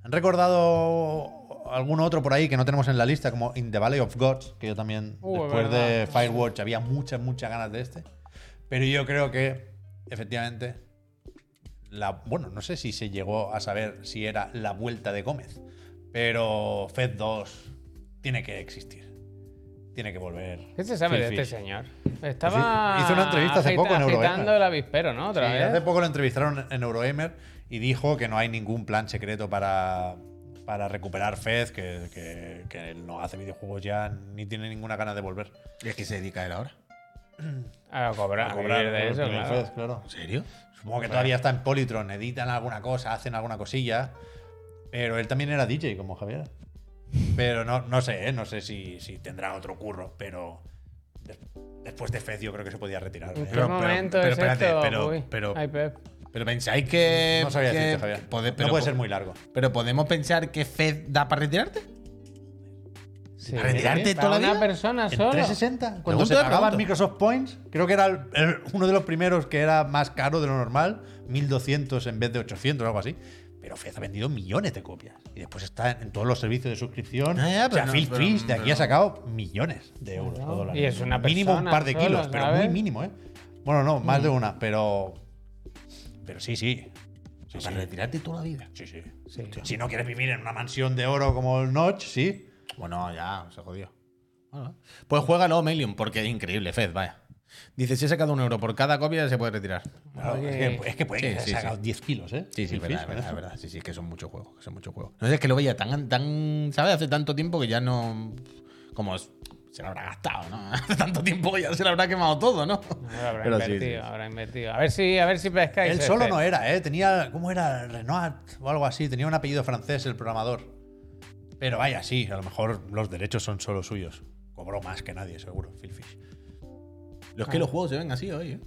Speaker 3: Han recordado algún otro por ahí que no tenemos en la lista, como In the Valley of Gods, que yo también,
Speaker 2: Uh,
Speaker 3: después de
Speaker 2: verdad.
Speaker 3: Firewatch, había muchas, muchas ganas de este. Pero yo creo que, efectivamente, la, bueno, no sé si se llegó a saber si era la vuelta de Gómez, pero Fed 2 tiene que existir. Tiene que volver.
Speaker 2: ¿Qué se sabe de
Speaker 3: Phil
Speaker 2: este
Speaker 3: Fish.
Speaker 2: señor? Estaba.
Speaker 3: Sí, hizo una entrevista hace poco en Eurogamer.
Speaker 2: agitando el avispero, ¿no? Otra
Speaker 3: Sí,
Speaker 2: vez.
Speaker 3: Hace poco lo entrevistaron en Eurogamer y dijo que no hay ningún plan secreto para, para recuperar Fez, que, que- que él no hace videojuegos ya ni tiene ninguna gana de volver.
Speaker 4: ¿Y es que se dedica él ahora?
Speaker 2: A cobrar,
Speaker 3: A
Speaker 2: a
Speaker 3: cobrar
Speaker 2: vivir de
Speaker 3: el
Speaker 2: eso,
Speaker 3: primer
Speaker 2: claro.
Speaker 3: Fez, claro.
Speaker 4: ¿En serio?
Speaker 3: Supongo que todavía está en Polytron, editan alguna cosa, hacen alguna cosilla. Pero él también era DJ, como Javier. Pero no, no sé, ¿eh? no sé si, si tendrá otro curro, pero des- después de Fez yo creo que se podía retirar. ¿eh?
Speaker 2: ¿En qué
Speaker 4: Pero- pero-
Speaker 2: momento
Speaker 4: pero
Speaker 2: es
Speaker 4: espérate,
Speaker 2: esto?
Speaker 4: pero-
Speaker 2: Uy,
Speaker 4: pero-
Speaker 2: ay, eh, Pep.
Speaker 4: Pero pensáis que.
Speaker 3: No sabía
Speaker 4: que-
Speaker 3: decirte, Javier.
Speaker 4: pode-
Speaker 3: no
Speaker 4: pero-
Speaker 3: puede ser muy largo.
Speaker 4: Pero podemos pensar que Fed da para retirarte.
Speaker 2: Sí, para
Speaker 4: ¿Retirarte toda la
Speaker 2: una
Speaker 4: vida?
Speaker 2: persona
Speaker 3: En
Speaker 2: solo.
Speaker 3: 360, cuando
Speaker 4: Pregunta
Speaker 3: se
Speaker 4: de
Speaker 3: pagaban
Speaker 4: pronto.
Speaker 3: Microsoft Points, creo que era el- el- uno de los primeros que era más caro de lo normal, 1200 en vez de 800 o algo así. Pero Fez ha vendido millones de copias. Y después está en todos los servicios de suscripción.
Speaker 4: Ah, ya,
Speaker 3: o sea,
Speaker 4: pero no,
Speaker 3: Phil
Speaker 4: pero-
Speaker 3: Fish de aquí
Speaker 4: pero-
Speaker 3: ha sacado millones de euros o dólares.
Speaker 2: Y es una
Speaker 3: Mínimo un
Speaker 2: persona
Speaker 3: par de
Speaker 2: solo,
Speaker 3: kilos, pero muy
Speaker 2: ¿sabes? Mm.
Speaker 3: mínimo, ¿eh? Bueno, no, más de una, pero. Pero sí, sí. Sí, sí.
Speaker 4: Para retirarte toda la vida.
Speaker 3: Sí, sí.
Speaker 2: Sí.
Speaker 3: Si no quieres vivir en una mansión de oro como el Notch, sí.
Speaker 4: Bueno, ya, se jodió. Bueno, pues juégalo, Melion, porque es increíble, Fed, vaya. Dice, si he sacado un euro por cada copia, se puede retirar.
Speaker 3: Claro,
Speaker 2: Oye.
Speaker 3: es, que, es que puede
Speaker 4: Sí,
Speaker 3: que haya
Speaker 4: sí, sí.
Speaker 3: sacado 10 kilos, ¿eh?
Speaker 4: Sí, sí,
Speaker 3: Phil
Speaker 4: es verdad,
Speaker 3: Fish, con
Speaker 4: es verdad,
Speaker 3: eso.
Speaker 4: es verdad. Sí, sí, es que son muchos juegos, que son muchos juegos. No sé, es que lo veía tan, tan, ¿sabes? Hace tanto tiempo que ya no... Como es- se lo habrá gastado, ¿no? Hace tanto tiempo que ya se lo habrá quemado todo, ¿no?
Speaker 2: Habrá
Speaker 4: Pero sí,
Speaker 2: invertido,
Speaker 4: sí, sí.
Speaker 2: habrá invertido. A ver si, a ver si pescáis.
Speaker 3: Él
Speaker 2: este.
Speaker 3: solo no era, ¿eh? Tenía, ¿cómo era? Renoir o algo así. Tenía un apellido francés el programador. Pero vaya, sí, a lo mejor los derechos son solo suyos. Cobró más que nadie, seguro, Phil Fish.
Speaker 4: Los que los juegos se ven así hoy, ¿eh?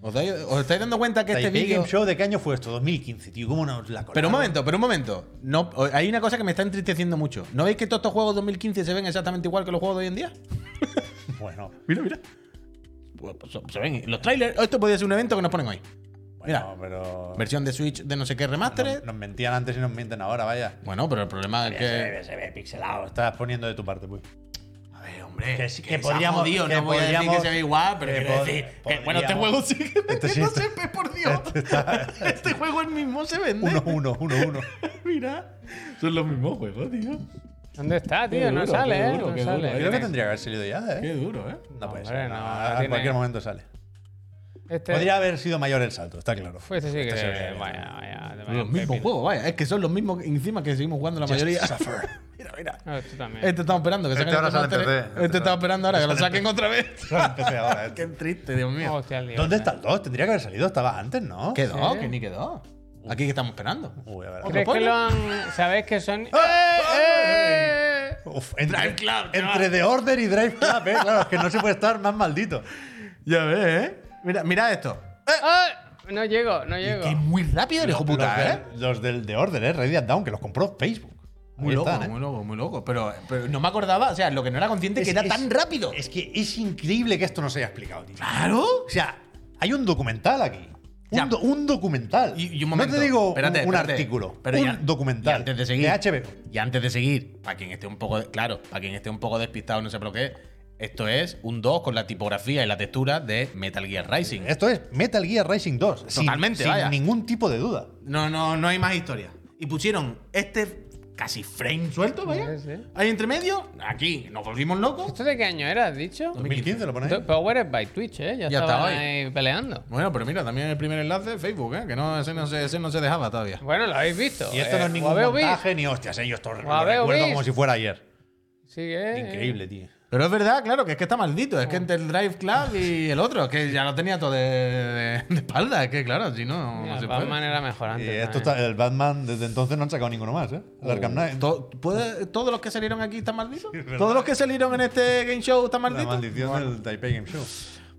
Speaker 4: ¿Os, dais- os estáis dando cuenta que este
Speaker 3: Taipei
Speaker 4: vídeo...
Speaker 3: Game Show, ¿de qué año fue esto? 2015, tío. ¿Cómo nos la colaron?
Speaker 4: Pero un momento, pero un momento. No, o- hay una cosa que me está entristeciendo mucho. ¿No veis que todos estos juegos 2015 se ven exactamente igual que los juegos de hoy en día?
Speaker 3: Bueno,
Speaker 4: Mira, mira. Pues, pues, se ven los trailers. Esto podría ser un evento que nos ponen hoy.
Speaker 3: bueno pero.
Speaker 4: Versión de Switch de no sé qué remasteres.
Speaker 3: Nos, nos mentían antes y nos mienten ahora, vaya.
Speaker 4: Bueno, pero el problema es
Speaker 3: Se
Speaker 4: que.
Speaker 3: ve, se ve pixelado. Estás poniendo de tu parte, pues.
Speaker 4: A ver, hombre.
Speaker 3: Que-
Speaker 4: se
Speaker 3: que
Speaker 4: ha
Speaker 3: podríamos-
Speaker 4: jodido,
Speaker 3: que
Speaker 4: no voy a decir que
Speaker 3: podríamos-
Speaker 4: se ve igual, pero
Speaker 3: que
Speaker 4: quiero
Speaker 3: pod-
Speaker 4: decir. que, bueno, este
Speaker 3: podríamos-
Speaker 4: juego sí que
Speaker 3: Este sí
Speaker 4: no
Speaker 3: está-
Speaker 4: se ve, por Dios. Este, juego el mismo se vende.
Speaker 3: 1-1, 1-1.
Speaker 4: Mira. Son los mismos juegos, tío.
Speaker 2: ¿Dónde está, tío?
Speaker 4: Qué
Speaker 2: no
Speaker 4: duro,
Speaker 2: sale,
Speaker 4: qué
Speaker 2: ¿eh?
Speaker 4: duro,
Speaker 2: no
Speaker 4: qué duro.
Speaker 2: sale.
Speaker 3: Creo que tendría que haber salido ya, ¿eh?
Speaker 4: Qué duro, ¿eh?
Speaker 3: No puede
Speaker 2: Hombre,
Speaker 3: ser.
Speaker 2: no,
Speaker 3: no,
Speaker 2: ahora
Speaker 3: en
Speaker 2: tiene-
Speaker 3: cualquier momento sale.
Speaker 2: Este,
Speaker 3: Podría haber sido mayor el salto, está claro.
Speaker 2: Pues este sí que.
Speaker 3: Este se ve-
Speaker 2: vaya, vaya. te vaya
Speaker 4: Los
Speaker 2: un
Speaker 4: mismos
Speaker 2: pepino.
Speaker 4: juegos, vaya. Es que son los mismos encima que seguimos jugando la
Speaker 3: Just
Speaker 4: mayoría.
Speaker 3: suffer.
Speaker 4: mira, mira.
Speaker 2: Ah, Esto también.
Speaker 4: Este está esperando que
Speaker 3: Este
Speaker 4: saquen
Speaker 3: ahora
Speaker 4: el
Speaker 3: sale en
Speaker 4: remaster.
Speaker 3: PC.
Speaker 4: Este está esperando ahora que lo saquen otra vez.
Speaker 3: Empecé ahora, eh.
Speaker 4: Qué triste, Dios mío.
Speaker 2: Oh,
Speaker 3: Oh,
Speaker 2: Hostia, el lío.
Speaker 3: ¿Dónde está el 2? Tendría que haber salido, estaba antes, ¿no?
Speaker 4: Quedó,
Speaker 2: Sí.
Speaker 4: que ni quedó. Aquí que estamos esperando.
Speaker 3: Uy, a ver.
Speaker 4: Ok.
Speaker 2: ¿Crees que
Speaker 4: ¿Lo
Speaker 2: lo han. ¿Sabéis que son.?
Speaker 3: ¡Eh!
Speaker 2: ¡Eh!
Speaker 3: Uf, entre,
Speaker 4: Drive Club,
Speaker 3: entre The Order y Drive Club, eh. Claro, es que no se puede estar más maldito.
Speaker 4: Ya ves, ¿eh? Mira, mira esto.
Speaker 2: ¡Ah! No llego, no llego.
Speaker 4: Que es muy rápido el hijo
Speaker 3: los,
Speaker 4: puta, ¿eh?
Speaker 3: del- los del The Order, eh. Radiant Down, que los compró Facebook.
Speaker 4: Muy
Speaker 3: Ahí
Speaker 4: loco,
Speaker 3: están, eh.
Speaker 4: muy loco, muy loco. Pero, pero no me acordaba, o sea, lo que no era consciente que
Speaker 3: Es-
Speaker 4: era
Speaker 3: es-
Speaker 4: tan rápido.
Speaker 3: Es que es increíble que esto no se haya explicado, tío.
Speaker 4: Claro.
Speaker 3: O sea, hay un documental aquí.
Speaker 4: Ya.
Speaker 3: Un, do- un documental.
Speaker 4: Y, y un
Speaker 3: no
Speaker 4: momento,
Speaker 3: te digo
Speaker 4: espérate,
Speaker 3: un
Speaker 4: espérate.
Speaker 3: artículo,
Speaker 4: Pero
Speaker 3: un
Speaker 4: ya-
Speaker 3: documental.
Speaker 4: y antes de seguir,
Speaker 3: HBO.
Speaker 4: Y antes de seguir, para quien esté un poco, claro, para quien esté un poco despistado, no sé por qué, esto es un 2 con la tipografía y la textura de Metal Gear Rising.
Speaker 3: Esto es Metal Gear Rising 2. sin-
Speaker 4: Totalmente,
Speaker 3: sin,
Speaker 4: vaya.
Speaker 3: ningún tipo de duda.
Speaker 4: No, no, no hay más historia. Y pusieron este casi frame suelto, vaya.
Speaker 2: Sí, sí.
Speaker 4: Ahí entre medio, aquí nos volvimos locos.
Speaker 2: ¿Esto de qué año era, has dicho?
Speaker 3: 2015 lo pones.
Speaker 2: Do-
Speaker 3: ahí.
Speaker 2: Power by Twitch, ¿eh? Ya,
Speaker 4: Ya
Speaker 2: estaban
Speaker 4: estaba
Speaker 2: ahí peleando.
Speaker 4: Bueno, pero mira, también el primer enlace Facebook, ¿eh? que no, ese no, se, ese no se dejaba todavía.
Speaker 2: Bueno, lo habéis visto.
Speaker 3: Y esto no
Speaker 2: Eh,
Speaker 3: es ningún
Speaker 2: ¿lo habéis
Speaker 3: montaje ni hostias, eh, yo esto lo
Speaker 2: habéis
Speaker 3: recuerdo
Speaker 2: visto?
Speaker 3: como si fuera ayer.
Speaker 2: visto? Sí, eh.
Speaker 3: Increíble, tío.
Speaker 4: Pero es verdad, claro, que es que está maldito. Es que entre el Drive Club y el otro, es que ya lo tenía todo de, de- de espalda. Es que claro, si no,
Speaker 2: Mira,
Speaker 4: no se puede.
Speaker 2: Batman era mejor
Speaker 3: Y
Speaker 2: antes.
Speaker 3: Eh, esto
Speaker 2: también.
Speaker 3: está- el Batman desde entonces no han sacado ninguno más, ¿eh? El Arkham
Speaker 4: Uh,
Speaker 3: Knight.
Speaker 4: To- ¿puede- ¿Todos los que salieron aquí están malditos?
Speaker 3: es verdad.
Speaker 4: ¿Todos los que salieron en este game show están
Speaker 3: La
Speaker 4: malditos?
Speaker 3: maldición del Taipei Game Show.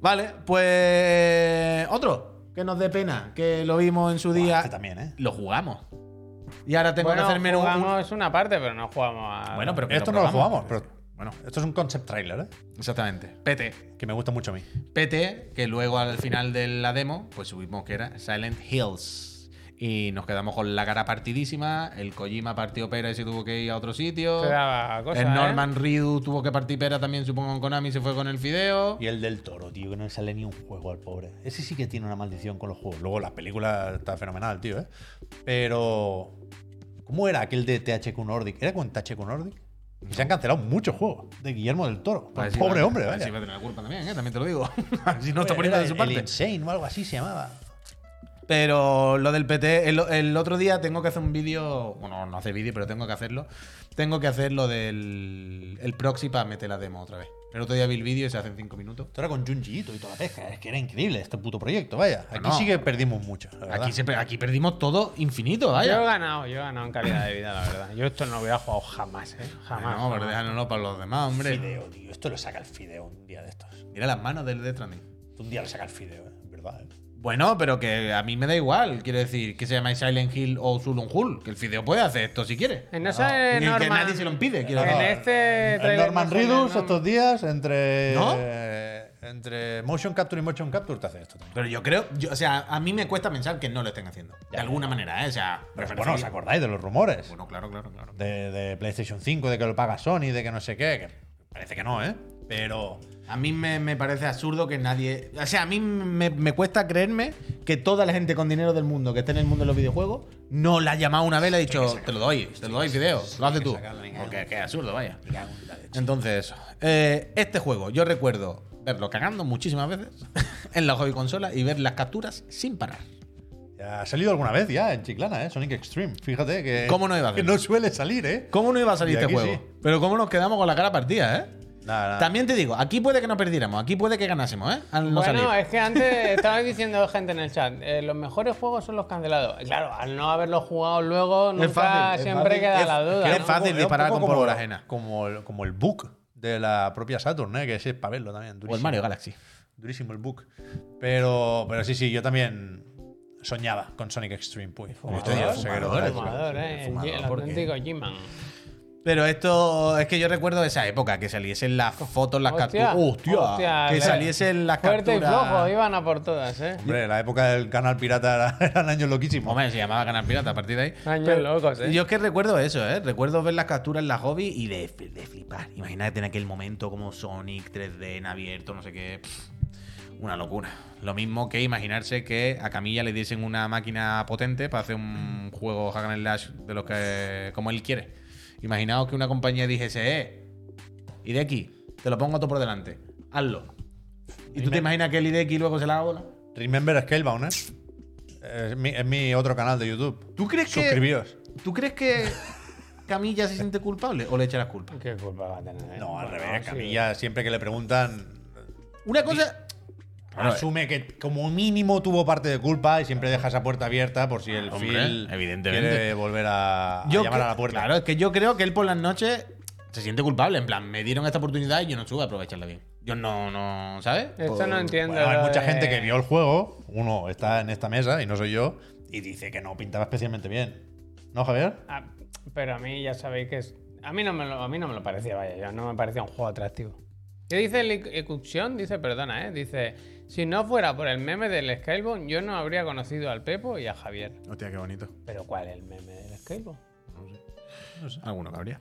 Speaker 4: Vale, pues otro que nos dé pena, que lo vimos en su
Speaker 3: Buah,
Speaker 4: día.
Speaker 3: este también, ¿eh?
Speaker 4: Lo jugamos. Y ahora tengo
Speaker 2: Bueno,
Speaker 4: que hacerme un-
Speaker 2: jugamos una parte, pero no jugamos a.
Speaker 4: un... Bueno, pero que
Speaker 3: Esto no lo
Speaker 4: probamos.
Speaker 3: jugamos, pero-
Speaker 4: Bueno,
Speaker 3: Esto es un concept trailer, ¿eh?
Speaker 4: exactamente. PT.
Speaker 3: Que me gusta mucho a mí.
Speaker 4: PT, que luego al final de la demo, pues subimos que era Silent Hills. Y nos quedamos con la cara partidísima, el Kojima partió pera y se tuvo que ir a otro sitio.
Speaker 2: Te daba cosas,
Speaker 4: el
Speaker 2: ¿eh?
Speaker 4: Norman Reedus tuvo que partir pera también, supongo, con Konami, se fue con el fideo.
Speaker 3: Y el del toro, tío, que no le sale ni un juego al pobre. Ese sí que tiene una maldición con los juegos. Luego la película está fenomenal, tío, ¿eh? Pero. ¿Cómo era aquel de THQ Nordic? ¿Era con THQ Nordic? Y se han cancelado muchos juegos de Guillermo del Toro.
Speaker 4: Pues así
Speaker 3: pobre
Speaker 4: va-
Speaker 3: hombre, vaya.
Speaker 4: así va a tener la culpa también, ¿eh? también te lo digo. si no está
Speaker 3: Era
Speaker 4: poniendo de su
Speaker 3: el
Speaker 4: parte.
Speaker 3: Insane o algo así se llamaba.
Speaker 4: Pero lo del PT, el, el otro día tengo que hacer un vídeo. Bueno, no hace vídeo, pero tengo que hacerlo. Tengo que hacer lo del el proxy para meter la demo otra vez. El otro día vi el vídeo y se hace en 5 minutos.
Speaker 3: Esto era con Junji Ito y toda la pesca. Es que era increíble este puto proyecto, vaya. Aquí
Speaker 4: Pues No, no.
Speaker 3: sí que perdimos mucho, la verdad.
Speaker 4: Aquí, se pe- aquí perdimos todo infinito,
Speaker 2: Yo he
Speaker 4: vaya.
Speaker 2: ganado, yo he ganado en calidad de vida, la verdad. Yo esto no lo hubiera jugado jamás, ¿eh? Jamás.
Speaker 4: no, pero
Speaker 2: jamás.
Speaker 4: déjanoslo para los demás, hombre.
Speaker 3: Fideo, tío. Esto lo saca el Fideo un día de estos.
Speaker 4: Mira las manos del Death Stranding.
Speaker 3: Un día lo saca el Fideo, ¿eh? ¿Verdad? ¿eh?
Speaker 4: Bueno, pero que a mí me da igual. Quiero decir, que se llama Silent Hill o Sulun Hull. Que el fideo puede hacer esto si quiere.
Speaker 2: Eh, no sale
Speaker 4: Y que
Speaker 2: Norman-
Speaker 4: nadie se lo impide, quiero
Speaker 2: En
Speaker 4: decir.
Speaker 2: este
Speaker 3: El
Speaker 2: trailer
Speaker 3: Ah, Norman
Speaker 2: no sale,
Speaker 3: Reedus
Speaker 2: ¿no?
Speaker 3: estos días entre
Speaker 4: ¿No?
Speaker 3: eh, entre motion capture y motion capture te hace esto también.
Speaker 4: Pero yo creo, yo- o sea, a mí me cuesta pensar que no lo estén haciendo. De
Speaker 3: Ya,
Speaker 4: alguna manera, ¿eh? O sea, me
Speaker 3: Pero bueno,
Speaker 4: parecería-
Speaker 3: ¿os acordáis de los rumores?
Speaker 4: Bueno, claro, claro, claro.
Speaker 3: De, de PlayStation 5, de que lo paga Sony, de que no sé qué. que parece que no, ¿eh? Pero
Speaker 4: A mí me, me parece absurdo que nadie. O sea, a mí me, me cuesta creerme que toda la gente con dinero del mundo que esté en el mundo de los videojuegos no la ha llamado una vez y le ha dicho, te lo doy, te lo doy, video, lo haces tú. Porque que es absurdo, vaya. Entonces, eso. Eh, este juego, yo recuerdo verlo cagando muchísimas veces en la hobby consola y ver las capturas sin parar.
Speaker 3: ya ha salido alguna vez ya en Chiclana, ¿eh? Sonic Extreme. Fíjate que.
Speaker 4: ¿Cómo no iba a
Speaker 3: Que
Speaker 4: hacer?
Speaker 3: no suele salir, ¿eh?
Speaker 4: ¿Cómo no iba a salir
Speaker 3: Y
Speaker 4: este
Speaker 3: aquí
Speaker 4: juego?
Speaker 3: sí.
Speaker 4: Pero cómo nos quedamos con la cara partida, ¿eh?
Speaker 3: Nada, nada.
Speaker 4: También te digo, aquí puede que no perdiéramos, aquí puede que ganásemos, ¿eh? Al no
Speaker 2: bueno,
Speaker 4: salir.
Speaker 2: es que antes estabais diciendo gente en el chat, eh, los mejores juegos son los cancelados. Claro, al no haberlos jugado luego, nunca
Speaker 4: fácil, es
Speaker 2: siempre
Speaker 4: fácil,
Speaker 2: queda
Speaker 4: es-
Speaker 2: la duda.
Speaker 4: que
Speaker 2: ¿no?
Speaker 4: es fácil
Speaker 3: Era un poco
Speaker 4: disparar con
Speaker 3: como-
Speaker 4: pólvora ajena.
Speaker 3: Como el, como el book de la propia Saturn, ¿eh? Que ese es para verlo también.
Speaker 4: O el
Speaker 3: durísimo.
Speaker 4: Mario Galaxy.
Speaker 3: Durísimo el book. Pero, pero sí, sí, yo también soñaba con Sonic Extreme. Pues,
Speaker 4: Fumador, fumador,
Speaker 2: El fumador, ¿eh? El- el auténtico G-Man.
Speaker 4: Pero esto es que yo recuerdo esa época que saliesen las fotos, las
Speaker 2: Hostia,
Speaker 4: capturas. ¡Hostia!
Speaker 2: hostia,
Speaker 4: que
Speaker 2: le-
Speaker 4: saliesen las
Speaker 2: Fuerte y
Speaker 4: capturas.
Speaker 2: flojo, iban a por todas, ¿eh?
Speaker 3: Hombre, la época del canal pirata era- eran años loquísimos.
Speaker 4: Hombre, se llamaba Canal Pirata a partir de ahí.
Speaker 2: Años locos, ¿eh?
Speaker 4: Yo es que recuerdo eso, ¿eh? Recuerdo ver las capturas en la hobby y de, de flipar. Imagínate en aquel momento como Sonic 3D en abierto, no sé qué. Pff, una locura. Lo mismo que imaginarse que a Camilla le diesen una máquina potente para hacer un juego Hagan and Slash de los que. como él quiere. Imaginaos que una compañía dijese, eh, Hideki, te lo pongo todo por delante. Hazlo. ¿Y tú te imaginas que el Hideki luego se la haga bola?
Speaker 3: Remember Scalebound, ¿eh? Es mi, es mi otro canal de YouTube.
Speaker 4: ¿Tú crees que-
Speaker 3: Suscribíos.
Speaker 4: ¿Tú crees que Camilla se siente culpable o le echa las culpas?
Speaker 2: ¿Qué culpa va a tener? eh?
Speaker 3: No, al
Speaker 2: Bueno,
Speaker 3: revés.
Speaker 2: sí.
Speaker 3: Camilla, siempre que le preguntan,
Speaker 4: Una cosa. Claro,
Speaker 3: asume que como mínimo tuvo parte de culpa y siempre deja esa puerta abierta por si el
Speaker 4: Hombre,
Speaker 3: Phil
Speaker 4: evidentemente.
Speaker 3: quiere volver a, a
Speaker 4: yo
Speaker 3: llamar
Speaker 4: cre-
Speaker 3: a la puerta.
Speaker 4: Claro, es que yo creo que él por las noches se siente culpable. En plan, me dieron esta oportunidad y yo no supe aprovecharla bien. Yo no, no, ¿sabes?
Speaker 2: Esto no entiendo.
Speaker 3: Bueno, hay
Speaker 2: lo
Speaker 3: mucha
Speaker 2: de-
Speaker 3: gente que vio el juego, uno está en esta mesa y no soy yo, y dice que no pintaba especialmente bien. ¿No, Javier?
Speaker 2: Ah, pero a mí ya sabéis que es. A mí, no me lo, a mí no me lo parecía, vaya, yo no me parecía un juego atractivo. ¿Qué dice el Ecuxion? Dice, perdona, ¿eh? Dice, si no fuera por el meme del Skybound, yo no habría conocido al Pepo y a Javier.
Speaker 4: Hostia, qué bonito.
Speaker 2: ¿Pero cuál es el meme del Skybound?
Speaker 4: Alguno que habría.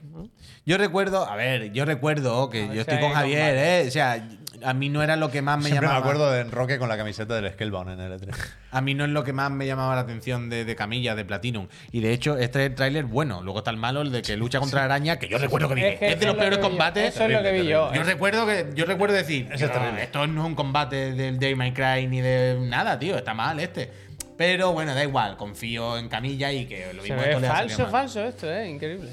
Speaker 4: Yo recuerdo, a ver, yo recuerdo que
Speaker 2: ver
Speaker 4: yo
Speaker 2: si
Speaker 4: estoy
Speaker 2: hay
Speaker 4: con Javier, ¿eh? O sea, a mí no era lo que más me
Speaker 3: Siempre me
Speaker 4: llamaba.
Speaker 3: acuerdo de Enroque con la camiseta del Scalebound en el E E3.
Speaker 4: A mí no es lo que más me llamaba la atención de, de Camilla, de Platinum. Y de hecho, este es el tráiler bueno. Luego está el malo, el de que lucha contra la araña, que yo recuerdo que dije, es,
Speaker 2: que eso
Speaker 4: de
Speaker 2: lo
Speaker 4: los
Speaker 2: que
Speaker 4: peores
Speaker 2: vi yo,
Speaker 4: combates.
Speaker 2: Eso es lo que vi yo.
Speaker 4: Yo
Speaker 2: eh.
Speaker 4: recuerdo que yo recuerdo decir,
Speaker 3: Ese es
Speaker 4: "No,
Speaker 3: terrible".
Speaker 4: esto no es un combate del Day My Cry ni de nada, tío, está mal este. Pero bueno, da igual, confío en Camilla y que lo
Speaker 2: Se
Speaker 4: mismo
Speaker 2: ve
Speaker 4: esto le ha salido
Speaker 2: falso,
Speaker 4: mal.
Speaker 2: falso esto, ¿eh? Increíble.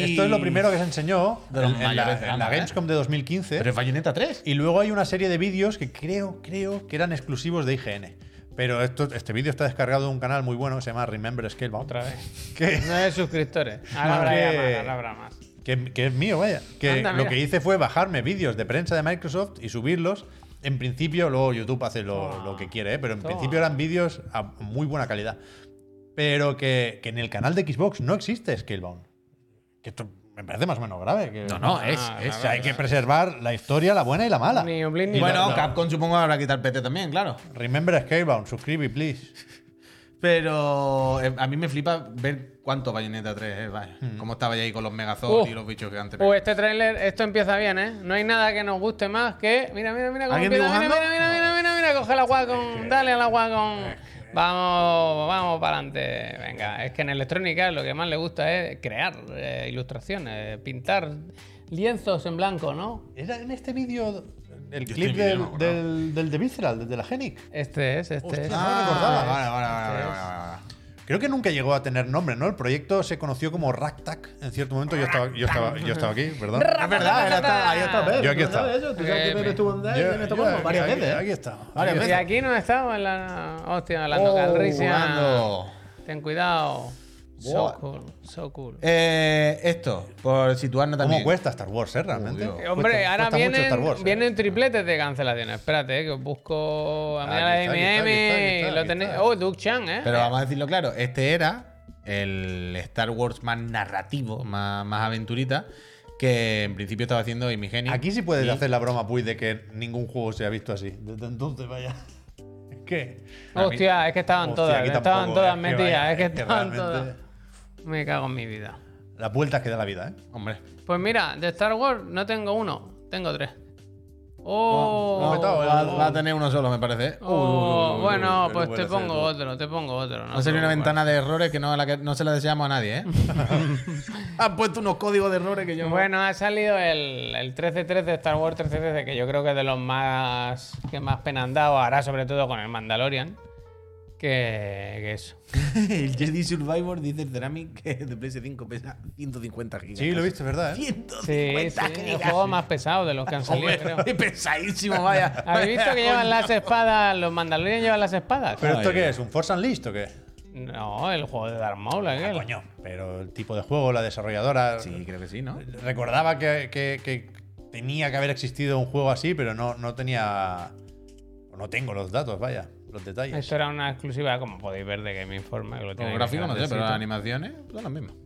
Speaker 3: Esto es lo primero que se enseñó
Speaker 4: De
Speaker 3: en,
Speaker 4: los
Speaker 3: en la,
Speaker 4: mayores de
Speaker 3: en
Speaker 4: gama,
Speaker 3: la
Speaker 4: ¿eh?
Speaker 3: Gamescom de 2015.
Speaker 4: Pero es Bayonetta 3.
Speaker 3: Y luego hay una serie de vídeos que creo, creo que eran exclusivos de IGN. Pero esto, este vídeo está descargado de un canal muy bueno que se llama Remember Scalebound.
Speaker 2: Otra vez.
Speaker 3: Que,
Speaker 2: No de suscriptores. Ahora habrá
Speaker 3: Madre.
Speaker 2: más, ahora habrá más.
Speaker 3: que- que es mío, vaya. Que
Speaker 2: Anda,
Speaker 3: lo
Speaker 2: mira.
Speaker 3: que hice fue bajarme vídeos de prensa de Microsoft y subirlos. En principio, luego YouTube hace lo,
Speaker 2: Toma.
Speaker 3: lo que quiere, ¿eh? pero en
Speaker 2: Toma.
Speaker 3: principio eran vídeos a muy buena calidad. Pero que, que en el canal de Xbox no existe Scalebound. Que esto me parece más o menos grave. que-
Speaker 4: No, no, es.
Speaker 2: Ah,
Speaker 4: es-
Speaker 3: O sea, hay que preservar la historia, la buena y la mala.
Speaker 2: Ni un blin ni
Speaker 3: Y la-
Speaker 4: Bueno,
Speaker 3: la-
Speaker 4: Capcom supongo habrá quitado el PT también, claro.
Speaker 3: Remember Scalebound, subscribe, please.
Speaker 4: Pero eh, a mí me flipa ver cuánto Bayonetta 3 es, vaya. Cómo estaba ya ahí con los Megazords
Speaker 2: Uh.
Speaker 4: y los bichos que antes.
Speaker 2: Uh, este tráiler, esto empieza bien, ¿eh? No hay nada que nos guste más que. Mira, mira, mira, cómo
Speaker 4: ¿Alguien
Speaker 2: empieza, mira,
Speaker 4: dibujando?
Speaker 2: mira, mira, mira, mira, mira, coge la agua con. Dale al agua con. Vamos, vamos para adelante. Venga, es que en electrónica lo que más le gusta es crear eh, ilustraciones, pintar lienzos en blanco, ¿no?
Speaker 3: Era en este vídeo el
Speaker 4: Yo
Speaker 3: clip
Speaker 4: este vídeo
Speaker 3: del,
Speaker 4: no me acordaba.
Speaker 3: del, del de Visceral, del de la Genic.
Speaker 2: Este es, este
Speaker 3: Hostia,
Speaker 2: es.
Speaker 3: no
Speaker 4: Ah,
Speaker 3: recordaba.
Speaker 4: vale, vale, vale, vale, vale, vale.
Speaker 3: Creo que nunca llegó a tener nombre, ¿no? El proyecto se conoció como Rack Tac en cierto momento. Yo estaba, yo estaba, yo estaba aquí, ¿verdad?
Speaker 4: Es verdad, era hasta- ahí está Pep.
Speaker 3: Yo aquí estaba.
Speaker 1: Eso, tú sabes
Speaker 2: Eh,
Speaker 1: que Pepe
Speaker 2: me-
Speaker 1: estuvo en Dai- en Estocolmo
Speaker 3: aquí-
Speaker 1: varias
Speaker 3: aquí-
Speaker 4: ¿eh?
Speaker 1: veces.
Speaker 3: Aquí estaba.
Speaker 4: Varias
Speaker 2: Y
Speaker 4: veces.
Speaker 2: aquí no estaba en la. Hostia, hablando
Speaker 4: Oh,
Speaker 2: calricia.
Speaker 4: jugando.
Speaker 2: Ten cuidado.
Speaker 4: Buah.
Speaker 2: So cool, so cool.
Speaker 4: Eh, esto, por situarnos también.
Speaker 3: ¿Cómo cuesta Star Wars, eh? Realmente.
Speaker 4: Dios.
Speaker 2: Eh, Hombre,
Speaker 3: Cuesta-
Speaker 2: ahora
Speaker 3: cuesta mucho Star
Speaker 2: vienen,
Speaker 3: Wars, eh.
Speaker 2: vienen tripletes de cancelaciones. Espérate, eh, que os busco a
Speaker 3: Aquí
Speaker 2: mirar la
Speaker 3: está, aquí está, aquí está,
Speaker 2: MM.
Speaker 3: aquí
Speaker 2: Lo
Speaker 3: está.
Speaker 2: tenéis. Oh, Duke Chan, ¿eh?
Speaker 4: Pero vamos a decirlo claro, este era el Star Wars más narrativo, más, más aventurita, que en principio estaba haciendo Imigeni.
Speaker 3: Aquí sí puedes hacer la broma, Puy, de que ningún juego se ha visto así. Desde entonces, vaya. ¿Qué?
Speaker 2: Hostia, es que estaban
Speaker 3: Hostia,
Speaker 2: todas.
Speaker 3: aquí
Speaker 2: Estaban
Speaker 3: tampoco,
Speaker 2: todas
Speaker 3: es que
Speaker 2: metidas.
Speaker 3: vaya,
Speaker 2: es que
Speaker 3: es que
Speaker 2: estaban
Speaker 3: realmente-
Speaker 2: todas. Me cago en mi vida.
Speaker 3: Las vueltas que da la vida, ¿eh?
Speaker 4: Hombre.
Speaker 2: Pues mira, de Star Wars no tengo uno, tengo tres. Oh,
Speaker 4: No,
Speaker 3: Petado,
Speaker 4: va,
Speaker 3: el-
Speaker 4: va a tener uno solo, me parece.
Speaker 2: oh,
Speaker 4: Uh, uh, uh, uh, uh.
Speaker 2: bueno,
Speaker 3: pero
Speaker 2: pues
Speaker 3: puede
Speaker 2: te
Speaker 3: ser,
Speaker 2: pongo
Speaker 3: ¿no?
Speaker 2: otro, te pongo otro.
Speaker 4: Va a ser una ventana de errores que no, a la que no se la deseamos a nadie, ¿eh? Han puesto unos códigos de errores que yo...
Speaker 2: Bueno, ha salido el, el 13-13 de Star Wars 13-13, que yo creo que es de los más que más pena han dado, ahora sobre todo con el Mandalorian. Que, que eso.
Speaker 4: el Jedi Survivor dice el Ceramic que de PS5 pesa 150 gigas.
Speaker 3: Sí, lo viste, ¿verdad? eh?
Speaker 4: 150
Speaker 2: Sí, sí, el juego más pesado de los que han salido, creo.
Speaker 4: Hombre, pesadísimo, vaya.
Speaker 2: ¿Habéis visto que llevan las espadas? ¿Los Mandalorian llevan las espadas?
Speaker 3: ¿Pero esto
Speaker 4: Ay.
Speaker 3: qué es? ¿Un Force Unleashed o qué?
Speaker 2: No, el juego de Darth Maul, aquel.
Speaker 3: Coño. Pero el tipo de juego, la desarrolladora.
Speaker 4: Sí, creo que sí, ¿no?
Speaker 3: Recordaba que, que- que tenía que haber existido un juego así, pero no, no tenía. o No tengo los datos, vaya, los detalles.
Speaker 2: Eso era una exclusiva, como podéis ver, de Game Informa. Que lo
Speaker 4: Los
Speaker 2: tiene
Speaker 4: gráficos no sé, pero
Speaker 2: grandecito.
Speaker 4: las animaciones pues, son las mismas.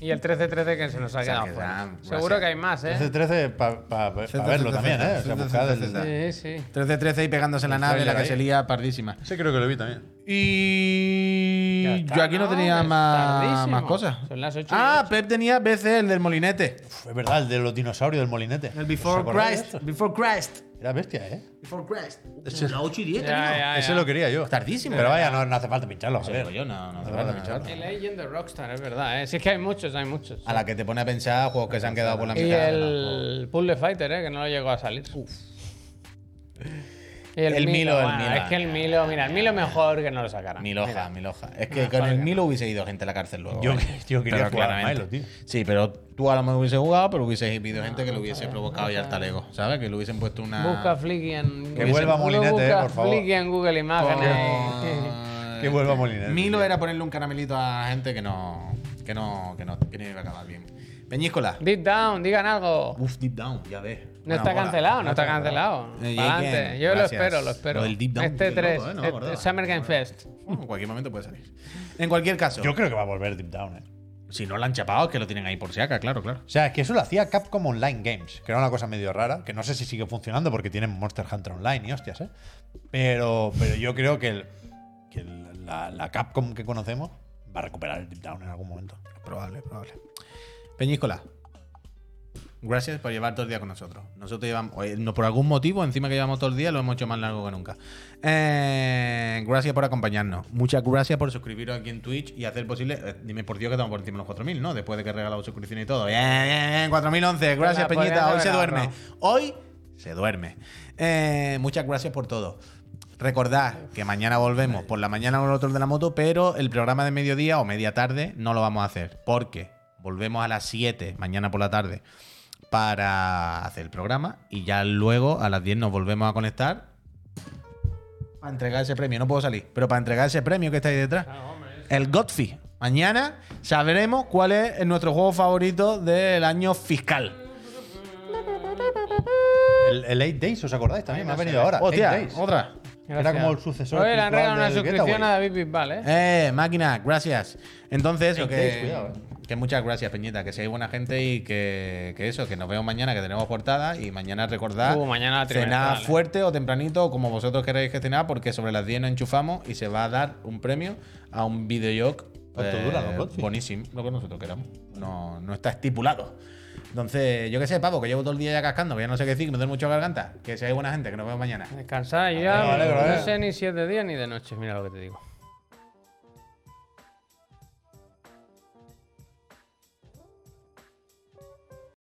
Speaker 2: Y el 13-13 que se nos pues ha
Speaker 4: sea,
Speaker 2: quedado
Speaker 4: que
Speaker 2: fuera.
Speaker 4: dan-
Speaker 2: Seguro que hay más, ¿eh?
Speaker 3: 13 para verlo también, ¿eh? O sea, buscad el-
Speaker 2: Sí, sí.
Speaker 4: 13-13 y pegándose en la
Speaker 3: El
Speaker 4: nave, la
Speaker 3: trailer
Speaker 4: que
Speaker 3: ahí.
Speaker 4: se lía pardísima.
Speaker 3: Sí, creo que lo vi también.
Speaker 2: Ya
Speaker 4: Y
Speaker 2: está,
Speaker 4: yo aquí no
Speaker 2: ¿no?
Speaker 4: tenía
Speaker 2: Es
Speaker 4: más,
Speaker 2: tardísimo.
Speaker 4: más cosas.
Speaker 2: Son las ocho y
Speaker 4: Ah,
Speaker 2: ocho.
Speaker 4: Pep tenía BC, el del molinete.
Speaker 3: Uf, es verdad, el de los dinosaurios del molinete.
Speaker 4: El
Speaker 3: ¿Os
Speaker 4: Before
Speaker 3: acordáis de
Speaker 4: Christ.
Speaker 3: esto?
Speaker 4: Before Christ.
Speaker 3: Era bestia, ¿eh?
Speaker 4: Before Christ.
Speaker 3: Ese-
Speaker 4: La 8 y 10.
Speaker 2: Ya, ya,
Speaker 3: Ese
Speaker 2: ya.
Speaker 3: lo quería yo.
Speaker 4: Tardísimo.
Speaker 3: Pero vaya, no, no hace falta pincharlo, a ver.
Speaker 4: yo, no, no,
Speaker 3: hace falta pincharlo.
Speaker 2: El Legend de Rockstar, es verdad, ¿eh? Si es que hay muchos, hay muchos.
Speaker 4: A la que te pone a pensar juegos que se han quedado por Ah, la
Speaker 2: Y
Speaker 4: mitad.
Speaker 2: el Puzzle Fighter, ¿eh? Que no lo llegó a salir. Y el,
Speaker 4: El Milo,
Speaker 2: Milo,
Speaker 4: el
Speaker 2: bueno,
Speaker 4: Milo.
Speaker 2: Es que el Milo, mira, el Milo mejor que no lo sacaran.
Speaker 4: Mil hojas, mil hojas. Es que con el Milo hubiese ido gente a la cárcel luego.
Speaker 3: Yo,
Speaker 4: ¿eh?
Speaker 3: yo quería
Speaker 4: Pero
Speaker 3: jugar a
Speaker 4: claramente.
Speaker 3: Milo, tío.
Speaker 4: Sí, pero tú a lo mejor hubiese jugado, pero hubiese habido gente que le hubiese provocado ya el talego, ¿sabes? Que le hubiesen puesto una.
Speaker 2: Busca Flicky en...
Speaker 3: Que vuelva Molinete,
Speaker 2: Busca
Speaker 3: eh, por favor.
Speaker 2: Flicky en Google eh. Imágenes.
Speaker 4: Con-
Speaker 3: Que vuelva a Molinete.
Speaker 4: Milo era ponerle un caramelito a gente que no. que no. que no, que no iba a acabar bien. Peñíscola.
Speaker 2: Deep Down, digan algo.
Speaker 4: Uf, deep down, ya ves.
Speaker 2: No está cancelado, no, está cancelado.
Speaker 4: Eh,
Speaker 2: Adelante.
Speaker 4: Jake,
Speaker 2: Yo lo
Speaker 4: gracias.
Speaker 2: espero, lo espero.
Speaker 4: Lo del Deep Down,
Speaker 2: este
Speaker 4: qué
Speaker 2: 3,
Speaker 4: loco, eh, no me
Speaker 2: este
Speaker 4: acordaba.
Speaker 2: Summer Game Fest.
Speaker 4: Bueno, en cualquier momento puede salir. En cualquier caso.
Speaker 3: Yo creo que va a volver Deep Down, ¿eh?
Speaker 4: Si no lo han chapado, es que lo tienen ahí por si acá, claro, claro.
Speaker 3: O sea, es que eso lo hacía Capcom Online Games, que era una cosa medio rara, que no sé si sigue funcionando porque tienen Monster Hunter Online y hostias, ¿eh? Pero, pero yo creo que, el- que el- la, la Capcom que conocemos va a recuperar el Deep Down en algún momento.
Speaker 4: Probable, probable. Peñíscola. Gracias por llevar todo el día con nosotros. Nosotros llevamos, oye, no por algún motivo, encima que llevamos todo el día, lo hemos hecho más largo que nunca. Eh, gracias por acompañarnos. Muchas gracias por suscribiros aquí en Twitch y hacer posible. eh, dime por Dios que estamos por encima de los 4000, ¿no? Después de que he regalado suscripciones y todo. Bien, bien, bien, 4011. Gracias,
Speaker 2: Hola, podrían
Speaker 4: Peñita. Hoy
Speaker 2: haber
Speaker 4: se duerme.
Speaker 2: ahorrado.
Speaker 4: Hoy se duerme. Eh, muchas gracias por todo. Recordad que mañana volvemos por la mañana con el otro de la moto, pero el programa de mediodía o media tarde no lo vamos a hacer porque volvemos a las 7 mañana por la tarde para hacer el programa y ya luego a las 10 nos volvemos a conectar para entregar ese premio. No puedo salir, pero para entregar ese premio que está ahí detrás. El Godfrey. Mañana sabremos cuál es nuestro juego favorito del año fiscal.
Speaker 3: El, el 8 Days, ¿os acordáis? También me ha venido ahora. Eight
Speaker 4: Hostia,
Speaker 3: Days.
Speaker 4: otra.
Speaker 3: Era como el sucesor
Speaker 2: Oye, le han
Speaker 3: espiritual
Speaker 2: regalado una
Speaker 3: del
Speaker 2: suscripción
Speaker 3: Getaway.
Speaker 2: a David Bisbal, ¿eh?
Speaker 4: Eh, máquina, gracias. Entonces, eso,
Speaker 3: Entonces,
Speaker 4: que,
Speaker 3: cuidado,
Speaker 4: que muchas gracias, Peñita, que seáis buena gente y que, que eso, que nos vemos mañana, que tenemos portada y mañana recordad
Speaker 2: Uh, mañana la
Speaker 4: cenar
Speaker 2: trimestral, eh.
Speaker 4: Ah, fuerte o tempranito, o como vosotros queréis que cenar, porque sobre las 10 nos enchufamos y se va a dar un premio a un videojoc
Speaker 3: ¿Cuánto
Speaker 4: eh,
Speaker 3: dura, no, Godfrey?
Speaker 4: buenísimo, lo que nosotros queramos. No, no está estipulado. Entonces, yo que sé, pavo, que llevo todo el día ya cascando, que ya no sé qué decir, que me duele mucho la garganta. Que seáis buena gente, que nos vemos mañana.
Speaker 2: Descansar, yo
Speaker 3: Vale,
Speaker 2: ya
Speaker 3: vale,
Speaker 2: no
Speaker 3: vale.
Speaker 2: sé ni si es de día ni de noche, mira lo que te digo.